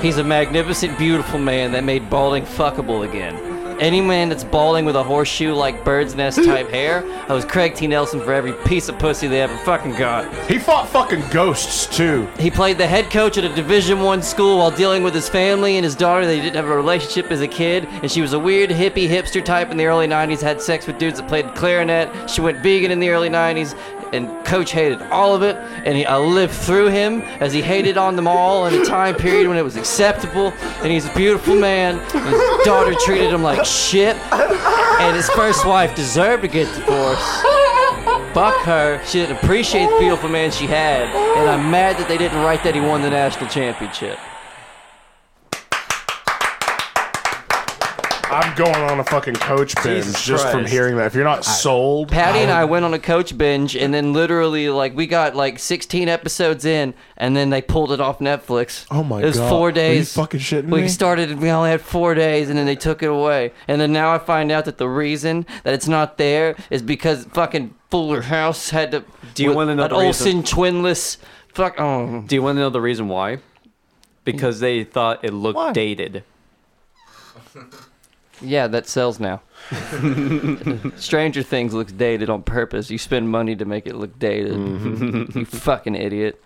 [SPEAKER 3] He's a magnificent, beautiful man that made balding fuckable again. Any man that's balding with a horseshoe like bird's nest type hair owes Craig T. Nelson for every piece of pussy they ever fucking got.
[SPEAKER 1] he fought fucking ghosts too.
[SPEAKER 3] He played the head coach at a Division One school while dealing with his family and his daughter. They didn't have a relationship as a kid, and she was a weird hippie hipster type in the early '90s. Had sex with dudes that played clarinet. She went vegan in the early '90s, and Coach hated all of it. And he, I lived through him as he hated on them all in a time period when it was acceptable. And he's a beautiful man. and His daughter treated him like shit, and his first wife deserved to get divorced. Fuck her. She didn't appreciate the beautiful man she had. And I'm mad that they didn't write that he won the national championship.
[SPEAKER 1] I'm going on a fucking coach binge
[SPEAKER 5] Jesus
[SPEAKER 1] just from
[SPEAKER 5] Christ.
[SPEAKER 1] hearing that. If you're not sold,
[SPEAKER 3] Patty and I went on a coach binge, and then literally, like, we got like 16 episodes in, and then they pulled it off Netflix.
[SPEAKER 1] Oh my
[SPEAKER 3] It was
[SPEAKER 1] God.
[SPEAKER 3] four
[SPEAKER 1] Are you
[SPEAKER 3] days.
[SPEAKER 1] fucking shitting
[SPEAKER 3] we
[SPEAKER 1] me?
[SPEAKER 3] started, and we only had four days, and then they took it away. And then now I find out that the reason that it's not there is because fucking Fuller House had to.
[SPEAKER 5] Do you
[SPEAKER 3] with
[SPEAKER 5] wanna know
[SPEAKER 3] An
[SPEAKER 5] the reason?
[SPEAKER 3] Olsen twinless. Fuck. Oh.
[SPEAKER 5] Do you want to know the reason why? Because they thought it looked dated.
[SPEAKER 3] Yeah, that sells now. Stranger Things looks dated on purpose. You spend money to make it look dated.
[SPEAKER 5] Mm-hmm.
[SPEAKER 3] you fucking idiot.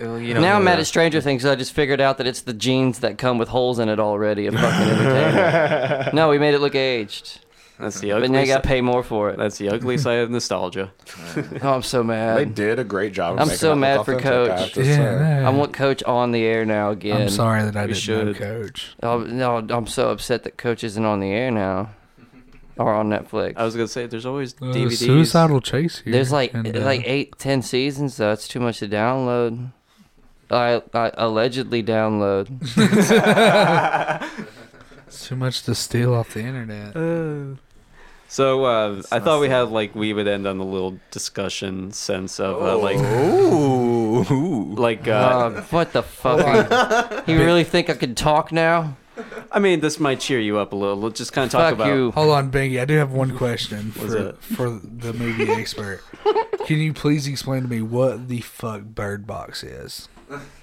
[SPEAKER 4] Well, you know,
[SPEAKER 3] now I'm
[SPEAKER 4] the-
[SPEAKER 3] mad at Stranger Things 'cause I just figured out that it's the jeans that come with holes in it already. Of fucking entertainment. no, we made it look aged.
[SPEAKER 5] That's the
[SPEAKER 3] But
[SPEAKER 5] ugly.
[SPEAKER 3] now you
[SPEAKER 5] si-
[SPEAKER 3] gotta pay more for it.
[SPEAKER 5] That's the ugly side of nostalgia.
[SPEAKER 3] Oh, I'm so
[SPEAKER 1] they
[SPEAKER 3] mad.
[SPEAKER 1] did a great job. Of
[SPEAKER 3] I'm
[SPEAKER 1] making
[SPEAKER 3] so
[SPEAKER 1] it look
[SPEAKER 3] mad for
[SPEAKER 1] authentic,
[SPEAKER 3] Coach.
[SPEAKER 1] I have to say.
[SPEAKER 2] Yeah,
[SPEAKER 3] I
[SPEAKER 2] no.
[SPEAKER 3] want Coach on the air now again.
[SPEAKER 2] I'm sorry that I
[SPEAKER 5] We
[SPEAKER 2] didn't know
[SPEAKER 5] should.
[SPEAKER 2] coach.
[SPEAKER 3] Oh, no, I'm so upset that Coach isn't on the air now, or on Netflix.
[SPEAKER 5] I was gonna say, there's always
[SPEAKER 2] Uh,
[SPEAKER 5] DVDs.
[SPEAKER 2] Suicidal Chase here.
[SPEAKER 3] There's like
[SPEAKER 2] and, uh,
[SPEAKER 3] like eight, ten seasons though. It's too much to download. I, I allegedly download.
[SPEAKER 2] it's uh, too much to steal off the internet.
[SPEAKER 5] So uh, I thought we had like we would end on the little discussion sense of uh, like
[SPEAKER 1] Oh.
[SPEAKER 4] Ooh.
[SPEAKER 5] like uh,
[SPEAKER 3] Uh, what the fuck? you really think I can talk now?
[SPEAKER 5] I mean this might cheer you up a little. Let's just kind of talk
[SPEAKER 3] Fuck
[SPEAKER 5] about
[SPEAKER 3] you.
[SPEAKER 2] Hold on, Bingy. I do have one question for,
[SPEAKER 5] it?
[SPEAKER 2] for the movie expert. Can you please explain to me what the fuck Bird Box is?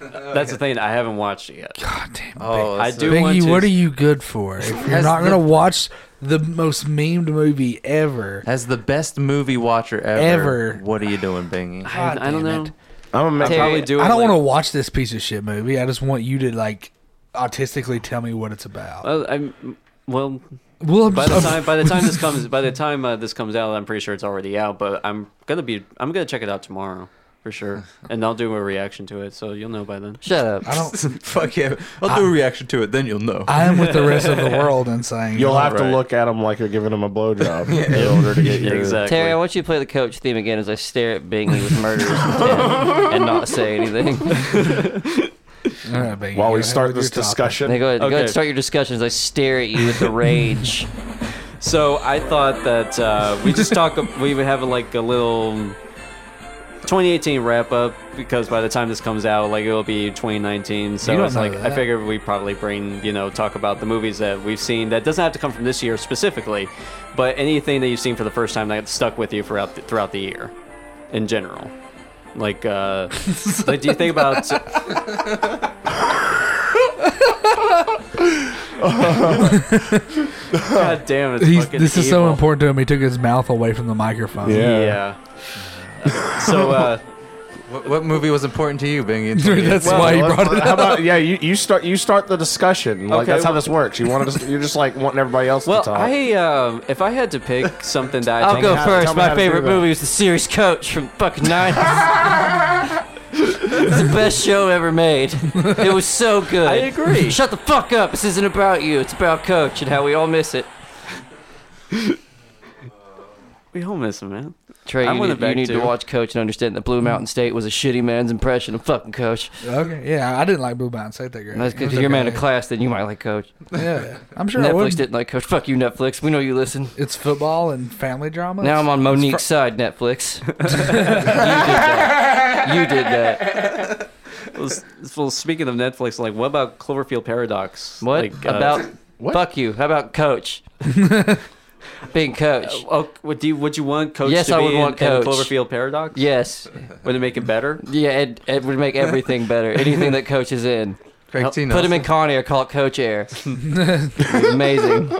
[SPEAKER 5] that's the thing I haven't watched it yet.
[SPEAKER 2] God damn it.
[SPEAKER 4] Oh,
[SPEAKER 5] I
[SPEAKER 4] so-
[SPEAKER 5] do want
[SPEAKER 2] Bingy,
[SPEAKER 5] to.
[SPEAKER 2] what are you good for? If you're
[SPEAKER 3] That's
[SPEAKER 2] not
[SPEAKER 3] the-
[SPEAKER 2] going to watch the most memed movie ever.
[SPEAKER 4] As the best movie watcher ever,
[SPEAKER 2] Ever.
[SPEAKER 4] what are you doing, Bingy?
[SPEAKER 2] God
[SPEAKER 3] I, I don't
[SPEAKER 2] damn
[SPEAKER 3] know.
[SPEAKER 2] it.
[SPEAKER 1] I'm a
[SPEAKER 3] Terry,
[SPEAKER 1] man.
[SPEAKER 5] Probably do it
[SPEAKER 2] I don't
[SPEAKER 5] like-
[SPEAKER 2] want to watch this piece of shit movie. I just want you to like autistically tell me what it's about.
[SPEAKER 5] Well, I'm, well,
[SPEAKER 2] well,
[SPEAKER 5] Uh, by the time by the time this comes by the time uh, this comes out, I'm pretty sure it's already out. But I'm gonna be I'm gonna check it out tomorrow for sure, and I'll do a reaction to it, so you'll know by then.
[SPEAKER 3] Shut up.
[SPEAKER 2] I don't.
[SPEAKER 4] Fuck yeah. I'll do a reaction to it, then you'll know.
[SPEAKER 2] I am with the rest of the world and saying
[SPEAKER 1] You'll have to
[SPEAKER 4] Right.
[SPEAKER 1] look at him like you're giving him a blowjob in order to get your
[SPEAKER 5] Exactly.
[SPEAKER 3] Terry, I want you to play the coach theme again as I stare at Bingley with murderous intent and not say anything.
[SPEAKER 2] All right, baby,
[SPEAKER 1] While
[SPEAKER 2] go
[SPEAKER 1] we
[SPEAKER 2] ahead
[SPEAKER 1] start
[SPEAKER 2] with
[SPEAKER 1] this
[SPEAKER 2] your topic.
[SPEAKER 1] discussion,
[SPEAKER 3] Now go ahead, go ahead
[SPEAKER 5] Okay.
[SPEAKER 3] and start your discussion as I stare at you with the rage.
[SPEAKER 5] So I thought that uh, we just talk. We would have like a little 2018 wrap up because by the time this comes out, like it'll be 2019.
[SPEAKER 2] You
[SPEAKER 5] So
[SPEAKER 2] don't
[SPEAKER 5] it's
[SPEAKER 2] know
[SPEAKER 5] like
[SPEAKER 2] that.
[SPEAKER 5] I figured we probably bring you know talk about the movies that we've seen that doesn't have to come from this year specifically, but anything that you've seen for the first time that stuck with you throughout the, throughout the year, in general. Like, uh, like do you think about? God damn it!
[SPEAKER 2] He's, this is so important to him. He took his mouth away from the microphone.
[SPEAKER 1] Yeah.
[SPEAKER 5] Yeah. so uh,
[SPEAKER 4] What, what movie was important to you, Bingy? in 2018?
[SPEAKER 2] That's why he
[SPEAKER 1] Well,
[SPEAKER 2] brought it
[SPEAKER 1] how
[SPEAKER 2] up.
[SPEAKER 1] about yeah? You, you start you start the discussion. Like
[SPEAKER 5] Okay,
[SPEAKER 1] that's how
[SPEAKER 5] well-
[SPEAKER 1] this works. You want to you're just like wanting everybody else
[SPEAKER 5] well,
[SPEAKER 1] to talk.
[SPEAKER 5] I um, if I had to pick something that I
[SPEAKER 3] I'll
[SPEAKER 5] think
[SPEAKER 3] go
[SPEAKER 1] how- tell
[SPEAKER 3] first.
[SPEAKER 1] me how
[SPEAKER 3] My
[SPEAKER 1] to do
[SPEAKER 3] favorite
[SPEAKER 1] that.
[SPEAKER 3] movie was the series Coach from fucking Niners. it's the best show ever made. It was so good.
[SPEAKER 5] I agree.
[SPEAKER 3] Shut the fuck up. This isn't about you. It's about Coach and how we all miss it.
[SPEAKER 5] we all miss him, man.
[SPEAKER 3] Trey,
[SPEAKER 5] I
[SPEAKER 3] you
[SPEAKER 5] want
[SPEAKER 3] need,
[SPEAKER 5] it
[SPEAKER 3] you
[SPEAKER 5] back
[SPEAKER 3] need to
[SPEAKER 5] too.
[SPEAKER 3] watch Coach and understand that Blue Mountain State was a shitty man's impression of fucking Coach.
[SPEAKER 2] Okay, yeah, I didn't like Blue Mountain State that great.
[SPEAKER 3] And that's because
[SPEAKER 2] It was
[SPEAKER 3] you're a man
[SPEAKER 2] okay.
[SPEAKER 3] of class, then you might like Coach.
[SPEAKER 2] Yeah, I'm sure I
[SPEAKER 3] Netflix
[SPEAKER 2] would.
[SPEAKER 3] didn't like Coach. Fuck you, Netflix. We know you listen.
[SPEAKER 2] It's football and family drama.
[SPEAKER 3] Now I'm on Monique's side, Netflix. you did that. You did that.
[SPEAKER 5] Well, s- well, speaking of Netflix, like what about Cloverfield Paradox?
[SPEAKER 3] What
[SPEAKER 5] Like, uh,
[SPEAKER 3] about
[SPEAKER 1] What?
[SPEAKER 3] fuck you? How about coach? Being coach.
[SPEAKER 5] Oh, would you would you want Coach?
[SPEAKER 3] Yes,
[SPEAKER 5] to
[SPEAKER 3] I
[SPEAKER 5] be
[SPEAKER 3] would
[SPEAKER 5] in-
[SPEAKER 3] want
[SPEAKER 5] in
[SPEAKER 3] Coach.
[SPEAKER 5] Cloverfield Paradox.
[SPEAKER 3] Yes.
[SPEAKER 5] would it make it better?
[SPEAKER 3] Yeah, it, it would make everything better. Anything that coach is in.
[SPEAKER 4] Craig T.
[SPEAKER 3] Put him in
[SPEAKER 4] Nelson.
[SPEAKER 3] Con Air, call it Coach Air. Amazing.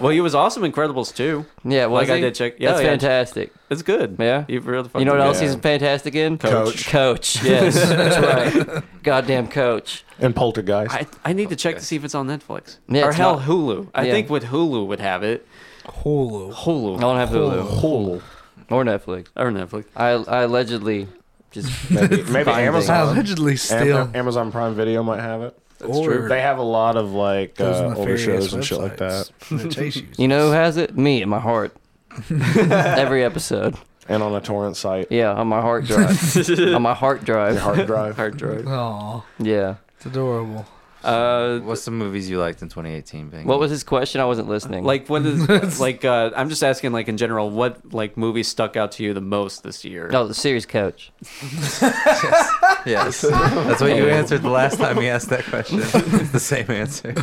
[SPEAKER 5] Well, he was awesome in Incredibles too.
[SPEAKER 3] Yeah, was
[SPEAKER 5] Like I
[SPEAKER 3] he?
[SPEAKER 5] did check- yeah,
[SPEAKER 3] That's
[SPEAKER 5] yeah.
[SPEAKER 3] fantastic.
[SPEAKER 5] It's good.
[SPEAKER 3] Yeah?
[SPEAKER 5] you really
[SPEAKER 3] You know what else
[SPEAKER 1] Yeah.
[SPEAKER 3] he's fantastic in?
[SPEAKER 1] Coach.
[SPEAKER 3] Coach. Yes, that's right. Goddamn coach.
[SPEAKER 1] and Poltergeist.
[SPEAKER 5] I, I need to check to see if it's on Netflix
[SPEAKER 3] Yeah,
[SPEAKER 5] or
[SPEAKER 3] it's
[SPEAKER 5] hell
[SPEAKER 3] not-
[SPEAKER 5] Hulu. I
[SPEAKER 3] Yeah.
[SPEAKER 5] think with Hulu would have it.
[SPEAKER 2] Hulu.
[SPEAKER 5] Hulu.
[SPEAKER 3] I don't have Hulu
[SPEAKER 1] Hulu.
[SPEAKER 3] or Netflix.
[SPEAKER 5] or Netflix.
[SPEAKER 3] I I allegedly just
[SPEAKER 1] Maybe, maybe
[SPEAKER 3] Finding.
[SPEAKER 2] I
[SPEAKER 1] Amazon.
[SPEAKER 2] allegedly
[SPEAKER 1] Am-
[SPEAKER 2] still.
[SPEAKER 1] Amazon Prime Video might have it.
[SPEAKER 2] or
[SPEAKER 1] They have a lot of like
[SPEAKER 2] those
[SPEAKER 1] uh, older
[SPEAKER 2] nefarious
[SPEAKER 1] shows and shit like that,
[SPEAKER 2] websites that chase you.
[SPEAKER 3] You know who has it? Me in my heart. Every episode.
[SPEAKER 1] and on a torrent site,
[SPEAKER 3] Yeah, on my hard drive. on my hard drive.
[SPEAKER 1] your hard drive.
[SPEAKER 5] Hard drive.
[SPEAKER 2] Aw,
[SPEAKER 3] Yeah.
[SPEAKER 2] it's adorable.
[SPEAKER 5] Uh,
[SPEAKER 4] What's some movies you liked in 2018, Bingy?
[SPEAKER 3] What was his question? I wasn't listening.
[SPEAKER 5] like what is like uh, i'm just asking like in general what like movie stuck out to you the most this year
[SPEAKER 3] no, the series coach.
[SPEAKER 4] Yes. That's what you answered the last time we asked that question. It's the same answer.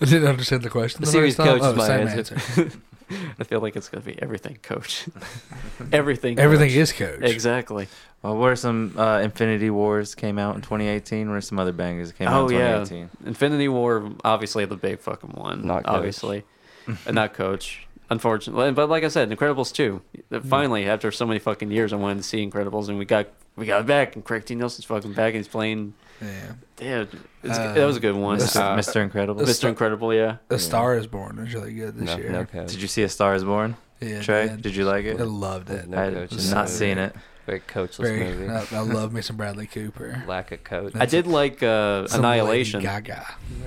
[SPEAKER 2] I didn't understand the question.
[SPEAKER 3] The
[SPEAKER 2] first
[SPEAKER 3] series
[SPEAKER 2] time.
[SPEAKER 3] coach is
[SPEAKER 2] Oh,
[SPEAKER 3] my
[SPEAKER 2] same
[SPEAKER 3] answer.
[SPEAKER 5] i feel like it's gonna be everything coach everything
[SPEAKER 2] Everything
[SPEAKER 5] coach.
[SPEAKER 2] is coach.
[SPEAKER 5] exactly
[SPEAKER 4] Well, what are some uh, Infinity Wars came out in 2018? What are some other bangers that came out
[SPEAKER 5] Oh,
[SPEAKER 4] in
[SPEAKER 5] yeah.
[SPEAKER 4] 2018?
[SPEAKER 5] infinity war obviously the big fucking one
[SPEAKER 3] Not
[SPEAKER 5] not
[SPEAKER 3] Coach.
[SPEAKER 5] obviously and not coach unfortunately but like i said incredibles 2
[SPEAKER 3] Mm.
[SPEAKER 5] finally after so many fucking years i wanted to see incredibles and we got we got it back and craig t nelson's fucking back and he's playing
[SPEAKER 2] Yeah.
[SPEAKER 5] yeah it's,
[SPEAKER 2] Uh,
[SPEAKER 5] that was a good one
[SPEAKER 4] Mr.
[SPEAKER 5] Uh,
[SPEAKER 4] Mr. Incredible.
[SPEAKER 5] mr incredible yeah
[SPEAKER 2] A Star is Born was really good this
[SPEAKER 3] No,
[SPEAKER 2] year.
[SPEAKER 3] no coach.
[SPEAKER 4] Did you see A Star Is Born?
[SPEAKER 2] Yeah,
[SPEAKER 4] Trey,
[SPEAKER 2] man.
[SPEAKER 4] did you like it?
[SPEAKER 2] I loved it.
[SPEAKER 3] No
[SPEAKER 4] I
[SPEAKER 3] coach
[SPEAKER 4] have
[SPEAKER 3] is
[SPEAKER 4] not
[SPEAKER 3] a
[SPEAKER 4] seen it.
[SPEAKER 3] Very coachless
[SPEAKER 2] Very,
[SPEAKER 3] movie.
[SPEAKER 2] I, I love me some Bradley Cooper.
[SPEAKER 3] Lack of coach.
[SPEAKER 5] I did like uh,
[SPEAKER 2] Some
[SPEAKER 5] Annihilation.
[SPEAKER 2] Lady Gaga.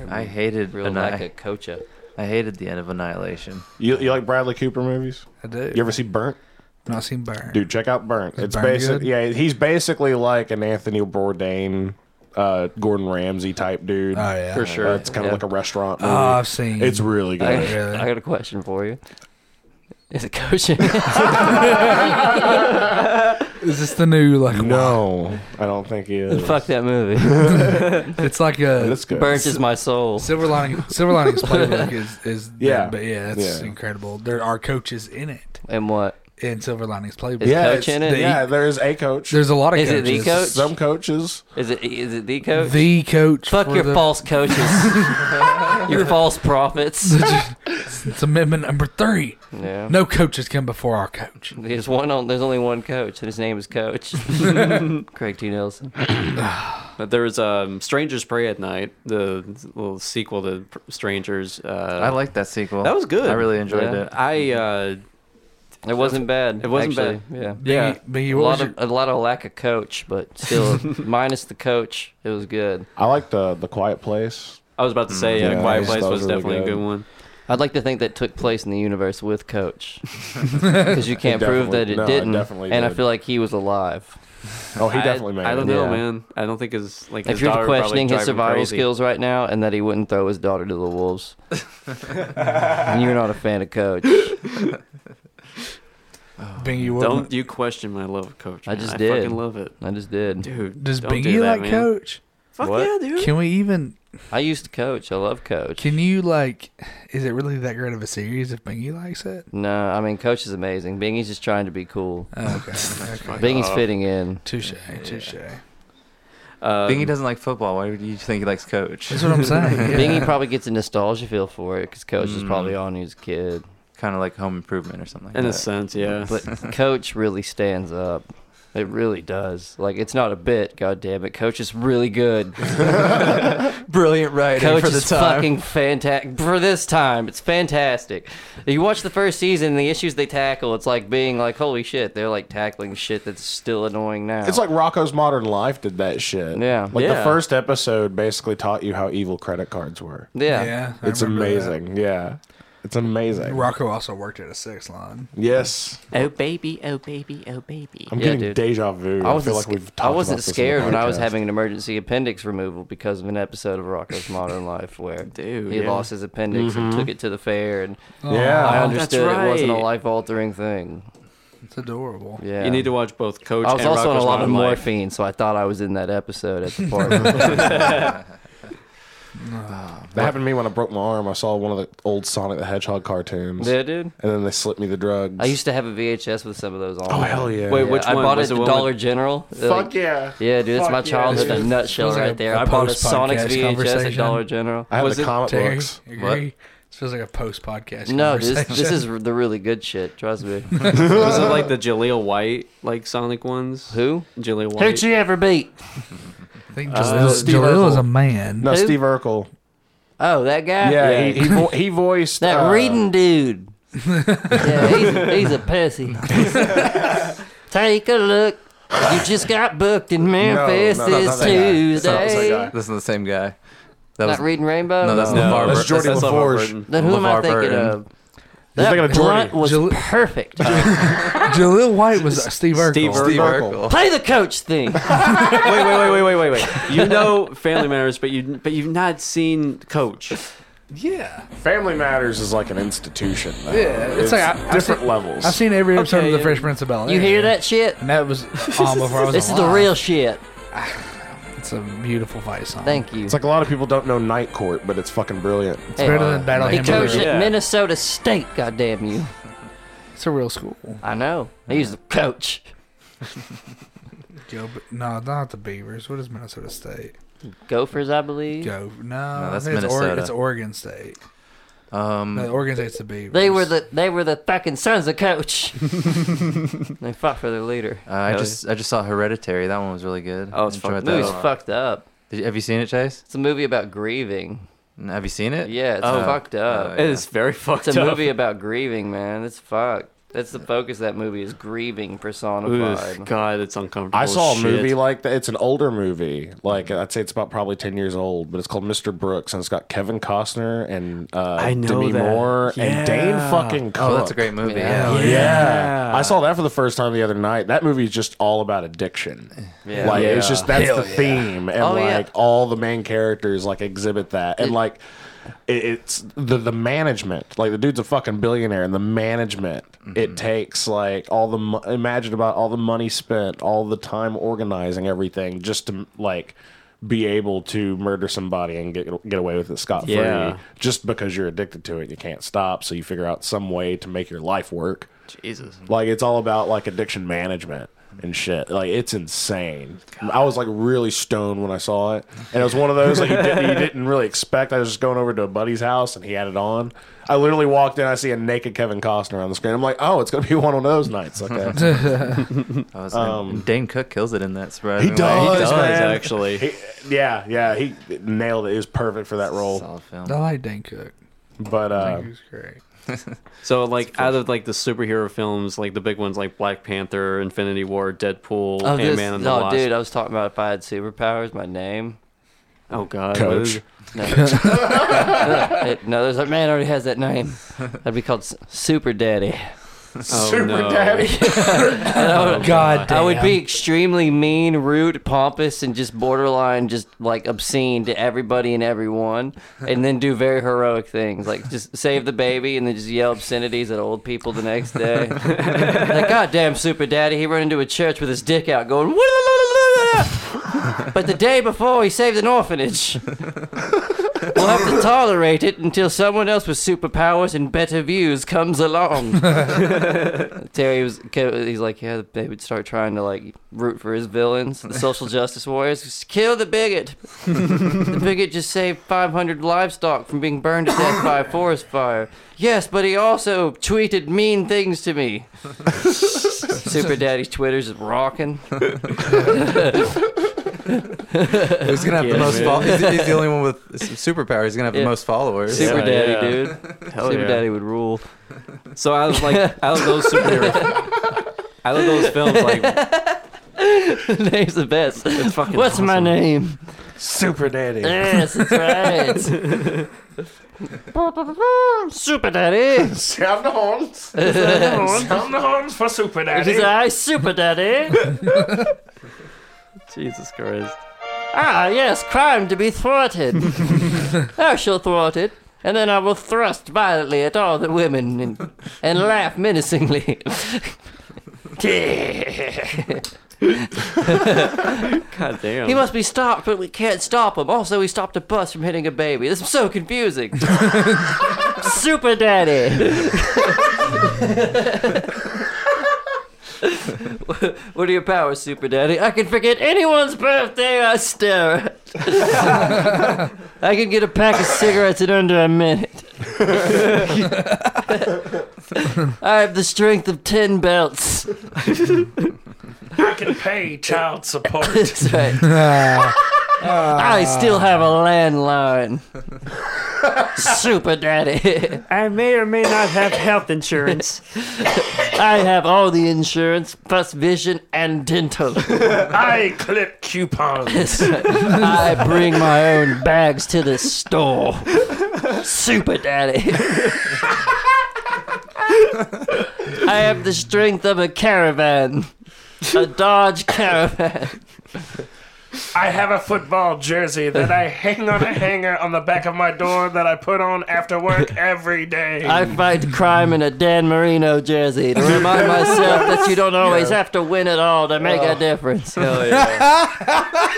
[SPEAKER 4] I hated
[SPEAKER 3] Real lack
[SPEAKER 4] Anni-
[SPEAKER 3] of coach up.
[SPEAKER 4] I hated the end of Annihilation.
[SPEAKER 1] You, you like Bradley Cooper movies?
[SPEAKER 2] I do.
[SPEAKER 1] You ever see Burnt?
[SPEAKER 2] Not seen Burn.
[SPEAKER 1] Dude, check out Burnt.
[SPEAKER 2] Is
[SPEAKER 1] it's
[SPEAKER 2] Burnt
[SPEAKER 1] basic.
[SPEAKER 2] good?
[SPEAKER 1] Yeah, he's basically like an Anthony Bourdain, uh, Gordon Ramsay type dude.
[SPEAKER 2] Oh yeah.
[SPEAKER 5] For sure.
[SPEAKER 1] Uh, it's kind of
[SPEAKER 3] Yeah.
[SPEAKER 1] like a restaurant.
[SPEAKER 2] Oh,
[SPEAKER 1] Movie.
[SPEAKER 2] I've seen.
[SPEAKER 1] it's really
[SPEAKER 3] I,
[SPEAKER 1] good.
[SPEAKER 2] really?
[SPEAKER 3] I got a question for you. Is it coach?
[SPEAKER 2] is this the new like?
[SPEAKER 1] no, I don't think he is.
[SPEAKER 3] Fuck that movie.
[SPEAKER 2] It's like a
[SPEAKER 1] That's good.
[SPEAKER 3] Burnt is my soul.
[SPEAKER 2] Silver Lining. Silver Linings Playbook is is
[SPEAKER 1] Yeah.
[SPEAKER 2] but yeah, that's
[SPEAKER 1] Yeah.
[SPEAKER 2] incredible. There are coaches in it
[SPEAKER 3] And what?
[SPEAKER 2] in Silver Linings Playbook.
[SPEAKER 3] Is
[SPEAKER 1] yeah,
[SPEAKER 3] coach
[SPEAKER 1] it's-
[SPEAKER 3] in it?
[SPEAKER 1] yeah, there is a coach.
[SPEAKER 2] There's a lot of
[SPEAKER 3] Is it
[SPEAKER 2] coaches.
[SPEAKER 3] the coach?
[SPEAKER 1] Some coaches.
[SPEAKER 3] Is it is it the coach?
[SPEAKER 2] The coach.
[SPEAKER 3] Fuck
[SPEAKER 2] for
[SPEAKER 3] your
[SPEAKER 2] the,
[SPEAKER 3] false coaches. your false prophets.
[SPEAKER 2] It's amendment number three.
[SPEAKER 3] Yeah.
[SPEAKER 2] No coaches come before our coach.
[SPEAKER 3] There's one on. There's only one coach, and his name is Coach Craig T. Nelson.
[SPEAKER 5] But there was um, Strangers Pray at Night, the little sequel to Pr- Strangers. Uh,
[SPEAKER 4] I liked that sequel.
[SPEAKER 5] That was good.
[SPEAKER 4] I really enjoyed
[SPEAKER 3] Yeah.
[SPEAKER 4] it.
[SPEAKER 5] I uh,
[SPEAKER 3] It wasn't bad.
[SPEAKER 5] It wasn't
[SPEAKER 3] actually. bad. Yeah.
[SPEAKER 5] yeah.
[SPEAKER 2] But
[SPEAKER 3] A
[SPEAKER 2] you
[SPEAKER 3] lot of a lot of lack of coach, but still minus the coach, it was good.
[SPEAKER 1] I like the the Quiet Place.
[SPEAKER 5] I was about to say
[SPEAKER 1] Mm, Yeah,
[SPEAKER 5] yeah, Quiet
[SPEAKER 1] I
[SPEAKER 5] Place
[SPEAKER 1] thought it was
[SPEAKER 5] was
[SPEAKER 1] really
[SPEAKER 5] definitely
[SPEAKER 1] good.
[SPEAKER 5] a good one.
[SPEAKER 3] I'd like to think that took place in the universe with Coach, because you can't prove
[SPEAKER 1] definitely-
[SPEAKER 3] that it
[SPEAKER 1] no, it
[SPEAKER 3] didn't.
[SPEAKER 1] definitely
[SPEAKER 3] and I
[SPEAKER 1] did.
[SPEAKER 3] feel like he was alive.
[SPEAKER 1] Oh, he
[SPEAKER 5] I-
[SPEAKER 1] definitely made
[SPEAKER 5] I
[SPEAKER 1] it.
[SPEAKER 5] don't know,
[SPEAKER 3] Yeah.
[SPEAKER 5] man. I don't think his like
[SPEAKER 3] If
[SPEAKER 5] his
[SPEAKER 3] you're
[SPEAKER 5] daughter probably
[SPEAKER 3] questioning his
[SPEAKER 5] drive him
[SPEAKER 3] survival
[SPEAKER 5] crazy.
[SPEAKER 3] skills right now, and that he wouldn't throw his daughter to the wolves, and you're not a fan of Coach.
[SPEAKER 2] Bingy
[SPEAKER 5] Don't
[SPEAKER 2] Woodland.
[SPEAKER 5] you question my love of Coach?
[SPEAKER 3] I
[SPEAKER 5] man.
[SPEAKER 3] just
[SPEAKER 5] I
[SPEAKER 3] did.
[SPEAKER 5] fucking love it,
[SPEAKER 3] I just did.
[SPEAKER 5] dude.
[SPEAKER 2] Does
[SPEAKER 5] don't
[SPEAKER 2] Bingy
[SPEAKER 5] do that,
[SPEAKER 2] like
[SPEAKER 5] man.
[SPEAKER 2] coach?
[SPEAKER 5] Fuck
[SPEAKER 3] What?
[SPEAKER 5] yeah, dude.
[SPEAKER 2] Can we even?
[SPEAKER 3] I used to coach. I love coach.
[SPEAKER 2] Can you like? Is it really that great of a series if Bingy likes it?
[SPEAKER 3] no, I mean coach is amazing. Bingy's just trying to be cool.
[SPEAKER 2] Oh, okay. okay.
[SPEAKER 3] Bingy's fitting in.
[SPEAKER 2] Touche. Touche.
[SPEAKER 5] Um,
[SPEAKER 4] Bingy doesn't like football. Why do you think he likes Coach?
[SPEAKER 2] That's what I'm saying. yeah.
[SPEAKER 3] Bingy probably gets a nostalgia feel for it because coach
[SPEAKER 1] Mm.
[SPEAKER 3] was probably on when he was a kid.
[SPEAKER 4] Kind of like Home Improvement or something. Like
[SPEAKER 5] in a
[SPEAKER 4] that.
[SPEAKER 5] sense, yeah.
[SPEAKER 3] But coach really stands up. It really does. Like it's not a bit. God damn it, coach is really good.
[SPEAKER 4] Brilliant writing
[SPEAKER 3] Coach
[SPEAKER 4] for the
[SPEAKER 3] is
[SPEAKER 4] time.
[SPEAKER 3] fucking fantastic for this time. It's fantastic. You watch the first season, the issues they tackle, it's like being like, holy shit, they're like tackling shit that's still annoying now.
[SPEAKER 1] It's like Rocco's Modern Life did that shit.
[SPEAKER 3] Yeah.
[SPEAKER 1] Like the
[SPEAKER 5] Yeah.
[SPEAKER 1] first episode basically taught you how evil credit cards were.
[SPEAKER 3] yeah.
[SPEAKER 2] I
[SPEAKER 1] It's
[SPEAKER 2] remember that.
[SPEAKER 1] amazing. Yeah. It's amazing.
[SPEAKER 2] Rocco also worked at a six line.
[SPEAKER 1] Yes.
[SPEAKER 3] Oh baby, oh baby, oh baby.
[SPEAKER 1] I'm getting deja vu. I, feel like we've talked
[SPEAKER 3] I wasn't
[SPEAKER 1] about this in the
[SPEAKER 3] scared when I was
[SPEAKER 1] podcast.
[SPEAKER 3] having an emergency appendix removal because of an episode of Rocco's Modern Life where
[SPEAKER 5] Dude,
[SPEAKER 3] he
[SPEAKER 5] yeah.
[SPEAKER 3] lost his appendix and took it to the fair, and I
[SPEAKER 2] Oh.
[SPEAKER 1] Yeah.
[SPEAKER 5] that's
[SPEAKER 3] understood it wasn't a
[SPEAKER 5] right.
[SPEAKER 3] life altering thing.
[SPEAKER 2] It's adorable.
[SPEAKER 3] Yeah,
[SPEAKER 5] You need to watch both Coach.
[SPEAKER 3] I was
[SPEAKER 5] and
[SPEAKER 3] also on a
[SPEAKER 5] Rocko's
[SPEAKER 3] lot of
[SPEAKER 5] Modern Life.
[SPEAKER 3] morphine, so I thought I was in that episode at the park.
[SPEAKER 1] That happened to me when I broke my arm. I saw one of the old Sonic the Hedgehog cartoons.
[SPEAKER 3] yeah, dude.
[SPEAKER 1] And then they slipped me the drugs.
[SPEAKER 3] I used to have a VHS with some of those on.
[SPEAKER 1] Oh, hell yeah.
[SPEAKER 5] Wait,
[SPEAKER 3] Yeah,
[SPEAKER 5] which
[SPEAKER 3] I
[SPEAKER 5] one?
[SPEAKER 3] bought
[SPEAKER 5] Was
[SPEAKER 3] it
[SPEAKER 5] the
[SPEAKER 3] at
[SPEAKER 5] one with-
[SPEAKER 3] Dollar General. Like-
[SPEAKER 1] yeah.
[SPEAKER 3] Yeah, dude, it's my
[SPEAKER 1] Fuck yeah,
[SPEAKER 3] childhood
[SPEAKER 1] dude.
[SPEAKER 3] in a nutshell
[SPEAKER 2] Sounds like a
[SPEAKER 3] right there. I bought a
[SPEAKER 2] post-podcast
[SPEAKER 3] Sonic's VHS at
[SPEAKER 2] conversation.
[SPEAKER 3] Dollar General.
[SPEAKER 1] I had
[SPEAKER 5] Was
[SPEAKER 1] the
[SPEAKER 5] it
[SPEAKER 1] comic
[SPEAKER 2] Terry,
[SPEAKER 1] books.
[SPEAKER 2] agree? This feels like a post podcast.
[SPEAKER 3] No, this this is the really good shit. Trust me.
[SPEAKER 5] Was it like the Jaleel White like Sonic ones?
[SPEAKER 3] Who?
[SPEAKER 5] Jaleel White.
[SPEAKER 3] Who'd you ever beat?
[SPEAKER 2] I think
[SPEAKER 1] Uh,
[SPEAKER 2] Jaleel,
[SPEAKER 1] Steve
[SPEAKER 2] Jaleel
[SPEAKER 1] Urkel.
[SPEAKER 2] is a man.
[SPEAKER 1] No,
[SPEAKER 3] Who?
[SPEAKER 1] Steve Urkel.
[SPEAKER 3] Oh, that guy.
[SPEAKER 1] Yeah, He, he, vo- he voiced.
[SPEAKER 3] that
[SPEAKER 1] uh,
[SPEAKER 3] reading dude. yeah, he's, he's a pussy. Take a look. You just got booked in Memphis
[SPEAKER 1] no, not
[SPEAKER 3] this
[SPEAKER 1] that guy. That's not that
[SPEAKER 3] Tuesday.
[SPEAKER 1] guy.
[SPEAKER 3] Not,
[SPEAKER 4] This is the same guy. That was
[SPEAKER 3] reading Rainbow.
[SPEAKER 4] no, that's
[SPEAKER 5] No,
[SPEAKER 4] LeVar.
[SPEAKER 1] that's Jordy
[SPEAKER 5] that's
[SPEAKER 1] LaForge.
[SPEAKER 5] LeVar Burton.
[SPEAKER 3] Then who am I
[SPEAKER 4] LeVar
[SPEAKER 3] thinking
[SPEAKER 4] Burton.
[SPEAKER 3] of? That
[SPEAKER 1] thinking of
[SPEAKER 3] blunt
[SPEAKER 1] Jordy.
[SPEAKER 3] was
[SPEAKER 2] Jal-
[SPEAKER 3] perfect.
[SPEAKER 2] Jaleel White was uh, Steve Urkel.
[SPEAKER 5] Steve
[SPEAKER 1] Steve
[SPEAKER 5] Urkel.
[SPEAKER 1] Urkel.
[SPEAKER 4] Uh,
[SPEAKER 3] Play the coach thing.
[SPEAKER 5] wait, wait, wait, wait, wait, wait, wait. You know Family Matters, but you but you've not seen Coach.
[SPEAKER 2] Yeah,
[SPEAKER 1] Family Matters is like an institution. Though.
[SPEAKER 2] Yeah, it's
[SPEAKER 1] it's,
[SPEAKER 2] like I- I've
[SPEAKER 1] different
[SPEAKER 2] seen-
[SPEAKER 1] levels.
[SPEAKER 2] I've seen every episode
[SPEAKER 5] Okay,
[SPEAKER 2] of The
[SPEAKER 5] yeah.
[SPEAKER 2] Fresh Prince of Bel Air.
[SPEAKER 3] You hear that shit?
[SPEAKER 2] And that was on before I was.
[SPEAKER 3] This is the
[SPEAKER 2] alive.
[SPEAKER 3] real shit.
[SPEAKER 2] It's a beautiful fight song.
[SPEAKER 3] Thank you.
[SPEAKER 1] It's like a lot of people don't know Night Court, but it's fucking brilliant.
[SPEAKER 2] It's better than Battle
[SPEAKER 3] He
[SPEAKER 2] Hamburger.
[SPEAKER 3] coached at
[SPEAKER 5] Yeah.
[SPEAKER 3] Minnesota State, goddamn you.
[SPEAKER 2] It's a real school.
[SPEAKER 3] I know. He's the coach.
[SPEAKER 2] Go, no, not the Beavers. What is Minnesota State?
[SPEAKER 3] Gophers, I believe.
[SPEAKER 2] Go. No,
[SPEAKER 4] No, that's
[SPEAKER 2] I think it's Ore-
[SPEAKER 4] Minnesota.
[SPEAKER 2] it's Oregon State.
[SPEAKER 4] Um,
[SPEAKER 2] No, Oregon State's the Beavers.
[SPEAKER 3] They were the they were the fucking sons of coach. they fought for their leader.
[SPEAKER 4] uh, I just I just saw Hereditary. That one was really good.
[SPEAKER 5] Oh, it's
[SPEAKER 4] Enjoyed
[SPEAKER 5] fucked
[SPEAKER 4] that
[SPEAKER 3] movie's
[SPEAKER 4] a lot.
[SPEAKER 3] fucked up.
[SPEAKER 4] Did you- have you seen it, Chase?
[SPEAKER 3] It's a movie about grieving.
[SPEAKER 4] N- Have you seen it?
[SPEAKER 3] Yeah, it's fucked up.
[SPEAKER 4] Oh,
[SPEAKER 5] It is very fucked
[SPEAKER 3] It's a
[SPEAKER 5] up.
[SPEAKER 3] movie about grieving, man. It's fucked. That's the focus of that movie is grieving personified.
[SPEAKER 5] Oof, God, it's uncomfortable.
[SPEAKER 1] I saw a
[SPEAKER 5] as
[SPEAKER 1] movie
[SPEAKER 5] shit.
[SPEAKER 1] like that. It's an older movie. Like I'd say it's about probably ten years old, but it's called Mr. Brooks, and it's got Kevin Costner and uh,
[SPEAKER 5] I know
[SPEAKER 1] Demi
[SPEAKER 5] that.
[SPEAKER 1] Moore and Dane
[SPEAKER 5] Yeah.
[SPEAKER 1] fucking. Cook.
[SPEAKER 4] Oh, that's a great movie. Yeah.
[SPEAKER 1] Yeah. I saw that for the first time the other night. That movie is just all about addiction.
[SPEAKER 3] Yeah.
[SPEAKER 1] Like it's
[SPEAKER 5] Yeah.
[SPEAKER 1] just that's the theme, and
[SPEAKER 3] Oh, yeah.
[SPEAKER 1] like all the main characters like exhibit that, and
[SPEAKER 3] It-
[SPEAKER 1] like it, it's the the management. Like the dude's a fucking billionaire, and the management it takes like all the mo- imagine about all the money spent, all the time organizing everything just to like be able to murder somebody and get get away with it scot free
[SPEAKER 5] Yeah.
[SPEAKER 1] just because you're addicted to it you can't stop so you figure out some way to make your life work
[SPEAKER 5] Jesus.
[SPEAKER 1] like it's all about like addiction management
[SPEAKER 6] and shit. Like it's insane. I was like really stoned when I saw it, and it was one of those like you didn't, you didn't really expect. I was just going over to a buddy's house, and he had it on. I literally walked in, I see a naked Kevin Costner on the screen. I'm like, oh, it's gonna be one of those nights. Okay,
[SPEAKER 4] I was like, Dane Cook kills it in that spread.
[SPEAKER 6] he does,
[SPEAKER 5] does,
[SPEAKER 6] man.
[SPEAKER 5] actually.
[SPEAKER 6] He- yeah, yeah, he nailed it. He was perfect for that role.
[SPEAKER 4] Solid film.
[SPEAKER 2] I like Dane Cook.
[SPEAKER 6] But uh,
[SPEAKER 2] He's great.
[SPEAKER 5] So like out of like the superhero films, like the big ones like Black Panther, Infinity War, Deadpool,
[SPEAKER 3] Oh,
[SPEAKER 5] Ant
[SPEAKER 3] this,
[SPEAKER 5] Man and the
[SPEAKER 3] no,
[SPEAKER 5] Wasp.
[SPEAKER 3] dude, I was talking about if I had superpowers, my name.
[SPEAKER 5] oh god, what is
[SPEAKER 6] coach,
[SPEAKER 5] it?
[SPEAKER 3] No, It- no, there's a man already has that name. That'd be called S- Super Daddy.
[SPEAKER 5] Oh,
[SPEAKER 6] super
[SPEAKER 5] no.
[SPEAKER 6] daddy.
[SPEAKER 5] Oh,
[SPEAKER 2] God
[SPEAKER 3] I would be extremely mean, rude, pompous, and just borderline, just like obscene to everybody and everyone, and then do very heroic things, like just save the baby and then just yell obscenities at old people the next day. like, goddamn, super daddy, he ran into a church with his dick out, going. "Wa-la-la-la-la-la." But the day before, he saved an orphanage. we'll have to tolerate it until someone else with superpowers and better views comes along. Terry was he's like, yeah, they would start trying to like root for his villains, the social justice warriors. Just kill the bigot. the bigot just saved 500 livestock from being burned to death by a forest fire. Yes, but he also tweeted mean things to me. Super Daddy's Twitter's is rocking.
[SPEAKER 4] He's gonna have the most. Fo- he's, he's the only one with s- superpower. He's gonna have
[SPEAKER 3] Yeah.
[SPEAKER 4] the most followers.
[SPEAKER 3] Super
[SPEAKER 5] Yeah,
[SPEAKER 3] Daddy,
[SPEAKER 5] yeah.
[SPEAKER 3] dude. Super
[SPEAKER 5] yeah.
[SPEAKER 3] Daddy would rule.
[SPEAKER 5] So out of like out of those superhero out of those films, like
[SPEAKER 3] Name's the best.
[SPEAKER 5] it's fucking
[SPEAKER 3] What's my
[SPEAKER 5] awesome.
[SPEAKER 3] name?
[SPEAKER 6] super daddy,
[SPEAKER 3] Yes, that's right. Super Daddy.
[SPEAKER 6] sound the horns, sound the horns for super
[SPEAKER 3] It is
[SPEAKER 6] daddy.
[SPEAKER 3] I, Super Daddy.
[SPEAKER 5] Jesus Christ.
[SPEAKER 3] Ah, yes, crime to be thwarted. I shall thwart it, and then I will thrust violently at all the women and, and laugh menacingly.
[SPEAKER 5] God damn.
[SPEAKER 3] he must be stopped, but we can't stop him. Also, he stopped a bus from hitting a baby. This is so confusing. Super Daddy. what are your powers, Super Daddy? I can forget anyone's birthday I stare at. I can get a pack of cigarettes in under a minute. I have the strength of ten belts.
[SPEAKER 10] Pay child support.
[SPEAKER 3] That's right. I still have a landline. Super daddy.
[SPEAKER 10] I may or may not have health insurance.
[SPEAKER 3] I have all the insurance, plus vision and dental.
[SPEAKER 10] I clip coupons.
[SPEAKER 3] I bring my own bags to the store. Super daddy. I have the strength of a caravan. A Dodge Caravan.
[SPEAKER 10] I have a football jersey that I hang on a hanger on the back of my door that I put on after work every day.
[SPEAKER 3] I fight crime in a Dan Marino jersey to remind myself that you don't always have to win it all to make a difference.
[SPEAKER 5] Oh,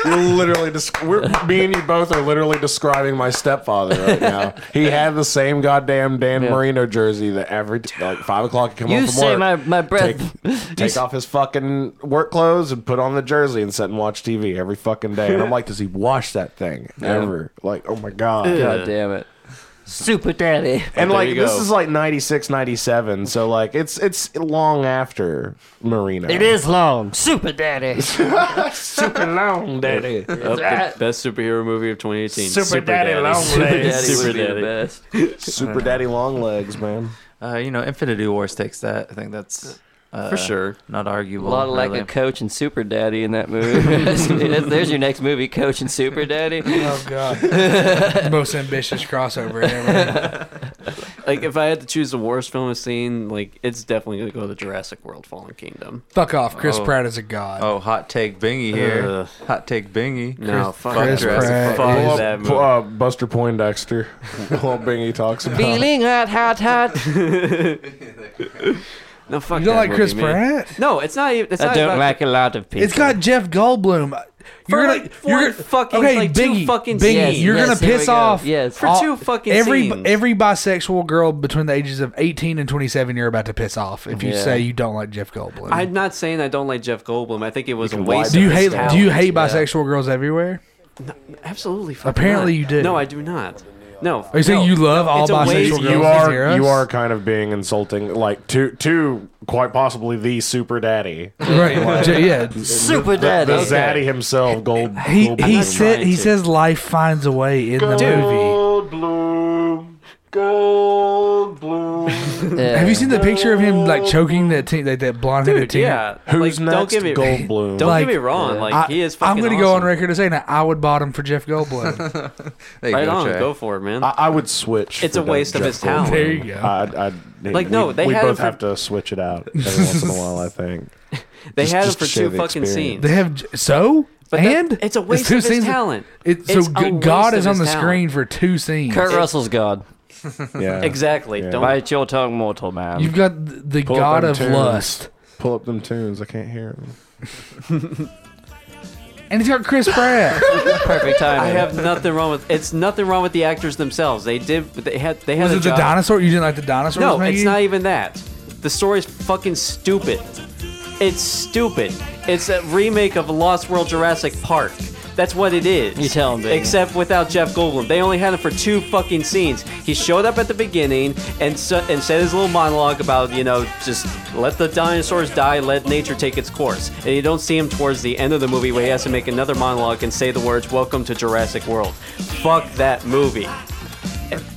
[SPEAKER 6] You're literally desc- we're, me and you both are literally describing my stepfather right now. He had the same goddamn Dan
[SPEAKER 3] Yeah.
[SPEAKER 6] Marino jersey that every t- like five o'clock he come
[SPEAKER 3] You
[SPEAKER 6] home from
[SPEAKER 3] say
[SPEAKER 6] work.
[SPEAKER 3] my, my breath.
[SPEAKER 6] take take off his fucking work clothes and put on the jersey and sit and watch TV every fucking day. And I'm like, does he wash that thing ever? Like, oh my god.
[SPEAKER 3] God damn it. Super daddy.
[SPEAKER 6] And
[SPEAKER 5] There
[SPEAKER 6] like
[SPEAKER 5] you go.
[SPEAKER 6] this is like 96, 97, so like it's it's long after Marino.
[SPEAKER 3] It is long. Super daddy.
[SPEAKER 6] super long, daddy.
[SPEAKER 5] Up the best superhero movie of 2018.
[SPEAKER 10] Super, Daddy, Long Legs.
[SPEAKER 5] Daddy would be the
[SPEAKER 3] best.
[SPEAKER 6] super daddy long legs, man.
[SPEAKER 4] Uh, you know, Infinity War takes that. I think that's uh,
[SPEAKER 5] for sure.
[SPEAKER 4] not
[SPEAKER 3] A
[SPEAKER 4] arguable.
[SPEAKER 3] lot of like
[SPEAKER 4] really.
[SPEAKER 3] a coach and super daddy in that movie. That's- There's your next movie, Coach and Super Daddy.
[SPEAKER 2] Oh god, most ambitious crossover ever.
[SPEAKER 5] Like if I had to choose the worst film I've seen, like it's definitely gonna go to Jurassic World: Fallen Kingdom.
[SPEAKER 2] Fuck off, Chris
[SPEAKER 4] Oh.
[SPEAKER 2] Pratt is a god.
[SPEAKER 4] Oh, hot take Bingy here.
[SPEAKER 5] Ugh.
[SPEAKER 4] Hot take Bingy.
[SPEAKER 5] No, fuck
[SPEAKER 4] Chris
[SPEAKER 5] Jurassic
[SPEAKER 2] Pratt.
[SPEAKER 5] Fuck
[SPEAKER 6] Pull up,
[SPEAKER 5] that movie.
[SPEAKER 6] pull
[SPEAKER 1] uh,
[SPEAKER 6] up Buster Poindexter. While Bingy talks about
[SPEAKER 3] Feeling hot, hot, hot.
[SPEAKER 5] No, fuck
[SPEAKER 2] you don't
[SPEAKER 5] that
[SPEAKER 2] like Chris
[SPEAKER 5] movie, man.
[SPEAKER 2] Pratt?
[SPEAKER 5] No, it's not. even- It's
[SPEAKER 3] I
[SPEAKER 5] not
[SPEAKER 3] don't
[SPEAKER 5] about-
[SPEAKER 3] like a lot of people.
[SPEAKER 2] It's got Jeff Goldblum. you're gonna
[SPEAKER 4] like
[SPEAKER 2] you're
[SPEAKER 4] one
[SPEAKER 2] gonna,
[SPEAKER 4] fucking-
[SPEAKER 2] okay,
[SPEAKER 4] like two
[SPEAKER 2] Biggie,
[SPEAKER 4] fucking
[SPEAKER 2] Biggie,
[SPEAKER 4] scenes.
[SPEAKER 2] you're
[SPEAKER 3] Yes,
[SPEAKER 2] gonna
[SPEAKER 3] here we
[SPEAKER 2] piss
[SPEAKER 3] go.
[SPEAKER 2] off
[SPEAKER 3] Yes. For
[SPEAKER 2] all-
[SPEAKER 4] two fucking
[SPEAKER 2] every
[SPEAKER 4] scenes.
[SPEAKER 2] every bisexual girl between the ages of 18 and 27 you're about to piss off if you
[SPEAKER 3] Yeah.
[SPEAKER 2] say you don't like Jeff Goldblum.
[SPEAKER 5] I'm not saying I don't like Jeff Goldblum. I think it was a
[SPEAKER 1] can lie
[SPEAKER 5] waste.
[SPEAKER 2] do
[SPEAKER 1] to
[SPEAKER 2] you
[SPEAKER 5] of his
[SPEAKER 2] hate
[SPEAKER 5] talent.
[SPEAKER 2] do you hate
[SPEAKER 3] yeah.
[SPEAKER 2] bisexual girls everywhere?
[SPEAKER 5] Absolutely. fucking
[SPEAKER 2] Apparently
[SPEAKER 5] not.
[SPEAKER 2] you do.
[SPEAKER 5] No, I do not. No.
[SPEAKER 2] Are you saying you love all
[SPEAKER 5] it's a waste-
[SPEAKER 2] bisexual girls?
[SPEAKER 1] you
[SPEAKER 2] in
[SPEAKER 1] are
[SPEAKER 2] here?
[SPEAKER 1] you are kind of being insulting, like to to quite possibly the super daddy,
[SPEAKER 2] right? yeah,
[SPEAKER 3] Super
[SPEAKER 1] the,
[SPEAKER 3] daddy.
[SPEAKER 1] the zaddy himself. Gold.
[SPEAKER 2] he
[SPEAKER 1] Goldblum.
[SPEAKER 2] he said
[SPEAKER 5] trying
[SPEAKER 2] he
[SPEAKER 5] to.
[SPEAKER 2] says life finds a way in the movie.
[SPEAKER 6] Goldblum, Goldblum.
[SPEAKER 3] Yeah.
[SPEAKER 2] Have you seen the picture of him like choking that teen, like that blonde headed
[SPEAKER 5] Dude,
[SPEAKER 2] teen?
[SPEAKER 5] yeah.
[SPEAKER 1] Who's
[SPEAKER 5] like,
[SPEAKER 1] next?
[SPEAKER 5] Don't get me,
[SPEAKER 1] Goldblum.
[SPEAKER 5] Don't
[SPEAKER 2] Like,
[SPEAKER 5] get me wrong.
[SPEAKER 3] yeah.
[SPEAKER 5] Like
[SPEAKER 2] I,
[SPEAKER 5] he is fucking.
[SPEAKER 2] I'm gonna
[SPEAKER 5] awesome.
[SPEAKER 2] go on record as saying that I would bottom for Jeff Goldblum.
[SPEAKER 4] There you
[SPEAKER 5] Right
[SPEAKER 4] go,
[SPEAKER 5] on.
[SPEAKER 4] Trey.
[SPEAKER 5] Go for it, man.
[SPEAKER 1] I, I would switch.
[SPEAKER 5] It's
[SPEAKER 1] for
[SPEAKER 5] a waste
[SPEAKER 1] Jeff
[SPEAKER 5] of his
[SPEAKER 1] Goldblum.
[SPEAKER 5] talent.
[SPEAKER 2] there you go.
[SPEAKER 1] I, I,
[SPEAKER 5] Like, no,
[SPEAKER 1] we-
[SPEAKER 5] they
[SPEAKER 1] we
[SPEAKER 5] had
[SPEAKER 1] both
[SPEAKER 5] it for-
[SPEAKER 1] have to switch it out every once in a while. I think.
[SPEAKER 5] they
[SPEAKER 1] just-
[SPEAKER 5] had
[SPEAKER 1] just
[SPEAKER 5] him for
[SPEAKER 1] to share
[SPEAKER 5] two
[SPEAKER 1] the
[SPEAKER 5] fucking
[SPEAKER 1] experience.
[SPEAKER 2] They
[SPEAKER 5] scenes.
[SPEAKER 2] have j- so
[SPEAKER 5] But that-
[SPEAKER 2] and
[SPEAKER 5] it's a waste
[SPEAKER 2] two
[SPEAKER 5] of his
[SPEAKER 2] scenes-
[SPEAKER 5] talent.
[SPEAKER 2] It, so
[SPEAKER 5] It's a
[SPEAKER 2] g-
[SPEAKER 5] waste
[SPEAKER 2] God
[SPEAKER 5] of
[SPEAKER 2] is on
[SPEAKER 5] his
[SPEAKER 2] the
[SPEAKER 5] talent.
[SPEAKER 2] screen for two scenes.
[SPEAKER 3] Kurt Russell's God.
[SPEAKER 1] Yeah.
[SPEAKER 5] Exactly.
[SPEAKER 1] Yeah.
[SPEAKER 5] Don't.
[SPEAKER 3] Bite your tongue, mortal man.
[SPEAKER 2] You've got th- the
[SPEAKER 1] Pull up
[SPEAKER 2] God
[SPEAKER 1] them
[SPEAKER 2] of
[SPEAKER 1] tunes.
[SPEAKER 2] lust,
[SPEAKER 1] Pull up them tunes. I can't hear them.
[SPEAKER 2] and it's got Chris Pratt.
[SPEAKER 3] Perfect timing.
[SPEAKER 5] I have nothing wrong with. It's nothing wrong with the actors themselves. They did. They had. They had
[SPEAKER 2] Was
[SPEAKER 5] a
[SPEAKER 2] it the
[SPEAKER 5] job.
[SPEAKER 2] dinosaur? You didn't like the dinosaurs?
[SPEAKER 5] No,
[SPEAKER 2] Maggie?
[SPEAKER 5] it's not even that. The story's fucking stupid. It's stupid. It's a remake of Lost World Jurassic Park. That's what it is.
[SPEAKER 3] You tell 'em, baby.
[SPEAKER 5] Except without Jeff Goldblum. They only had him for two fucking scenes. He showed up at the beginning and so, and said his little monologue about, you know, just let the dinosaurs die, let nature take its course. And you don't see him towards the end of the movie where he has to make another monologue and say the words, Welcome to Jurassic World. Fuck that movie.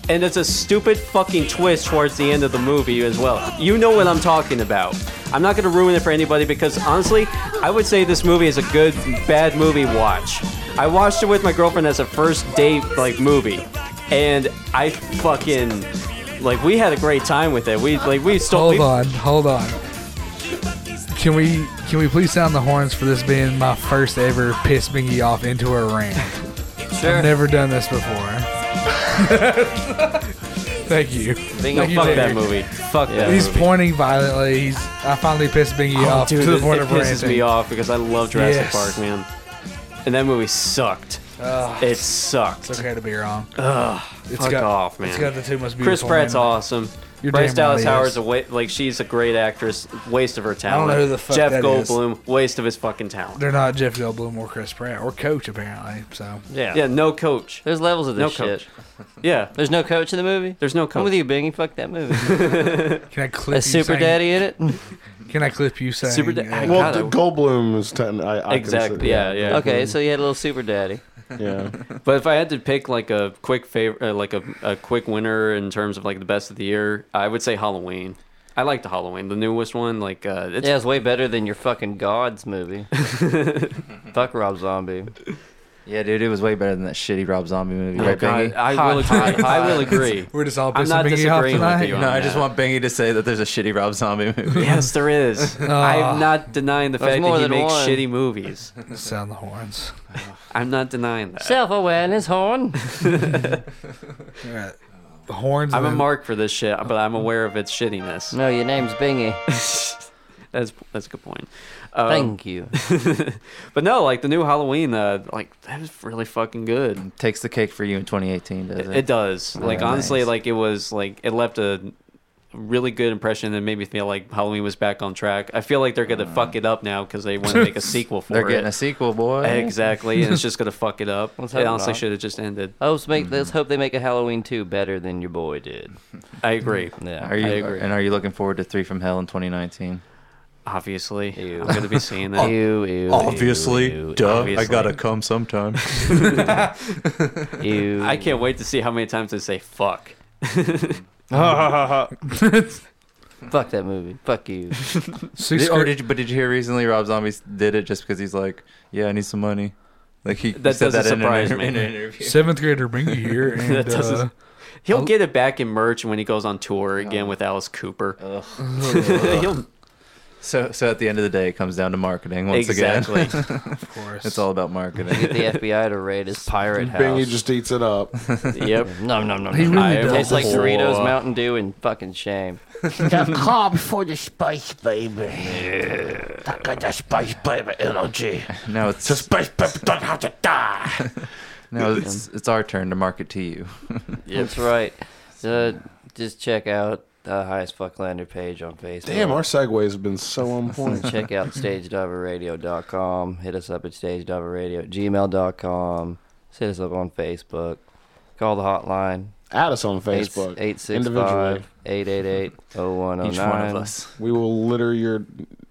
[SPEAKER 5] And it's a stupid fucking twist towards the end of the movie as well. You know what I'm talking about. I'm not going to ruin it for anybody because honestly, I would say this movie is a good bad movie watch. I watched it with my girlfriend as a first date like movie, and I fucking like we had a great time with it. We like we
[SPEAKER 2] Hold
[SPEAKER 5] stole. we-
[SPEAKER 2] on, hold on. Can we can we please sound the horns for this being my first ever piss Bingy off into a rant?
[SPEAKER 3] sure.
[SPEAKER 2] I've never done this before. Thank you.
[SPEAKER 5] No,
[SPEAKER 2] Thank you,
[SPEAKER 5] fuck that
[SPEAKER 2] Derek.
[SPEAKER 5] movie. Fuck that.
[SPEAKER 2] He's
[SPEAKER 5] movie.
[SPEAKER 2] pointing violently. He's I finally pissed Bingy off
[SPEAKER 5] Oh, Dude,
[SPEAKER 2] to the
[SPEAKER 5] it,
[SPEAKER 2] point
[SPEAKER 5] it
[SPEAKER 2] of
[SPEAKER 5] pisses
[SPEAKER 2] ranting.
[SPEAKER 5] me off because I love Jurassic
[SPEAKER 2] Yes.
[SPEAKER 5] Park, man. And that movie sucked. it sucked.
[SPEAKER 2] It's okay to be wrong. It's
[SPEAKER 5] fuck
[SPEAKER 2] got,
[SPEAKER 5] off, man.
[SPEAKER 2] It's got the two most beautiful.
[SPEAKER 5] Chris Pratt's
[SPEAKER 2] women.
[SPEAKER 5] awesome.
[SPEAKER 2] You're
[SPEAKER 5] Bryce
[SPEAKER 2] damn
[SPEAKER 5] Dallas
[SPEAKER 2] right he
[SPEAKER 5] Howard's
[SPEAKER 2] is.
[SPEAKER 5] a wa- like she's a great actress. Waste of her
[SPEAKER 2] don't
[SPEAKER 5] talent.
[SPEAKER 2] know who the fuck
[SPEAKER 5] Jeff
[SPEAKER 2] that is.
[SPEAKER 5] Goldblum, waste of his fucking talent.
[SPEAKER 2] They're not Jeff Goldblum or Chris Pratt or Coach apparently. So
[SPEAKER 3] Yeah.
[SPEAKER 5] Yeah, no coach.
[SPEAKER 3] There's levels of
[SPEAKER 5] No
[SPEAKER 3] this
[SPEAKER 5] coach.
[SPEAKER 3] shit.
[SPEAKER 5] Yeah,
[SPEAKER 3] There's no coach in the movie.
[SPEAKER 5] there's no
[SPEAKER 3] I'm
[SPEAKER 5] coach.
[SPEAKER 3] with you, Bingy. Fuck that movie.
[SPEAKER 2] can I clip
[SPEAKER 3] A
[SPEAKER 2] you
[SPEAKER 3] super
[SPEAKER 2] saying-
[SPEAKER 3] daddy in it.
[SPEAKER 2] Can I clip you saying?
[SPEAKER 5] Super da-
[SPEAKER 2] uh,
[SPEAKER 5] Well,
[SPEAKER 1] Well,
[SPEAKER 5] God, I-
[SPEAKER 1] Goldblum is ten. I, I
[SPEAKER 5] Exactly. Yeah,
[SPEAKER 1] consider-
[SPEAKER 5] yeah.
[SPEAKER 3] Okay, so you had a little super daddy.
[SPEAKER 1] Yeah.
[SPEAKER 5] But if I had to pick like a quick favor, uh, like a, a quick winner in terms of like the best of the year, I would say Halloween. I like the Halloween, the newest one. Like, uh, it's,
[SPEAKER 3] Yeah, it's way better than your fucking Gods movie. Fuck Rob Zombie.
[SPEAKER 4] Yeah, dude, it was way better than that shitty Rob Zombie movie.
[SPEAKER 5] Oh,
[SPEAKER 4] right,
[SPEAKER 5] God,
[SPEAKER 4] Bingy?
[SPEAKER 5] I will agree. I will agree.
[SPEAKER 2] We're just all
[SPEAKER 5] I'm
[SPEAKER 2] pissing
[SPEAKER 5] not
[SPEAKER 2] Bingy off
[SPEAKER 5] disagreeing with
[SPEAKER 2] tonight.
[SPEAKER 5] you.
[SPEAKER 4] No, I just want Bingy to say that there's a shitty Rob Zombie movie.
[SPEAKER 5] Yes, there is.
[SPEAKER 2] Ah.
[SPEAKER 5] I'm not denying the
[SPEAKER 3] There's
[SPEAKER 5] fact
[SPEAKER 3] more
[SPEAKER 5] that he
[SPEAKER 3] than
[SPEAKER 5] makes
[SPEAKER 3] one.
[SPEAKER 5] shitty movies.
[SPEAKER 2] Sound the horns.
[SPEAKER 5] I'm not denying that.
[SPEAKER 3] Self awareness horn.
[SPEAKER 2] Alright. The horns.
[SPEAKER 5] I'm
[SPEAKER 2] and
[SPEAKER 5] a
[SPEAKER 2] then-
[SPEAKER 5] mark for this shit, but I'm aware of its shittiness.
[SPEAKER 3] No, your name's Bingy.
[SPEAKER 5] That's that's a good point. Um,
[SPEAKER 3] Thank you.
[SPEAKER 5] But no, like the new Halloween, uh, like that was really fucking good.
[SPEAKER 4] Takes the cake for you in 2018, does
[SPEAKER 5] It,
[SPEAKER 4] it?
[SPEAKER 5] it does. like
[SPEAKER 4] Yeah,
[SPEAKER 5] honestly,
[SPEAKER 4] nice.
[SPEAKER 5] like it was like it left a really good impression and made me feel like Halloween was back on track. I feel like they're gonna fuck it up now because they want to make a sequel for
[SPEAKER 4] Uh. They're
[SPEAKER 5] it.
[SPEAKER 4] getting a sequel, boy.
[SPEAKER 5] exactly, and it's just gonna fuck it up.
[SPEAKER 3] Let's
[SPEAKER 5] it
[SPEAKER 3] hope
[SPEAKER 5] honestly
[SPEAKER 3] not.
[SPEAKER 5] should have just ended.
[SPEAKER 3] I Let's
[SPEAKER 5] Mm-hmm.
[SPEAKER 3] make. Let's hope they make a Halloween two better than your boy did.
[SPEAKER 5] I agree.
[SPEAKER 3] Yeah.
[SPEAKER 4] Are you
[SPEAKER 5] I agree.
[SPEAKER 4] and are you looking forward to Three from Hell in 2019?
[SPEAKER 5] Obviously,
[SPEAKER 3] Ew.
[SPEAKER 5] I'm gonna be seeing that.
[SPEAKER 3] Ew, ew, ew, ew,
[SPEAKER 5] obviously. gotta
[SPEAKER 4] come sometime.
[SPEAKER 3] Ew.
[SPEAKER 5] I can't wait to see how many times they say fuck.
[SPEAKER 3] Fuck that movie. Fuck you.
[SPEAKER 2] Sue
[SPEAKER 4] or
[SPEAKER 5] Oh,
[SPEAKER 2] Scar-
[SPEAKER 4] oh, did you, but did you hear recently Rob Zombie did it just because he's like, yeah, I need some money. Like he
[SPEAKER 5] That
[SPEAKER 4] said
[SPEAKER 5] doesn't
[SPEAKER 4] that in an
[SPEAKER 5] surprise
[SPEAKER 4] inter-
[SPEAKER 5] me.
[SPEAKER 4] in an interview.
[SPEAKER 2] seventh grader Bingy here, and
[SPEAKER 5] That doesn't-
[SPEAKER 2] uh,
[SPEAKER 5] He'll get it back in merch when he goes on tour again with Alice Cooper. He'll
[SPEAKER 4] So, so at the end of the day, it comes down to marketing once
[SPEAKER 3] exactly.
[SPEAKER 4] again.
[SPEAKER 2] Of course.
[SPEAKER 4] It's all about marketing.
[SPEAKER 3] Get the FBI to raid his pirate house.
[SPEAKER 1] Bingy just eats it up.
[SPEAKER 3] Yep. Nom nom nom.
[SPEAKER 2] He
[SPEAKER 3] nom.
[SPEAKER 2] really does.
[SPEAKER 3] tastes like Doritos,
[SPEAKER 1] Whoa.
[SPEAKER 3] Mountain Dew, and fucking shame.
[SPEAKER 9] The calm for the spice, baby. That kind of spice, baby energy.
[SPEAKER 4] now it's
[SPEAKER 9] The spice, baby, don't have to die.
[SPEAKER 4] now it's it's our turn to market to you.
[SPEAKER 3] That's right. So just check out the highest fuck lander page on Facebook.
[SPEAKER 1] Damn, our segues have been so on point.
[SPEAKER 3] check out stagediverradio.com. Hit us up at stagediverradio at gmail.com. Hit us up on Facebook. Call the hotline.
[SPEAKER 1] Add us on
[SPEAKER 3] eight-
[SPEAKER 1] Facebook.
[SPEAKER 3] 865 888 0109.
[SPEAKER 4] Each one of us.
[SPEAKER 1] We will litter your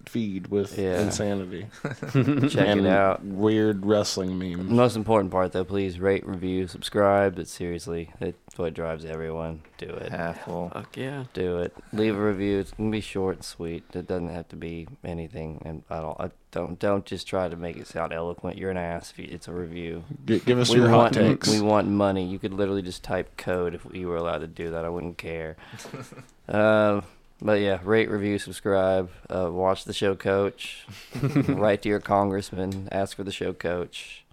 [SPEAKER 1] feed with
[SPEAKER 3] Yeah.
[SPEAKER 1] insanity
[SPEAKER 3] Check
[SPEAKER 1] and
[SPEAKER 3] it out.
[SPEAKER 1] weird wrestling memes.
[SPEAKER 3] Most important part, though, please rate, review, subscribe. It's seriously, it's what drives everyone. Do it.
[SPEAKER 4] Apple.
[SPEAKER 5] Fuck yeah.
[SPEAKER 3] Do it. Leave a review. It's gonna be short and sweet. It doesn't have to be anything. And I don't. I don't. Don't just try to make it sound eloquent. You're an ass. If you, it's a review.
[SPEAKER 1] G- give us
[SPEAKER 3] We
[SPEAKER 1] your
[SPEAKER 3] want.
[SPEAKER 1] hot takes.
[SPEAKER 3] We want money. You could literally just type code if we were allowed to do that. I wouldn't care. um, but yeah, rate, review, subscribe. Uh, watch the show, coach. Write to your congressman. Ask for the show, coach.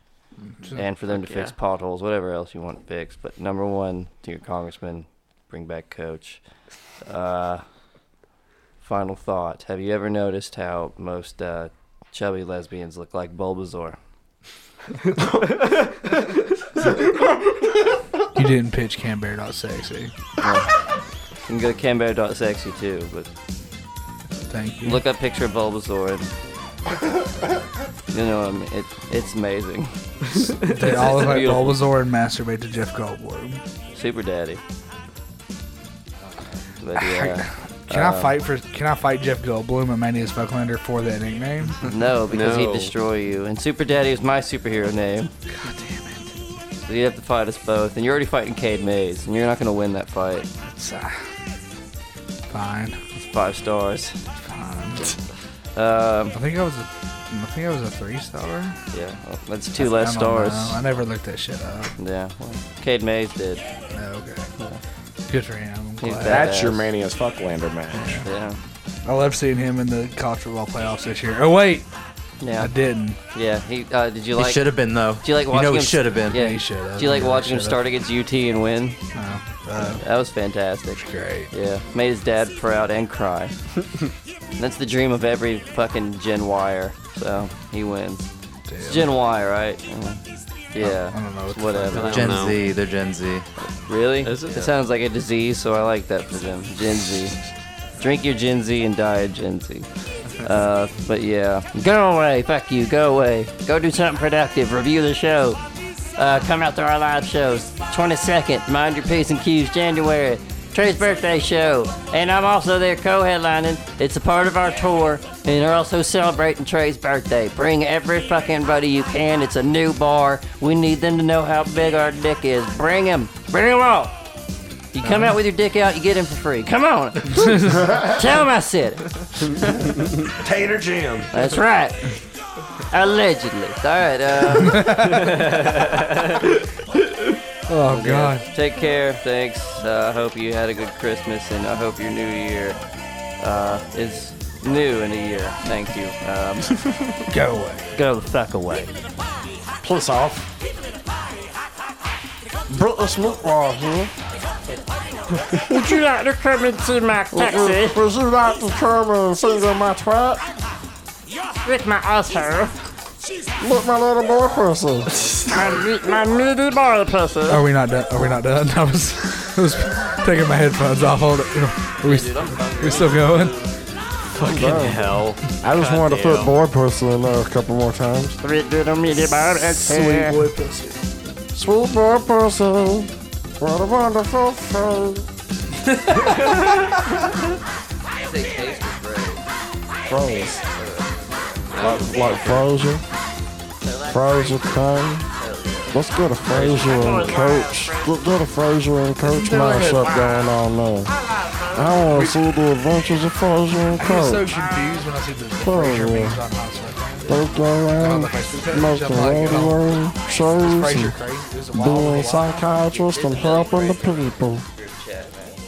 [SPEAKER 3] And for them to fix
[SPEAKER 5] yeah.
[SPEAKER 3] potholes, whatever else you want fixed. But number one, to your congressman, bring back coach. Uh, final thought: Have you ever noticed how most uh, chubby lesbians look like Bulbasaur?
[SPEAKER 2] you didn't pitch Cam Bear not sexy.
[SPEAKER 3] You can go to cambear.sexy too, but
[SPEAKER 2] Thank you.
[SPEAKER 3] look up picture of Bulbasaur. And, you know, I mean, it, it's amazing.
[SPEAKER 2] they all look like
[SPEAKER 3] beautiful.
[SPEAKER 2] Bulbasaur and masturbate to Jeff Goldblum.
[SPEAKER 3] Super daddy. But yeah,
[SPEAKER 2] Can
[SPEAKER 5] Uh,
[SPEAKER 2] I fight for? Can I fight Jeff Goldblum and Mania's Fucklander for that nickname?
[SPEAKER 3] no, because he'd
[SPEAKER 5] No.
[SPEAKER 3] destroy you. And Super Daddy is my superhero name. God damn it. So you have to fight us both, and you're already fighting Cade Maze, and you're not gonna win that fight.
[SPEAKER 2] It's, uh, fine.
[SPEAKER 3] It's five stars.
[SPEAKER 2] Fine.
[SPEAKER 3] Um,
[SPEAKER 2] I think I was. A, I think I was a three star.
[SPEAKER 3] yeah, well, that's two less
[SPEAKER 2] I don't
[SPEAKER 3] stars.
[SPEAKER 2] know. I never looked that shit up.
[SPEAKER 3] Yeah, well, Cade Maze did.
[SPEAKER 2] No, okay. Good for him. I'm
[SPEAKER 3] He's
[SPEAKER 2] glad.
[SPEAKER 1] That's
[SPEAKER 3] badass.
[SPEAKER 1] your mania's fucklander match.
[SPEAKER 3] Yeah,
[SPEAKER 2] I love seeing him in the college football playoffs this year. Oh wait, I
[SPEAKER 3] yeah,
[SPEAKER 2] didn't.
[SPEAKER 3] yeah. He uh, did you
[SPEAKER 4] he
[SPEAKER 3] like?
[SPEAKER 4] should have been though.
[SPEAKER 3] Do you like
[SPEAKER 4] You
[SPEAKER 3] watching
[SPEAKER 4] know he
[SPEAKER 3] him-
[SPEAKER 4] should have been.
[SPEAKER 3] Yeah,
[SPEAKER 2] He should've.
[SPEAKER 3] Do you like
[SPEAKER 2] He
[SPEAKER 3] watching him
[SPEAKER 2] should've.
[SPEAKER 3] start against UT and win?
[SPEAKER 2] No, uh,
[SPEAKER 3] That was fantastic.
[SPEAKER 2] great.
[SPEAKER 3] Yeah, made his dad proud and cry. That's the dream of every fucking Gen Wire. So he wins. It's Gen Y, right? Yeah.
[SPEAKER 2] I don't know what the
[SPEAKER 3] Whatever.
[SPEAKER 4] Gen
[SPEAKER 5] know.
[SPEAKER 4] Z. They're Gen Z.
[SPEAKER 3] Really?
[SPEAKER 5] Is it?
[SPEAKER 3] sounds like a disease, so I like that for them. Gen Z. Drink your Gen Z and die a Gen Z. Uh, but yeah, go away, fuck you, go away. Go do something productive. Review the show. Uh, come out to our live shows. 22nd, Mind Your P's and Q's, January. Trey's birthday show, and I'm also there co-headlining. It's a part of our tour, and they're also celebrating Trey's birthday. Bring every fucking buddy you can. It's a new bar. We need them to know how big our dick is. Bring them. Bring them all. You come out with your dick out, you get in for free. Come on. Tell them I said it.
[SPEAKER 6] Tater Jim.
[SPEAKER 3] That's right. Allegedly. All right. Uh,
[SPEAKER 2] Oh god.
[SPEAKER 3] take care. Thanks. Uh, I hope you had a good Christmas, and I hope your new year uh, is new in a year. Thank you. Um,
[SPEAKER 2] Go away.
[SPEAKER 3] go the fuck away.
[SPEAKER 1] Pull us off. Bro, us look
[SPEAKER 9] oh,
[SPEAKER 1] raw, huh?
[SPEAKER 6] Would you like to come into my taxi
[SPEAKER 1] Was you like to come and sing on my trap?
[SPEAKER 6] with my asshole
[SPEAKER 1] Look, my little boy person.
[SPEAKER 6] and meet my meaty boy pussy?
[SPEAKER 2] Are we not done? Are we not done? I was, I was taking my headphones off. Hold it. Are we, we still going?
[SPEAKER 5] Hell.
[SPEAKER 1] I just wanted to put boy person in there a couple more times.
[SPEAKER 6] Sweet little meaty boy pussy.
[SPEAKER 2] boy pussy.
[SPEAKER 1] Sweet boy person. What a wonderful friend. Froze. Like, like Frozen. Frozen Kane. Let's get a Fraser and Coach. Let's get a Fraser and Coach mashup going on now. I want to see the adventures of Fraser and
[SPEAKER 2] I'm so
[SPEAKER 1] Coach.
[SPEAKER 2] confused when I see the the
[SPEAKER 1] Oh,
[SPEAKER 2] Frasier
[SPEAKER 1] yeah.
[SPEAKER 2] memes on my Instagram.
[SPEAKER 1] They go
[SPEAKER 2] On
[SPEAKER 1] around,
[SPEAKER 2] the Facebook page,
[SPEAKER 1] make the
[SPEAKER 2] I'm like, oh,
[SPEAKER 1] radio shows,
[SPEAKER 2] Frasier
[SPEAKER 1] and
[SPEAKER 2] crazy. There's a wild
[SPEAKER 1] being a
[SPEAKER 2] one.
[SPEAKER 1] psychiatrist and helping the people.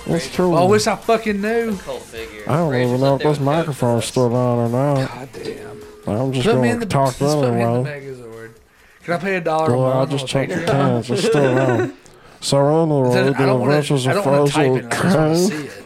[SPEAKER 1] That's true.
[SPEAKER 2] Well, Oh, I wish I fucking knew.
[SPEAKER 11] Cult figure.
[SPEAKER 1] I don't even know if this microphone's still on or not.
[SPEAKER 2] God damn.
[SPEAKER 1] I'm just
[SPEAKER 2] Put me in
[SPEAKER 1] going
[SPEAKER 2] the
[SPEAKER 1] to talk
[SPEAKER 2] just put me in the
[SPEAKER 1] anyway.
[SPEAKER 2] Megazord. Can I pay a dollar? a
[SPEAKER 1] Well, I
[SPEAKER 2] month
[SPEAKER 1] just
[SPEAKER 2] on
[SPEAKER 1] checked the
[SPEAKER 2] Patreon?
[SPEAKER 1] times. It's still on. So on the
[SPEAKER 2] I
[SPEAKER 1] road, the
[SPEAKER 2] don't want
[SPEAKER 1] adventures
[SPEAKER 2] to. I
[SPEAKER 1] of
[SPEAKER 2] don't want to type it. I
[SPEAKER 1] Frozen
[SPEAKER 2] just want to see
[SPEAKER 1] Cove.
[SPEAKER 2] it.